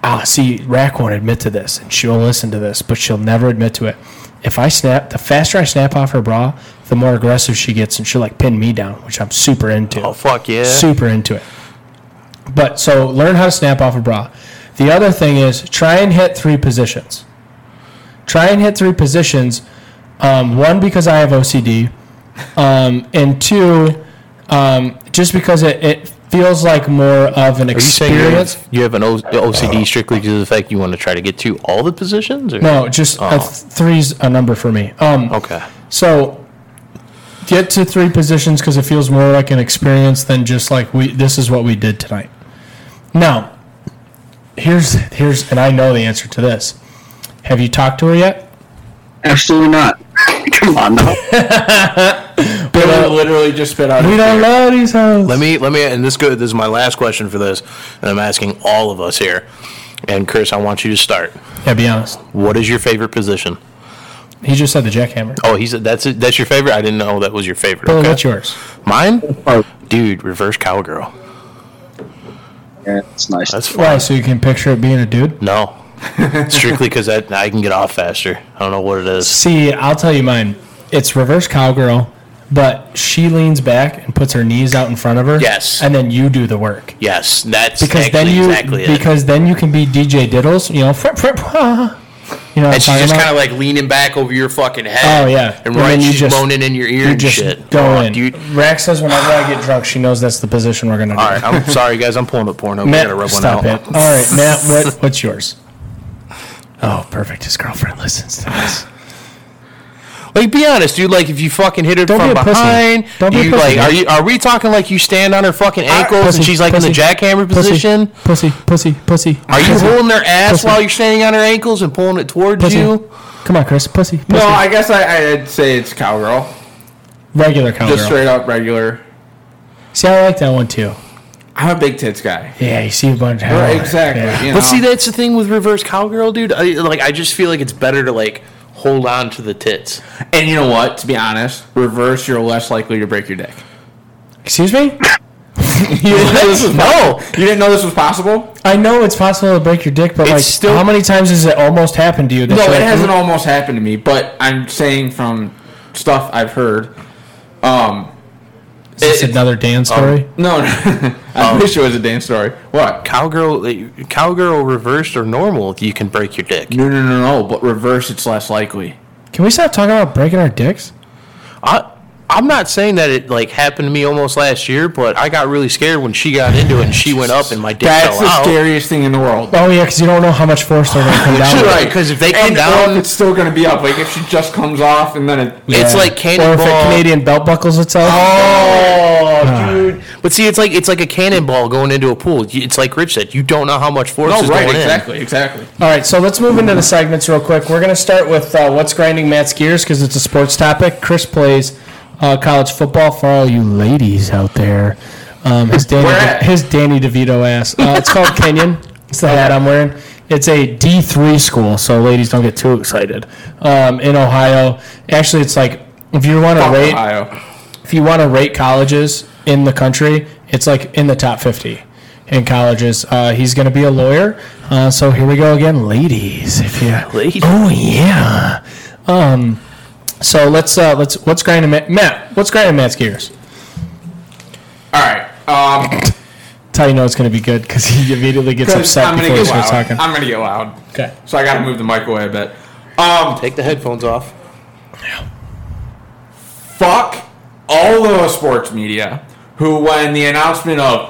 [SPEAKER 2] ah see Rack won't admit to this and she'll listen to this, but she'll never admit to it. If I snap, the faster I snap off her bra, the more aggressive she gets, and she'll like pin me down, which I'm super into
[SPEAKER 1] Oh fuck yeah!
[SPEAKER 2] super into it. But so learn how to snap off a bra. The other thing is try and hit three positions. Try and hit three positions. Um, one because I have OCD, um, and two, um, just because it, it feels like more of an
[SPEAKER 1] Are you saying you
[SPEAKER 2] experience.
[SPEAKER 1] have, you have an o- OCD strictly due to the fact you want to try to get to all the positions? Or?
[SPEAKER 2] No, just a
[SPEAKER 1] Oh.
[SPEAKER 2] th- three's a number for me. Um,
[SPEAKER 1] Okay.
[SPEAKER 2] So get to three positions because it feels more like an experience than just like we. This is what we did tonight. Now, here's here's, and I know the answer to this. Have you talked to her yet?
[SPEAKER 5] absolutely not. Come on now.
[SPEAKER 3] Billy literally just spit out.
[SPEAKER 2] We
[SPEAKER 3] his
[SPEAKER 2] don't
[SPEAKER 3] beer.
[SPEAKER 2] know these hoes.
[SPEAKER 1] Let me let me and this go. This is my last question for this, and I'm asking all of us here. And Chris, I want you to start.
[SPEAKER 2] Yeah, be honest.
[SPEAKER 1] What is your favorite position?
[SPEAKER 2] He just said the jackhammer.
[SPEAKER 1] Oh, he's that's it. That's your favorite. I didn't know that was your favorite.
[SPEAKER 2] Billy,
[SPEAKER 1] Okay.
[SPEAKER 2] what's yours?
[SPEAKER 1] Mine,
[SPEAKER 5] Oh,
[SPEAKER 1] dude. Reverse cowgirl.
[SPEAKER 5] yeah, it's nice.
[SPEAKER 1] That's fun.
[SPEAKER 2] Why? So you can picture it being a dude.
[SPEAKER 1] No, strictly because that I can get off faster. I don't know what it is.
[SPEAKER 2] See, I'll tell you mine. It's reverse cowgirl, but she leans back and puts her knees out in front of her.
[SPEAKER 1] Yes.
[SPEAKER 2] And then you do the work.
[SPEAKER 1] Yes, that's
[SPEAKER 2] because
[SPEAKER 1] actually
[SPEAKER 2] then you
[SPEAKER 1] exactly it.
[SPEAKER 2] because then you can be DJ Diddles, you know. Frip, frip, ah. you know what I'm
[SPEAKER 1] and she's
[SPEAKER 2] talking
[SPEAKER 1] just kind
[SPEAKER 2] about?
[SPEAKER 1] of like leaning back over your fucking head.
[SPEAKER 2] Oh, yeah.
[SPEAKER 1] and
[SPEAKER 2] And then
[SPEAKER 1] right,
[SPEAKER 2] you
[SPEAKER 1] she's
[SPEAKER 2] just-
[SPEAKER 1] moaning in your ear
[SPEAKER 2] you
[SPEAKER 1] and
[SPEAKER 2] just
[SPEAKER 1] shit.
[SPEAKER 2] go
[SPEAKER 1] Oh,
[SPEAKER 2] in.
[SPEAKER 1] dude.
[SPEAKER 2] Rack says whenever I get drunk, she knows that's the position we're gonna do.
[SPEAKER 1] All right, I'm sorry, guys. I'm pulling up porno. We gotta
[SPEAKER 2] Matt,
[SPEAKER 1] rub one
[SPEAKER 2] stop
[SPEAKER 1] out.
[SPEAKER 2] it. All right, Matt, what what's yours? Oh, perfect. His girlfriend listens to this.
[SPEAKER 1] Like, be honest, dude. Like, if you fucking hit her
[SPEAKER 2] Don't
[SPEAKER 1] from
[SPEAKER 2] be a pussy.
[SPEAKER 1] behind,
[SPEAKER 2] Don't be a
[SPEAKER 1] you,
[SPEAKER 2] pussy,
[SPEAKER 1] like,
[SPEAKER 2] man.
[SPEAKER 1] are you? Are we talking like you stand on her fucking ankles
[SPEAKER 2] pussy,
[SPEAKER 1] and she's like in the
[SPEAKER 2] pussy,
[SPEAKER 1] jackhammer position?
[SPEAKER 2] Pussy, pussy, pussy.
[SPEAKER 1] Are you
[SPEAKER 2] pussy,
[SPEAKER 1] holding her ass
[SPEAKER 2] Pussy.
[SPEAKER 1] while you're standing on her ankles and pulling it towards
[SPEAKER 2] pussy?
[SPEAKER 1] you?
[SPEAKER 2] Come on, Chris. Pussy. pussy.
[SPEAKER 3] No, I guess I, I'd say it's cowgirl.
[SPEAKER 2] regular cowgirl.
[SPEAKER 3] Just straight up regular.
[SPEAKER 2] See, I like that one too.
[SPEAKER 3] I'm a big tits guy.
[SPEAKER 2] Yeah, you see a bunch of
[SPEAKER 3] Right, exactly.
[SPEAKER 2] Yeah.
[SPEAKER 3] you
[SPEAKER 1] But see,
[SPEAKER 3] know.
[SPEAKER 1] that's the thing with reverse cowgirl, dude. I, like, I just feel like it's better to like hold on to the tits.
[SPEAKER 3] And you know what? To be honest, reverse, you're less likely to break your dick.
[SPEAKER 2] Excuse me?
[SPEAKER 3] You didn't know this was
[SPEAKER 1] No.
[SPEAKER 3] You didn't know this was possible?
[SPEAKER 2] I know it's possible to break your dick, but
[SPEAKER 1] It's
[SPEAKER 2] like,
[SPEAKER 1] still-
[SPEAKER 2] how many times has it almost happened to you? that
[SPEAKER 3] No,
[SPEAKER 2] you're
[SPEAKER 3] it
[SPEAKER 2] like,
[SPEAKER 3] hasn't almost happened to me, but I'm saying from stuff I've heard. Um,
[SPEAKER 2] Is this
[SPEAKER 3] It-
[SPEAKER 2] another Dan
[SPEAKER 1] um,
[SPEAKER 2] story?
[SPEAKER 3] no, I
[SPEAKER 1] Oh.
[SPEAKER 3] wish it was a dance story. What?
[SPEAKER 1] Cowgirl, cowgirl reversed or normal, you can break your dick.
[SPEAKER 3] No, no, no, no. But reverse, it's less likely.
[SPEAKER 2] Can we stop talking about breaking our dicks?
[SPEAKER 1] I, I'm not saying that it like happened to me almost last year, but I got really scared when she got into it and she went up and my dick
[SPEAKER 3] That's
[SPEAKER 1] fell
[SPEAKER 3] the
[SPEAKER 1] out.
[SPEAKER 3] scariest thing in the world.
[SPEAKER 2] Oh yeah, because you don't know how much force they're gonna come down with.
[SPEAKER 1] Right, 'cause if they come
[SPEAKER 3] and
[SPEAKER 1] down-
[SPEAKER 3] or if it's still going to be up. Like if she just comes off and then it.
[SPEAKER 1] It's
[SPEAKER 2] Yeah.
[SPEAKER 1] like
[SPEAKER 2] Or if a
[SPEAKER 1] cannonball.
[SPEAKER 2] Canadian belt buckles itself.
[SPEAKER 1] Oh,
[SPEAKER 2] Ah.
[SPEAKER 1] dude! But see, it's like it's like a cannonball going into a pool. You- It's like Rich said, you don't know how much force
[SPEAKER 3] No,
[SPEAKER 1] is
[SPEAKER 3] right,
[SPEAKER 1] going
[SPEAKER 3] exactly, exactly.
[SPEAKER 2] All right, so let's move into the segments real quick. We're gonna start with uh, what's grinding Matt's gears because it's a sports topic. Chris plays uh, college football for all you ladies out there. Um, his Danny,
[SPEAKER 3] Where at?
[SPEAKER 2] his Danny DeVito ass. Uh, it's called Kenyon. It's the hat I'm wearing. It's a D three school, so ladies don't get too excited. Um, in Ohio, actually, it's like if you want to rate
[SPEAKER 3] Ohio.
[SPEAKER 2] if you want to rate colleges in the country, it's like in the top 50 in colleges. Uh, he's going to be a lawyer. Uh, so here we go again, ladies. If you,
[SPEAKER 1] Ladies.
[SPEAKER 2] oh yeah. Um, so let's uh, let's what's grinding Matt? Matt what's grinding Matt's gears?
[SPEAKER 3] All right. Um,
[SPEAKER 2] That's how you know it's going to be good because he immediately gets upset
[SPEAKER 3] I'm gonna
[SPEAKER 2] before he
[SPEAKER 3] get
[SPEAKER 2] starts
[SPEAKER 3] loud.
[SPEAKER 2] talking.
[SPEAKER 3] I'm gonna get loud.
[SPEAKER 2] okay.
[SPEAKER 3] So I gotta move the mic away a bit. Um,
[SPEAKER 1] Take the headphones off.
[SPEAKER 3] fuck all the sports media who, when the announcement of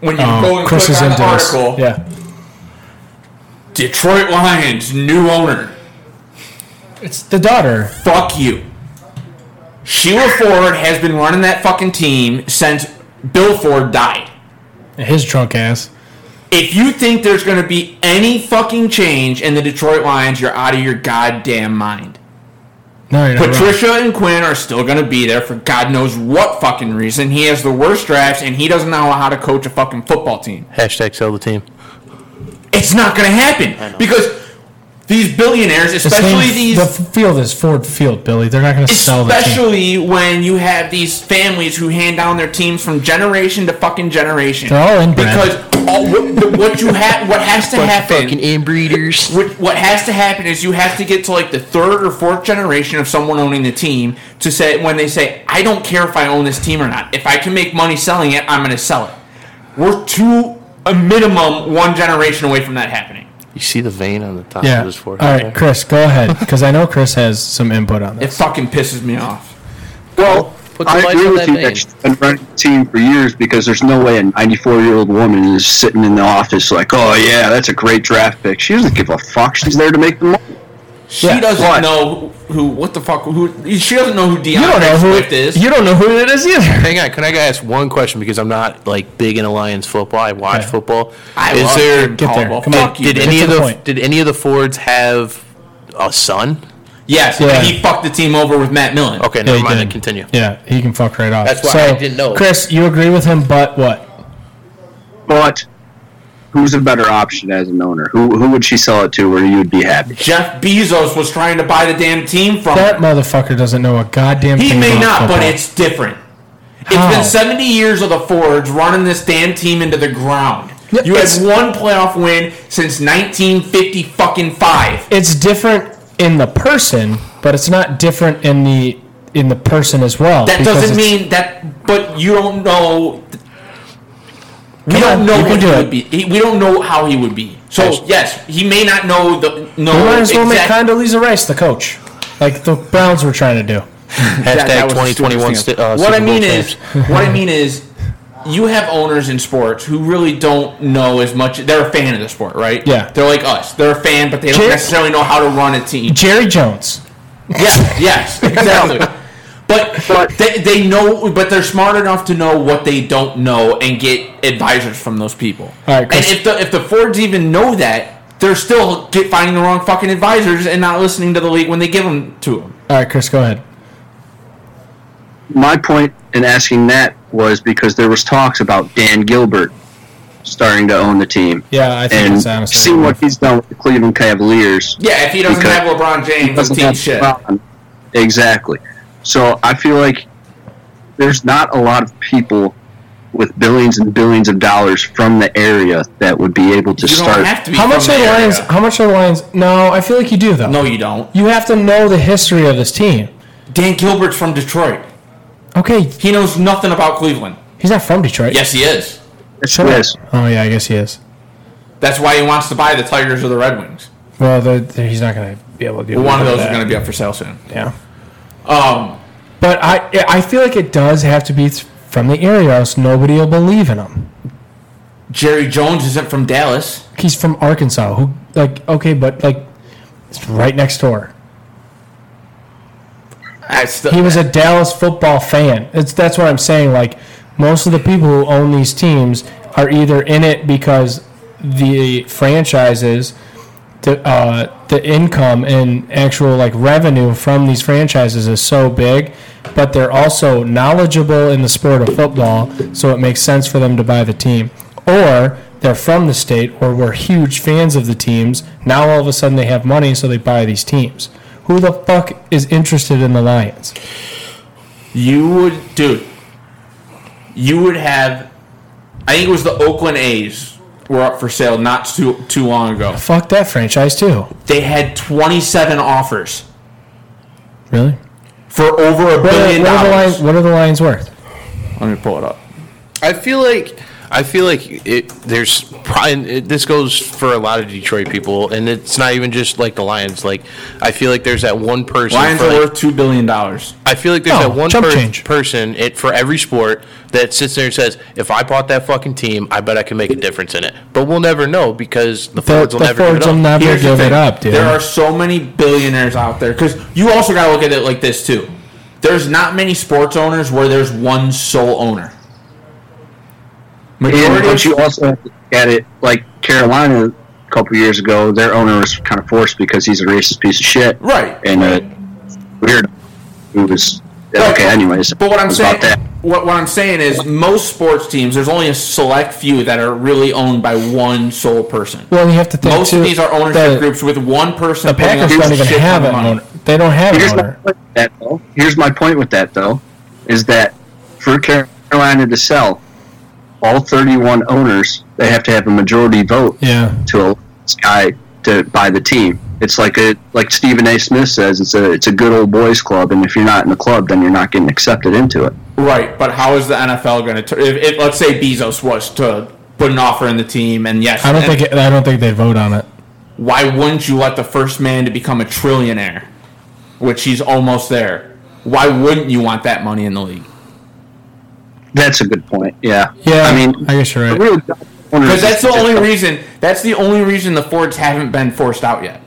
[SPEAKER 3] when you go
[SPEAKER 2] Oh,
[SPEAKER 3] and
[SPEAKER 2] Chris
[SPEAKER 3] click
[SPEAKER 2] is
[SPEAKER 3] on the
[SPEAKER 2] into this.
[SPEAKER 3] article,
[SPEAKER 2] Yeah.
[SPEAKER 3] Detroit Lions new owner.
[SPEAKER 2] It's the daughter.
[SPEAKER 3] Fuck you. Sheila Ford has been running that fucking team since Bill Ford died.
[SPEAKER 2] His drunk ass.
[SPEAKER 3] If you think there's going to be any fucking change in the Detroit Lions, you're out of your goddamn mind.
[SPEAKER 2] No, you're not wrong.
[SPEAKER 3] Patricia and Quinn are still going to be there for God knows what fucking reason. He has the worst drafts and he doesn't know how to coach a fucking football team.
[SPEAKER 1] Hashtag sell the team.
[SPEAKER 3] It's not going to happen because these billionaires,
[SPEAKER 2] His
[SPEAKER 3] especially
[SPEAKER 2] name-
[SPEAKER 3] these
[SPEAKER 2] the field is Ford Field, Billy. They're not going to sell the team.
[SPEAKER 3] Especially when you have these families who hand down their teams from generation to fucking generation.
[SPEAKER 2] They're all inbred.
[SPEAKER 3] because all, what, what you have, what has to happen,
[SPEAKER 1] inbreeders.
[SPEAKER 3] what, what has to happen is you have to get to like the third or fourth generation of someone owning the team to say when they say, "I don't care if I own this team or not. If I can make money selling it, I'm going to sell it." We're two a minimum one generation away from that happening.
[SPEAKER 1] You see the vein on the top
[SPEAKER 2] Yeah.
[SPEAKER 1] of his
[SPEAKER 2] All
[SPEAKER 1] forehead.
[SPEAKER 2] right, Chris, go ahead because I know Chris has some input on
[SPEAKER 3] It
[SPEAKER 2] this.
[SPEAKER 3] fucking pisses me off.
[SPEAKER 5] Well,
[SPEAKER 1] Put
[SPEAKER 5] I
[SPEAKER 1] some lights
[SPEAKER 5] agree
[SPEAKER 1] on
[SPEAKER 5] with
[SPEAKER 1] that
[SPEAKER 5] you
[SPEAKER 1] vein.
[SPEAKER 5] that she's been running the team for years because there's no way a 94 year old woman is sitting in the office like, oh yeah, that's a great draft pick. She doesn't give a fuck. She's there to make the money.
[SPEAKER 3] She
[SPEAKER 2] Yeah.
[SPEAKER 3] doesn't
[SPEAKER 5] What?
[SPEAKER 3] know who. What the fuck? Who? She doesn't know who
[SPEAKER 2] You don't
[SPEAKER 3] DeAndre
[SPEAKER 2] know who
[SPEAKER 3] Swift
[SPEAKER 2] it
[SPEAKER 3] is.
[SPEAKER 2] is. You don't know who it is either.
[SPEAKER 1] Hang on, can I ask one question because I'm not like big into Lions football. I watch
[SPEAKER 2] Okay.
[SPEAKER 1] football.
[SPEAKER 3] I
[SPEAKER 1] is
[SPEAKER 3] love
[SPEAKER 1] there
[SPEAKER 3] Jim
[SPEAKER 2] Get there.
[SPEAKER 3] Caldwell.
[SPEAKER 2] Come on.
[SPEAKER 3] Fuck you,
[SPEAKER 1] did
[SPEAKER 3] bitch.
[SPEAKER 1] any
[SPEAKER 2] Get
[SPEAKER 1] of
[SPEAKER 2] to
[SPEAKER 1] the,
[SPEAKER 2] the point.
[SPEAKER 1] did any of the Fords have a son?
[SPEAKER 3] Yes,
[SPEAKER 2] Yeah.
[SPEAKER 3] and he fucked the team over with Matt Millen.
[SPEAKER 1] Okay,
[SPEAKER 2] Yeah,
[SPEAKER 1] never
[SPEAKER 2] he
[SPEAKER 1] mind. Then
[SPEAKER 2] did.
[SPEAKER 1] continue.
[SPEAKER 2] Yeah, he can fuck right off.
[SPEAKER 1] That's why I didn't know.
[SPEAKER 2] Chris, you agree with him, but what?
[SPEAKER 5] But who's a better option as an owner? Who who would she sell it to where you'd be happy?
[SPEAKER 3] Jeff Bezos was trying to buy the damn team from.
[SPEAKER 2] That
[SPEAKER 3] him.
[SPEAKER 2] motherfucker doesn't know a goddamn
[SPEAKER 3] Oh. He
[SPEAKER 2] thing
[SPEAKER 3] may
[SPEAKER 2] about
[SPEAKER 3] not,
[SPEAKER 2] football.
[SPEAKER 3] but it's different.
[SPEAKER 2] How?
[SPEAKER 3] It's been seventy years of the Fords running this damn team into the ground.
[SPEAKER 2] Yeah,
[SPEAKER 3] You have
[SPEAKER 2] it's-
[SPEAKER 3] one playoff win since nineteen fifty fucking five.
[SPEAKER 2] it's different in the person, but it's not different in the in the person as well.
[SPEAKER 3] That
[SPEAKER 2] because
[SPEAKER 3] doesn't
[SPEAKER 2] it's-
[SPEAKER 3] mean that, but you don't know. We
[SPEAKER 2] Come
[SPEAKER 3] don't
[SPEAKER 2] on,
[SPEAKER 3] know
[SPEAKER 2] you can
[SPEAKER 3] what
[SPEAKER 2] do
[SPEAKER 3] he
[SPEAKER 2] it.
[SPEAKER 3] would be. He, we don't know how he would be. So
[SPEAKER 1] Yes.
[SPEAKER 3] yes, he may not know the no.
[SPEAKER 2] We might as well make
[SPEAKER 3] exact-
[SPEAKER 2] Condoleezza Rice the coach, like the Browns were trying to do.
[SPEAKER 1] Hashtag
[SPEAKER 3] that was the
[SPEAKER 1] 2021.
[SPEAKER 3] stupidest
[SPEAKER 1] St-
[SPEAKER 3] thing
[SPEAKER 1] uh,
[SPEAKER 3] what I
[SPEAKER 1] Super Bowl
[SPEAKER 3] mean is,
[SPEAKER 1] champs.
[SPEAKER 3] what I mean is, you have owners in sports who really don't know as much. They're a fan of the sport, right?
[SPEAKER 2] Yeah.
[SPEAKER 3] They're like us. They're a fan, but they don't
[SPEAKER 2] Jer-
[SPEAKER 3] necessarily know how to run a team.
[SPEAKER 2] Jerry Jones.
[SPEAKER 3] yeah. Yes. Exactly. But, but they, they know but they're smart enough to know what they don't know and get advisors from those people.
[SPEAKER 2] All right,
[SPEAKER 3] and
[SPEAKER 2] Chris.
[SPEAKER 3] if the if the Fords even know that, they're still get finding the wrong fucking advisors and not listening to the league when they give them to them.
[SPEAKER 2] All right, Chris, go ahead.
[SPEAKER 5] My point in asking that was because there was talks about Dan Gilbert starting to own the team.
[SPEAKER 2] Yeah, I think
[SPEAKER 5] And
[SPEAKER 2] it's honestly.
[SPEAKER 5] seeing what he's done with the Cleveland Cavaliers,
[SPEAKER 3] Yeah, if he doesn't
[SPEAKER 5] Because-
[SPEAKER 3] have LeBron James, his
[SPEAKER 5] doesn't
[SPEAKER 3] team
[SPEAKER 5] have
[SPEAKER 3] shit.
[SPEAKER 5] LeBron. Exactly. So I feel like there's not a lot of people with billions and billions of dollars from the area that would be able to
[SPEAKER 3] You
[SPEAKER 5] start.
[SPEAKER 3] don't have to be
[SPEAKER 2] How
[SPEAKER 3] from
[SPEAKER 2] much
[SPEAKER 3] the
[SPEAKER 2] are the
[SPEAKER 3] area.
[SPEAKER 2] Lions? How much are the Lions? No, I feel like you do though.
[SPEAKER 3] No, you don't.
[SPEAKER 2] you have to know the history of this team.
[SPEAKER 3] Dan Gilbert's from Detroit.
[SPEAKER 2] Okay,
[SPEAKER 3] He knows nothing about Cleveland.
[SPEAKER 2] he's not from Detroit.
[SPEAKER 3] Yes, he is.
[SPEAKER 2] Shut up.
[SPEAKER 5] Yes.
[SPEAKER 2] Oh yeah, I guess he is.
[SPEAKER 3] That's why he wants to buy the Tigers or the Red Wings.
[SPEAKER 2] Well, the, the- he's not going to be able to do
[SPEAKER 3] One of those is going to be up for sale soon.
[SPEAKER 2] to. Yeah,
[SPEAKER 3] Um,
[SPEAKER 2] but I I feel like it does have to be th- from the area, or else nobody will believe in him.
[SPEAKER 3] Jerry Jones isn't from Dallas.
[SPEAKER 2] He's from Arkansas. Who like okay, but like it's right next door.
[SPEAKER 3] That's the,
[SPEAKER 2] He was a Dallas football fan. It's that's what I'm saying. Like most of the people who own these teams are either in it because the franchises, the uh, the income and actual like revenue from these franchises is so big, but they're also knowledgeable in the sport of football, so it makes sense for them to buy the team. or they're from the state or were huge fans of the teams. Now all of a sudden they have money, so they buy these teams. Who the fuck is interested in the Lions?
[SPEAKER 3] You would, dude. You would have. I think it was the Oakland A's were up for sale not too too long ago.
[SPEAKER 2] Fuck that franchise too.
[SPEAKER 3] They had 27 offers
[SPEAKER 2] Really?
[SPEAKER 3] for over a
[SPEAKER 2] What are,
[SPEAKER 3] billion
[SPEAKER 2] what are the
[SPEAKER 3] dollars.
[SPEAKER 2] Lions? What are the Lions worth?
[SPEAKER 3] Let me pull it up.
[SPEAKER 1] I feel like I feel like it. There's probably and it, this goes for a lot of Detroit people, and it's not even just like the Lions. Like I feel like there's that one person.
[SPEAKER 3] Lions
[SPEAKER 1] for,
[SPEAKER 3] are
[SPEAKER 1] like-
[SPEAKER 3] worth two billion dollars.
[SPEAKER 1] I feel like there's
[SPEAKER 2] Oh,
[SPEAKER 1] that one
[SPEAKER 2] chump
[SPEAKER 1] per-
[SPEAKER 2] change.
[SPEAKER 1] person it, for every sport that sits there and says, "If I bought that fucking team, I bet I can make a difference in it." But we'll never know because the
[SPEAKER 2] The,
[SPEAKER 1] Fords will
[SPEAKER 2] the
[SPEAKER 1] never give it
[SPEAKER 2] Fords will
[SPEAKER 1] up.
[SPEAKER 2] never
[SPEAKER 3] Here's the
[SPEAKER 2] give it
[SPEAKER 3] thing.
[SPEAKER 2] up, dude.
[SPEAKER 3] There are so many billionaires out there because you also got to look at it like this too. There's not many sports owners where there's one sole owner.
[SPEAKER 5] And,
[SPEAKER 3] Majority
[SPEAKER 5] but
[SPEAKER 3] of,
[SPEAKER 5] you also have to look at it like Carolina a couple years ago, their owner was kind of forced because he's a racist piece of shit.
[SPEAKER 3] right?
[SPEAKER 5] And a weird who was okay. Anyways,
[SPEAKER 3] But what I'm
[SPEAKER 5] about
[SPEAKER 3] saying,
[SPEAKER 5] that.
[SPEAKER 3] what, what I'm saying is, most sports teams, there's only a select few that are really owned by one sole person.
[SPEAKER 2] well, you have to think
[SPEAKER 3] Most
[SPEAKER 2] too,
[SPEAKER 3] of these are ownership
[SPEAKER 2] the,
[SPEAKER 3] groups with one person.
[SPEAKER 2] The
[SPEAKER 3] putting up
[SPEAKER 2] Packers don't
[SPEAKER 3] a
[SPEAKER 2] even
[SPEAKER 3] shit
[SPEAKER 2] have
[SPEAKER 3] ton of
[SPEAKER 2] an
[SPEAKER 3] money.
[SPEAKER 2] owner. They don't have
[SPEAKER 5] Here's
[SPEAKER 2] an
[SPEAKER 5] my,
[SPEAKER 2] owner.
[SPEAKER 5] point with that, though. Here's my point with that, though, is that for Carolina to sell, all 31 owners, they have to have a majority vote
[SPEAKER 2] Yeah.
[SPEAKER 5] to allow this guy to buy the team. It's like a like Stephen A. Smith says, it's a it's a good old boys club, and if you're not in the club, then you're not getting accepted into it.
[SPEAKER 3] Right, but how is the NFL going to? If, if let's say Bezos was to put an offer in the team, and yes,
[SPEAKER 2] I don't
[SPEAKER 3] and
[SPEAKER 2] think it, I don't think they vote on it.
[SPEAKER 3] why wouldn't you let the first man to become a trillionaire, which he's almost there? Why wouldn't you want that money in the league?
[SPEAKER 5] That's a good point. Yeah.
[SPEAKER 2] Yeah,
[SPEAKER 5] I mean,
[SPEAKER 2] I guess you're
[SPEAKER 5] the
[SPEAKER 2] right.
[SPEAKER 5] real owners
[SPEAKER 3] Because that's the
[SPEAKER 5] just-
[SPEAKER 3] only reason. That's the only reason the Fords haven't been forced out yet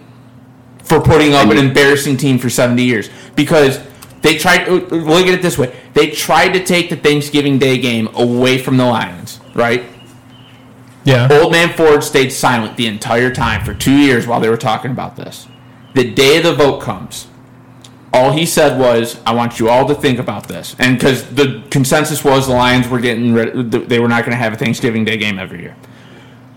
[SPEAKER 3] for putting up an embarrassing team for seventy years. Because they tried. uh, Look at it this way: they tried to take the Thanksgiving Day game away from the Lions. Right?
[SPEAKER 2] Yeah,
[SPEAKER 3] Old man Ford stayed silent the entire time for two years while they were talking about this. The day the vote comes, all he said was, "I want you all to think about this," and because the consensus was the Lions were getting rid, they were not going to have a Thanksgiving Day game every year.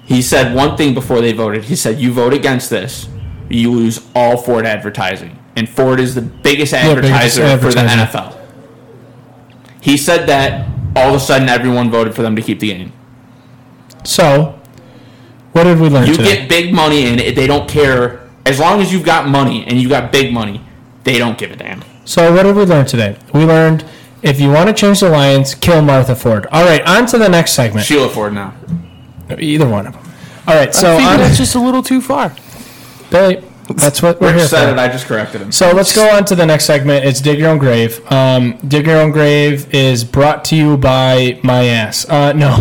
[SPEAKER 3] He said one thing before they voted. He said, "You vote against this, you lose all Ford advertising." And Ford is the biggest
[SPEAKER 2] biggest
[SPEAKER 3] advertiser
[SPEAKER 2] advertiser.
[SPEAKER 3] for the NFL. He said that all of a sudden everyone voted for them to keep the game.
[SPEAKER 2] So, what did we learn
[SPEAKER 3] You
[SPEAKER 2] today?
[SPEAKER 3] get big money in it. They don't care. As long as you've got money and you got big money, they don't give a damn.
[SPEAKER 2] so, what did we learn today? We learned if you want to change the Lions, kill Martha Ford. All right, on to the next segment.
[SPEAKER 3] Sheila Ford now.
[SPEAKER 2] Either one of them. All right, so
[SPEAKER 1] I
[SPEAKER 2] on,
[SPEAKER 1] think that's just a little too far.
[SPEAKER 2] Billy, that's what we're
[SPEAKER 3] Rich
[SPEAKER 2] here
[SPEAKER 3] said
[SPEAKER 2] for.
[SPEAKER 3] it. I just corrected him.
[SPEAKER 2] So let's go on to the next segment. It's dig your own grave. Um, dig your own grave is brought to you by my ass. Uh, no,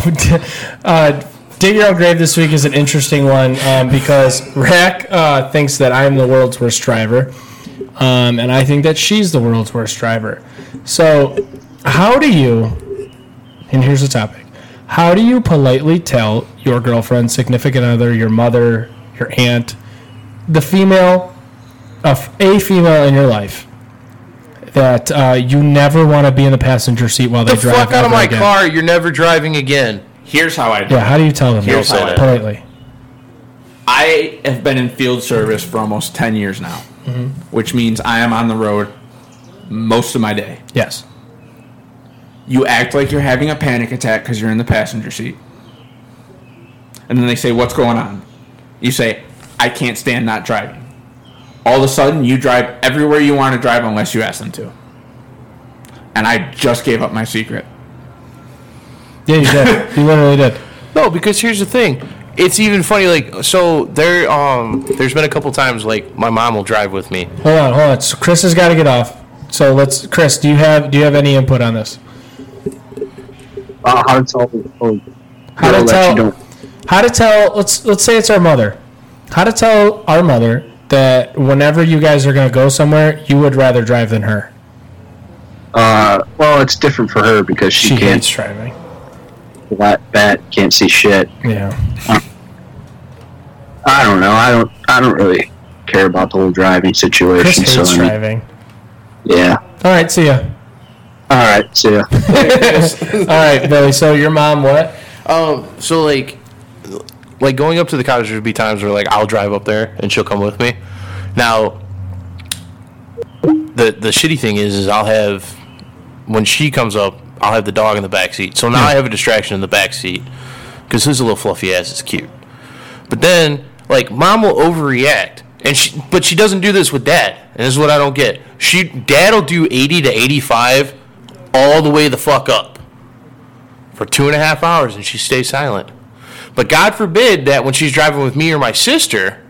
[SPEAKER 2] uh, dig your own grave this week is an interesting one um, because Rack uh, thinks that I am the world's worst driver, um, and I think that she's the world's worst driver. So, how do you? And here's the topic: How do you politely tell your girlfriend, significant other, your mother, your aunt, the female a, f- a female in your life that uh, you never want to be in the passenger seat while they
[SPEAKER 1] The
[SPEAKER 2] drive.
[SPEAKER 1] fuck out of
[SPEAKER 2] ever
[SPEAKER 1] my
[SPEAKER 2] again.
[SPEAKER 1] car! You're never driving again.
[SPEAKER 3] Here's how I do.
[SPEAKER 2] Yeah,
[SPEAKER 3] it.
[SPEAKER 2] how do you tell them
[SPEAKER 3] Here's
[SPEAKER 1] how I-
[SPEAKER 2] politely?
[SPEAKER 3] I have been in field service for almost ten years now,
[SPEAKER 2] Mm-hmm.
[SPEAKER 3] which means I am on the road most of my day.
[SPEAKER 2] Yes.
[SPEAKER 3] You act like you're having a panic attack because you're in the passenger seat, and then they say, "What's going on?" You say, "I can't stand not driving." All of a sudden, you drive everywhere you want to drive unless you ask them to. And I just gave up my secret.
[SPEAKER 2] Yeah, you did. you literally did.
[SPEAKER 1] No, because here's the thing. It's even funny. Like so, there. Um, there's been a couple times like my mom will drive with me.
[SPEAKER 2] Hold on, hold on. So Chris has got to get off. So let's, Chris. Do you have do you have any input on this?
[SPEAKER 5] Uh, how to tell, oh,
[SPEAKER 2] How to
[SPEAKER 5] they'll let you
[SPEAKER 2] tell?
[SPEAKER 5] don't-
[SPEAKER 2] How to tell? Let's let's say it's our mother. How to tell our mother that whenever you guys are going to go somewhere, you would rather drive than her.
[SPEAKER 5] Uh, well, it's different for her because she,
[SPEAKER 2] She
[SPEAKER 5] can't
[SPEAKER 2] hates driving.
[SPEAKER 5] flat bat, can't see shit.
[SPEAKER 2] Yeah.
[SPEAKER 5] I don't know. I don't. I don't really care about the whole driving
[SPEAKER 2] Chris
[SPEAKER 5] situation. So
[SPEAKER 2] hates
[SPEAKER 5] I mean,
[SPEAKER 2] driving.
[SPEAKER 5] yeah.
[SPEAKER 2] All right. See ya.
[SPEAKER 5] All right. So
[SPEAKER 2] All right, Billy. So your mom, what?
[SPEAKER 1] Um, so like, like going up to the cottage, there'd be times where like I'll drive up there and she'll come with me. Now, the the shitty thing is, is I'll have when she comes up, I'll have the dog in the back seat. So now I have a distraction in the back seat because his little fluffy ass is cute. But then, like, mom will overreact, and she, but she doesn't do this with dad, and this is what I don't get. She, dad will do eighty to eighty-five, all the way the fuck up, for two and a half hours, and she stays silent. But God forbid that when she's driving with me or my sister,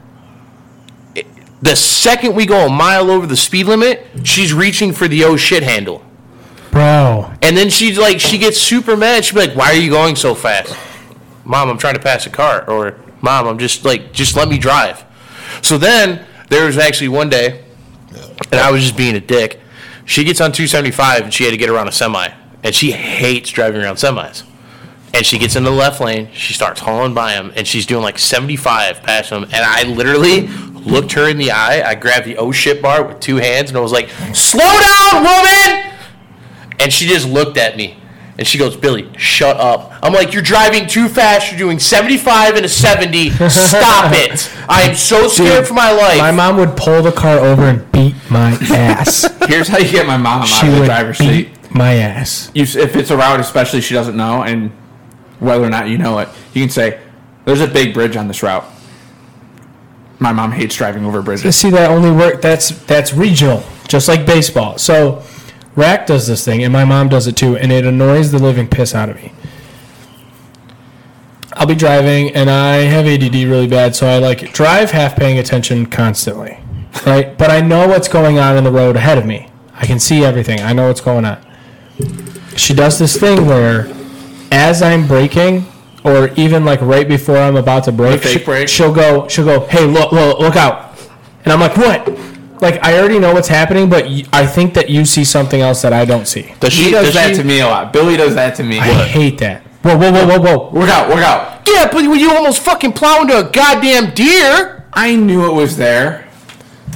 [SPEAKER 1] it- the second we go a mile over the speed limit, she's reaching for the oh shit handle.
[SPEAKER 2] Bro.
[SPEAKER 1] And then she's like, she gets super mad. She'd be like, "Why are you going so fast, Mom? I'm trying to pass a car." Or, "Mom, I'm just like, just let me drive." So then there was actually one day, and I was just being a dick. She gets on 275 and she had to get around a semi, and she hates driving around semis. And she gets into the left lane. She starts hauling by him, and she's doing like 75 past him. And I literally looked her in the eye. I grabbed the oh shit bar with two hands, and I was like, "Slow down, woman!" And she just looked at me. And she goes, Billy, shut up. I'm like, you're driving too fast. You're doing 75 and a 70. Stop it. I am so scared
[SPEAKER 2] Dude,
[SPEAKER 1] for my life.
[SPEAKER 2] My mom would pull the car over and beat my ass.
[SPEAKER 3] Here's how you get my mom out
[SPEAKER 2] she
[SPEAKER 3] of the
[SPEAKER 2] would
[SPEAKER 3] driver's seat.
[SPEAKER 2] beat my ass.
[SPEAKER 3] you, if it's a route especially she doesn't know and whether or not you know it you can say there's a big bridge on this route my mom hates driving over
[SPEAKER 2] You
[SPEAKER 3] bridges
[SPEAKER 2] see that only work that's that's regional, just like baseball. So Rack does this thing and my mom does it too, and it annoys the living piss out of me. I'll be driving and I have ADD really bad, so I like drive half paying attention constantly. Right? but I know what's going on in the road ahead of me. I can see everything. I know what's going on. She does this thing where as I'm braking or even like right before I'm about to brake,
[SPEAKER 3] The fake
[SPEAKER 2] she,
[SPEAKER 3] brake?
[SPEAKER 2] she'll go she'll go, "Hey, look, look, look out." And I'm like, "What?" Like I already know what's happening, but y- I think that you see something else that I don't see.
[SPEAKER 1] does
[SPEAKER 3] he does that
[SPEAKER 1] she-
[SPEAKER 3] to me a lot billy does that to me
[SPEAKER 2] I hate that. Whoa, whoa, whoa, whoa, whoa.
[SPEAKER 3] work out work out
[SPEAKER 1] Yeah, but you almost fucking plow into a goddamn deer.
[SPEAKER 3] i knew it was there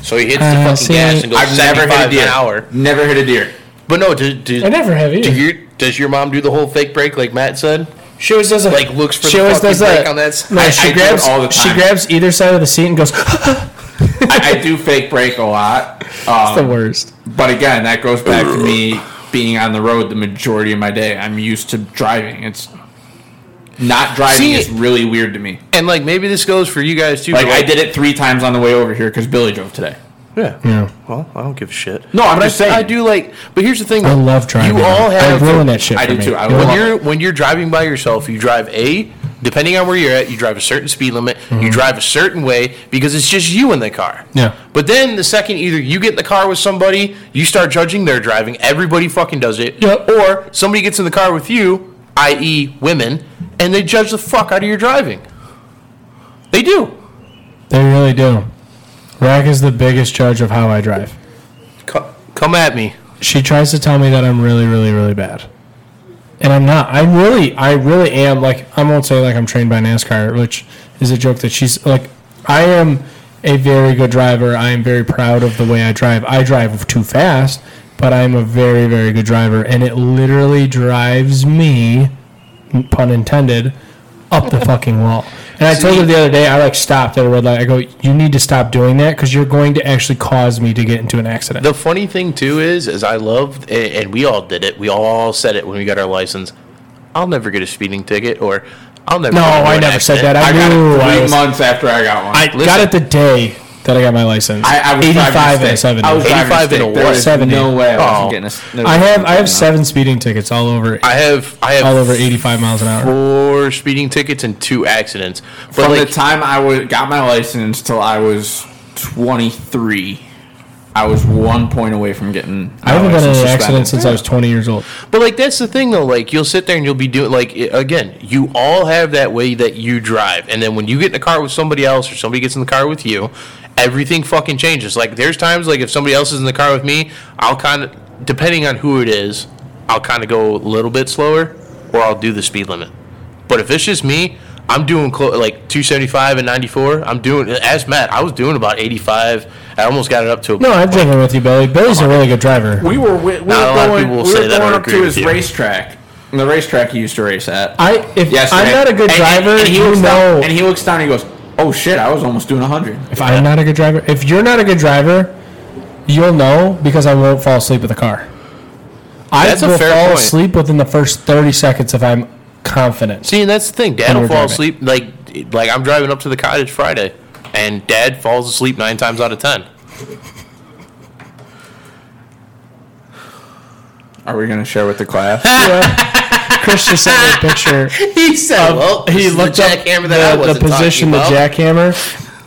[SPEAKER 1] So he hits
[SPEAKER 2] Uh,
[SPEAKER 1] the fucking
[SPEAKER 2] see,
[SPEAKER 1] gas and goes
[SPEAKER 3] i've never
[SPEAKER 1] 75
[SPEAKER 3] hit a
[SPEAKER 1] an
[SPEAKER 3] deer
[SPEAKER 1] hour.
[SPEAKER 3] never hit a deer
[SPEAKER 1] But no, do, do,
[SPEAKER 2] I never have
[SPEAKER 1] do
[SPEAKER 2] either.
[SPEAKER 1] your, does your mom do the whole fake break like Matt said?
[SPEAKER 2] She always does a
[SPEAKER 1] Like, looks for
[SPEAKER 2] she
[SPEAKER 1] the
[SPEAKER 2] always
[SPEAKER 1] fucking
[SPEAKER 2] does a-
[SPEAKER 1] brake on that s-
[SPEAKER 2] No,
[SPEAKER 3] I-
[SPEAKER 2] she
[SPEAKER 3] I do it
[SPEAKER 2] grabs
[SPEAKER 3] all the
[SPEAKER 2] She
[SPEAKER 3] time.
[SPEAKER 2] grabs either side of the seat and goes.
[SPEAKER 3] I, I do fake brake a lot um,
[SPEAKER 2] the worst.
[SPEAKER 3] But again, that goes back to me being on the road the majority of my day. I'm used to driving. It's not driving
[SPEAKER 1] See-
[SPEAKER 3] is really weird to me.
[SPEAKER 1] And like maybe this goes for you guys too.
[SPEAKER 3] Like
[SPEAKER 1] but,
[SPEAKER 3] I did it three times on the way over here because Billy drove today.
[SPEAKER 1] Yeah.
[SPEAKER 2] Yeah.
[SPEAKER 1] Well, I don't give a shit.
[SPEAKER 3] No, I'm
[SPEAKER 1] But
[SPEAKER 3] just
[SPEAKER 1] I,
[SPEAKER 3] saying.
[SPEAKER 1] I do like. But here's the thing.
[SPEAKER 2] I
[SPEAKER 1] though.
[SPEAKER 2] love driving.
[SPEAKER 1] You all have.
[SPEAKER 2] I ruin that shit.
[SPEAKER 3] I
[SPEAKER 2] for
[SPEAKER 3] do
[SPEAKER 2] me.
[SPEAKER 3] too. I
[SPEAKER 2] You know
[SPEAKER 1] when
[SPEAKER 2] what?
[SPEAKER 3] love Well-
[SPEAKER 1] you're when you're driving by yourself, you drive a depending on where you're at, you drive a certain speed limit, you drive a certain way because it's just you in the car.
[SPEAKER 2] Mm-hmm. Yeah.
[SPEAKER 1] But then the second either you get in the car with somebody, you start judging their driving. Everybody fucking does it.
[SPEAKER 2] Yep.
[SPEAKER 1] Or somebody gets in the car with you, i.e., women, and they judge the fuck out of your driving. They do.
[SPEAKER 2] They really do. Rack is the biggest judge of how I drive.
[SPEAKER 1] Co- Come at me.
[SPEAKER 2] She tries to tell me that I'm really, really, really bad, and I'm not. I really, I really am. Like I won't say like I'm trained by NASCAR, which is a joke that she's like. I am a very good driver. I am very proud of the way I drive. I drive too fast, but I'm a very, very good driver, and it literally drives me, pun intended, up the fucking wall. And I told her the other day, I like stopped at a red light. I go, you need to stop doing that because you're going to actually cause me to get into an accident.
[SPEAKER 1] The funny thing too is, is I loved, a- and we all did it. We all said it when we got our license. I'll never get a speeding ticket, or I'll never.
[SPEAKER 2] No,
[SPEAKER 1] get into
[SPEAKER 2] I
[SPEAKER 1] an
[SPEAKER 2] never said
[SPEAKER 1] accident."
[SPEAKER 2] that. I,
[SPEAKER 3] I got
[SPEAKER 2] knew
[SPEAKER 3] it
[SPEAKER 2] I
[SPEAKER 3] three
[SPEAKER 2] was,
[SPEAKER 3] months after I got one.
[SPEAKER 2] I got it the day that I got my license.
[SPEAKER 3] I, I was
[SPEAKER 2] eighty-five and
[SPEAKER 3] driving
[SPEAKER 2] a
[SPEAKER 3] stick.
[SPEAKER 2] seventy.
[SPEAKER 3] I was driving
[SPEAKER 1] 85 and
[SPEAKER 3] stick.
[SPEAKER 1] a
[SPEAKER 3] There
[SPEAKER 1] what?
[SPEAKER 3] is
[SPEAKER 2] 70.
[SPEAKER 3] No way. I
[SPEAKER 1] Oh.
[SPEAKER 3] wasn't getting a. s- there
[SPEAKER 2] I
[SPEAKER 3] was
[SPEAKER 2] have
[SPEAKER 3] no
[SPEAKER 2] I have
[SPEAKER 3] way.
[SPEAKER 2] seven speeding tickets all over,
[SPEAKER 1] I have, I have
[SPEAKER 2] all over eighty-five miles an hour.
[SPEAKER 1] four speeding tickets and two accidents. But
[SPEAKER 3] From
[SPEAKER 1] like,
[SPEAKER 3] the time I was, got my license till I was 23, I was one point away from getting.
[SPEAKER 2] I haven't been in an accident since I was twenty years old.
[SPEAKER 1] but like that's the thing though. Like you'll sit there and you'll be doing like i- again. You all have that way that you drive, and then when you get in a car with somebody else or somebody gets in the car with you, everything fucking changes. Like there's times like if somebody else is in the car with me, I'll kind of depending on who it is, I'll kind of go a little bit slower, or I'll do the speed limit. But if it's just me, I'm doing clo- like 275 and 94. I'm doing as Matt. I was doing about 85. I almost got it up to a
[SPEAKER 2] No, I've driven with you, Billy. Billy's a really good driver.
[SPEAKER 3] We were, wi- we
[SPEAKER 1] Not a lot
[SPEAKER 3] were
[SPEAKER 1] of
[SPEAKER 3] going,
[SPEAKER 1] people will
[SPEAKER 3] we were
[SPEAKER 1] say that or
[SPEAKER 3] going up
[SPEAKER 1] agree
[SPEAKER 3] to
[SPEAKER 1] with
[SPEAKER 3] his
[SPEAKER 1] you.
[SPEAKER 3] racetrack, The racetrack he used to race at.
[SPEAKER 2] I if
[SPEAKER 3] Yesterday.
[SPEAKER 2] I'm not a good
[SPEAKER 3] And-
[SPEAKER 2] driver,
[SPEAKER 3] and he
[SPEAKER 2] you
[SPEAKER 3] looks
[SPEAKER 2] know.
[SPEAKER 3] down, and he looks down and he goes, "Oh shit, I was almost doing 100."
[SPEAKER 2] if I'm not a good driver, if you're not a good driver, you'll know because I won't fall asleep with the car. I
[SPEAKER 1] That's a
[SPEAKER 2] will
[SPEAKER 1] fair
[SPEAKER 2] fall
[SPEAKER 1] point.
[SPEAKER 2] asleep within the first 30 seconds if I'm confident.
[SPEAKER 1] See, and that's the thing. Dad
[SPEAKER 2] When
[SPEAKER 1] will
[SPEAKER 2] we're
[SPEAKER 1] fall
[SPEAKER 2] driving.
[SPEAKER 1] asleep. Like, like I'm driving up to the cottage Friday, and Dad falls asleep nine times out of ten.
[SPEAKER 3] Are we going to share with the class?
[SPEAKER 2] Chris just sent me a picture.
[SPEAKER 1] He said, "Well,
[SPEAKER 2] he looked up
[SPEAKER 1] jackhammer
[SPEAKER 2] the, the position the jackhammer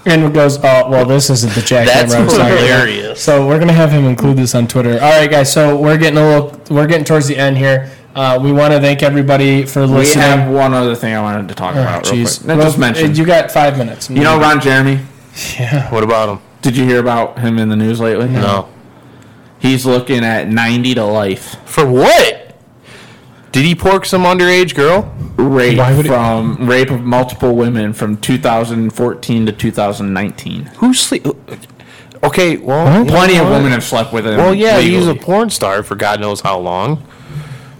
[SPEAKER 2] and goes, oh, well, this isn't the jackhammer.
[SPEAKER 1] That's
[SPEAKER 2] I was talking about."
[SPEAKER 1] hilarious.
[SPEAKER 2] So we're gonna have him include this on Twitter. All right, guys. So we're getting a little, we're getting towards the end here. Uh, we want to thank everybody for
[SPEAKER 3] we
[SPEAKER 2] listening.
[SPEAKER 3] have one other thing I wanted to talk
[SPEAKER 2] Oh,
[SPEAKER 3] about real
[SPEAKER 2] Jeez,
[SPEAKER 3] quick. No, just
[SPEAKER 2] Well,
[SPEAKER 3] mention. You,
[SPEAKER 2] You got five minutes. You
[SPEAKER 3] know Ron Jeremy?
[SPEAKER 1] What about him?
[SPEAKER 3] Did you hear about him in the news lately?
[SPEAKER 1] No.
[SPEAKER 3] He's looking at 90 to life.
[SPEAKER 1] For what? Did he pork some underage girl?
[SPEAKER 3] Rape
[SPEAKER 2] Why would it-
[SPEAKER 3] from rape of multiple women from 2014 to 2019.
[SPEAKER 1] Who sleep? Okay, well, you know
[SPEAKER 3] Plenty of
[SPEAKER 1] what?
[SPEAKER 3] women have slept with him.
[SPEAKER 1] Well, yeah, he's a
[SPEAKER 3] legally.
[SPEAKER 1] porn star for God knows how long.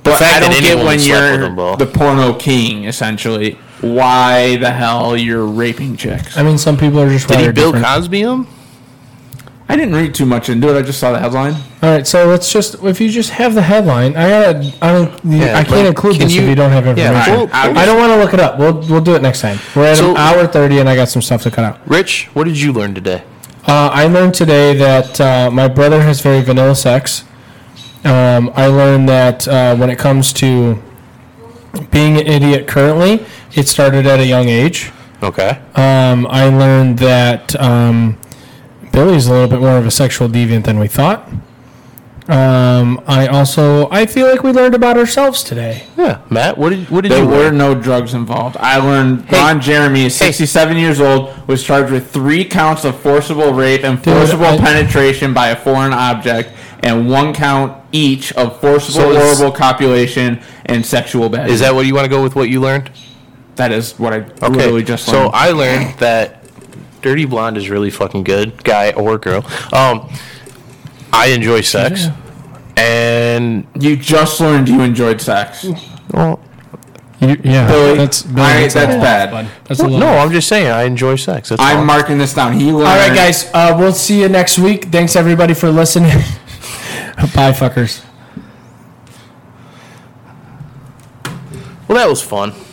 [SPEAKER 3] But
[SPEAKER 1] fact
[SPEAKER 3] I
[SPEAKER 1] that
[SPEAKER 3] don't get
[SPEAKER 1] anyone
[SPEAKER 3] when
[SPEAKER 1] slept with
[SPEAKER 3] you're
[SPEAKER 1] him, bro.
[SPEAKER 3] the porno king, essentially. Why the hell you're raping chicks?
[SPEAKER 2] I mean, some people are just
[SPEAKER 1] Did he
[SPEAKER 2] wired
[SPEAKER 1] Bill
[SPEAKER 2] different.
[SPEAKER 1] Cosby him?
[SPEAKER 3] I didn't read too much into it. I just saw the headline.
[SPEAKER 2] All right, so let's just if you just have the headline, I gotta, I don't, I can't
[SPEAKER 1] like,
[SPEAKER 2] include
[SPEAKER 1] can
[SPEAKER 2] this if
[SPEAKER 1] you-
[SPEAKER 2] you don't have information.
[SPEAKER 1] Yeah,
[SPEAKER 3] All
[SPEAKER 1] well,
[SPEAKER 3] right, I'll
[SPEAKER 2] I don't want to look it up. We'll we'll do it next time. We're at
[SPEAKER 1] So-
[SPEAKER 2] an hour thirty, and I got some stuff to cut out.
[SPEAKER 1] Rich, what did you learn today?
[SPEAKER 2] Uh, I learned today that uh, my brother has very vanilla sex. Um, I learned that uh, when it comes to being an idiot currently, it started at a young age.
[SPEAKER 1] Okay.
[SPEAKER 2] Um, I learned that um, Billy's a little bit more of a sexual deviant than we thought. Um, I also I feel like we learned about ourselves today.
[SPEAKER 1] Yeah, Matt, what did what did
[SPEAKER 3] There
[SPEAKER 1] you
[SPEAKER 3] were
[SPEAKER 1] learn?
[SPEAKER 3] no drugs involved. I learned Ron Jeremy is 67 years old, was charged with three counts of forcible rape and forcible
[SPEAKER 2] I-
[SPEAKER 3] penetration by a foreign object, and one count each of forcible
[SPEAKER 1] So is-
[SPEAKER 3] oral copulation and sexual battery.
[SPEAKER 1] Is that what you want to go with? What you learned?
[SPEAKER 3] that is what I
[SPEAKER 1] Okay.
[SPEAKER 3] literally just learned.
[SPEAKER 1] so I learned that Dirty Blonde is really fucking good, guy or girl. Um, I enjoy sex, and
[SPEAKER 3] you just learned you enjoyed sex.
[SPEAKER 1] Oh. well,
[SPEAKER 2] You, yeah,
[SPEAKER 3] Billy,
[SPEAKER 2] that's Billy,
[SPEAKER 3] all right,
[SPEAKER 2] a
[SPEAKER 3] that's
[SPEAKER 2] lot,
[SPEAKER 3] bad.
[SPEAKER 2] bud. That's a
[SPEAKER 1] well,
[SPEAKER 2] little.
[SPEAKER 1] no, I'm just saying I enjoy sex. That's all.
[SPEAKER 3] I'm marking this down. He learned.
[SPEAKER 2] All right, guys. Uh, we'll see you next week. Thanks everybody for listening. Bye, fuckers.
[SPEAKER 1] well, that was fun.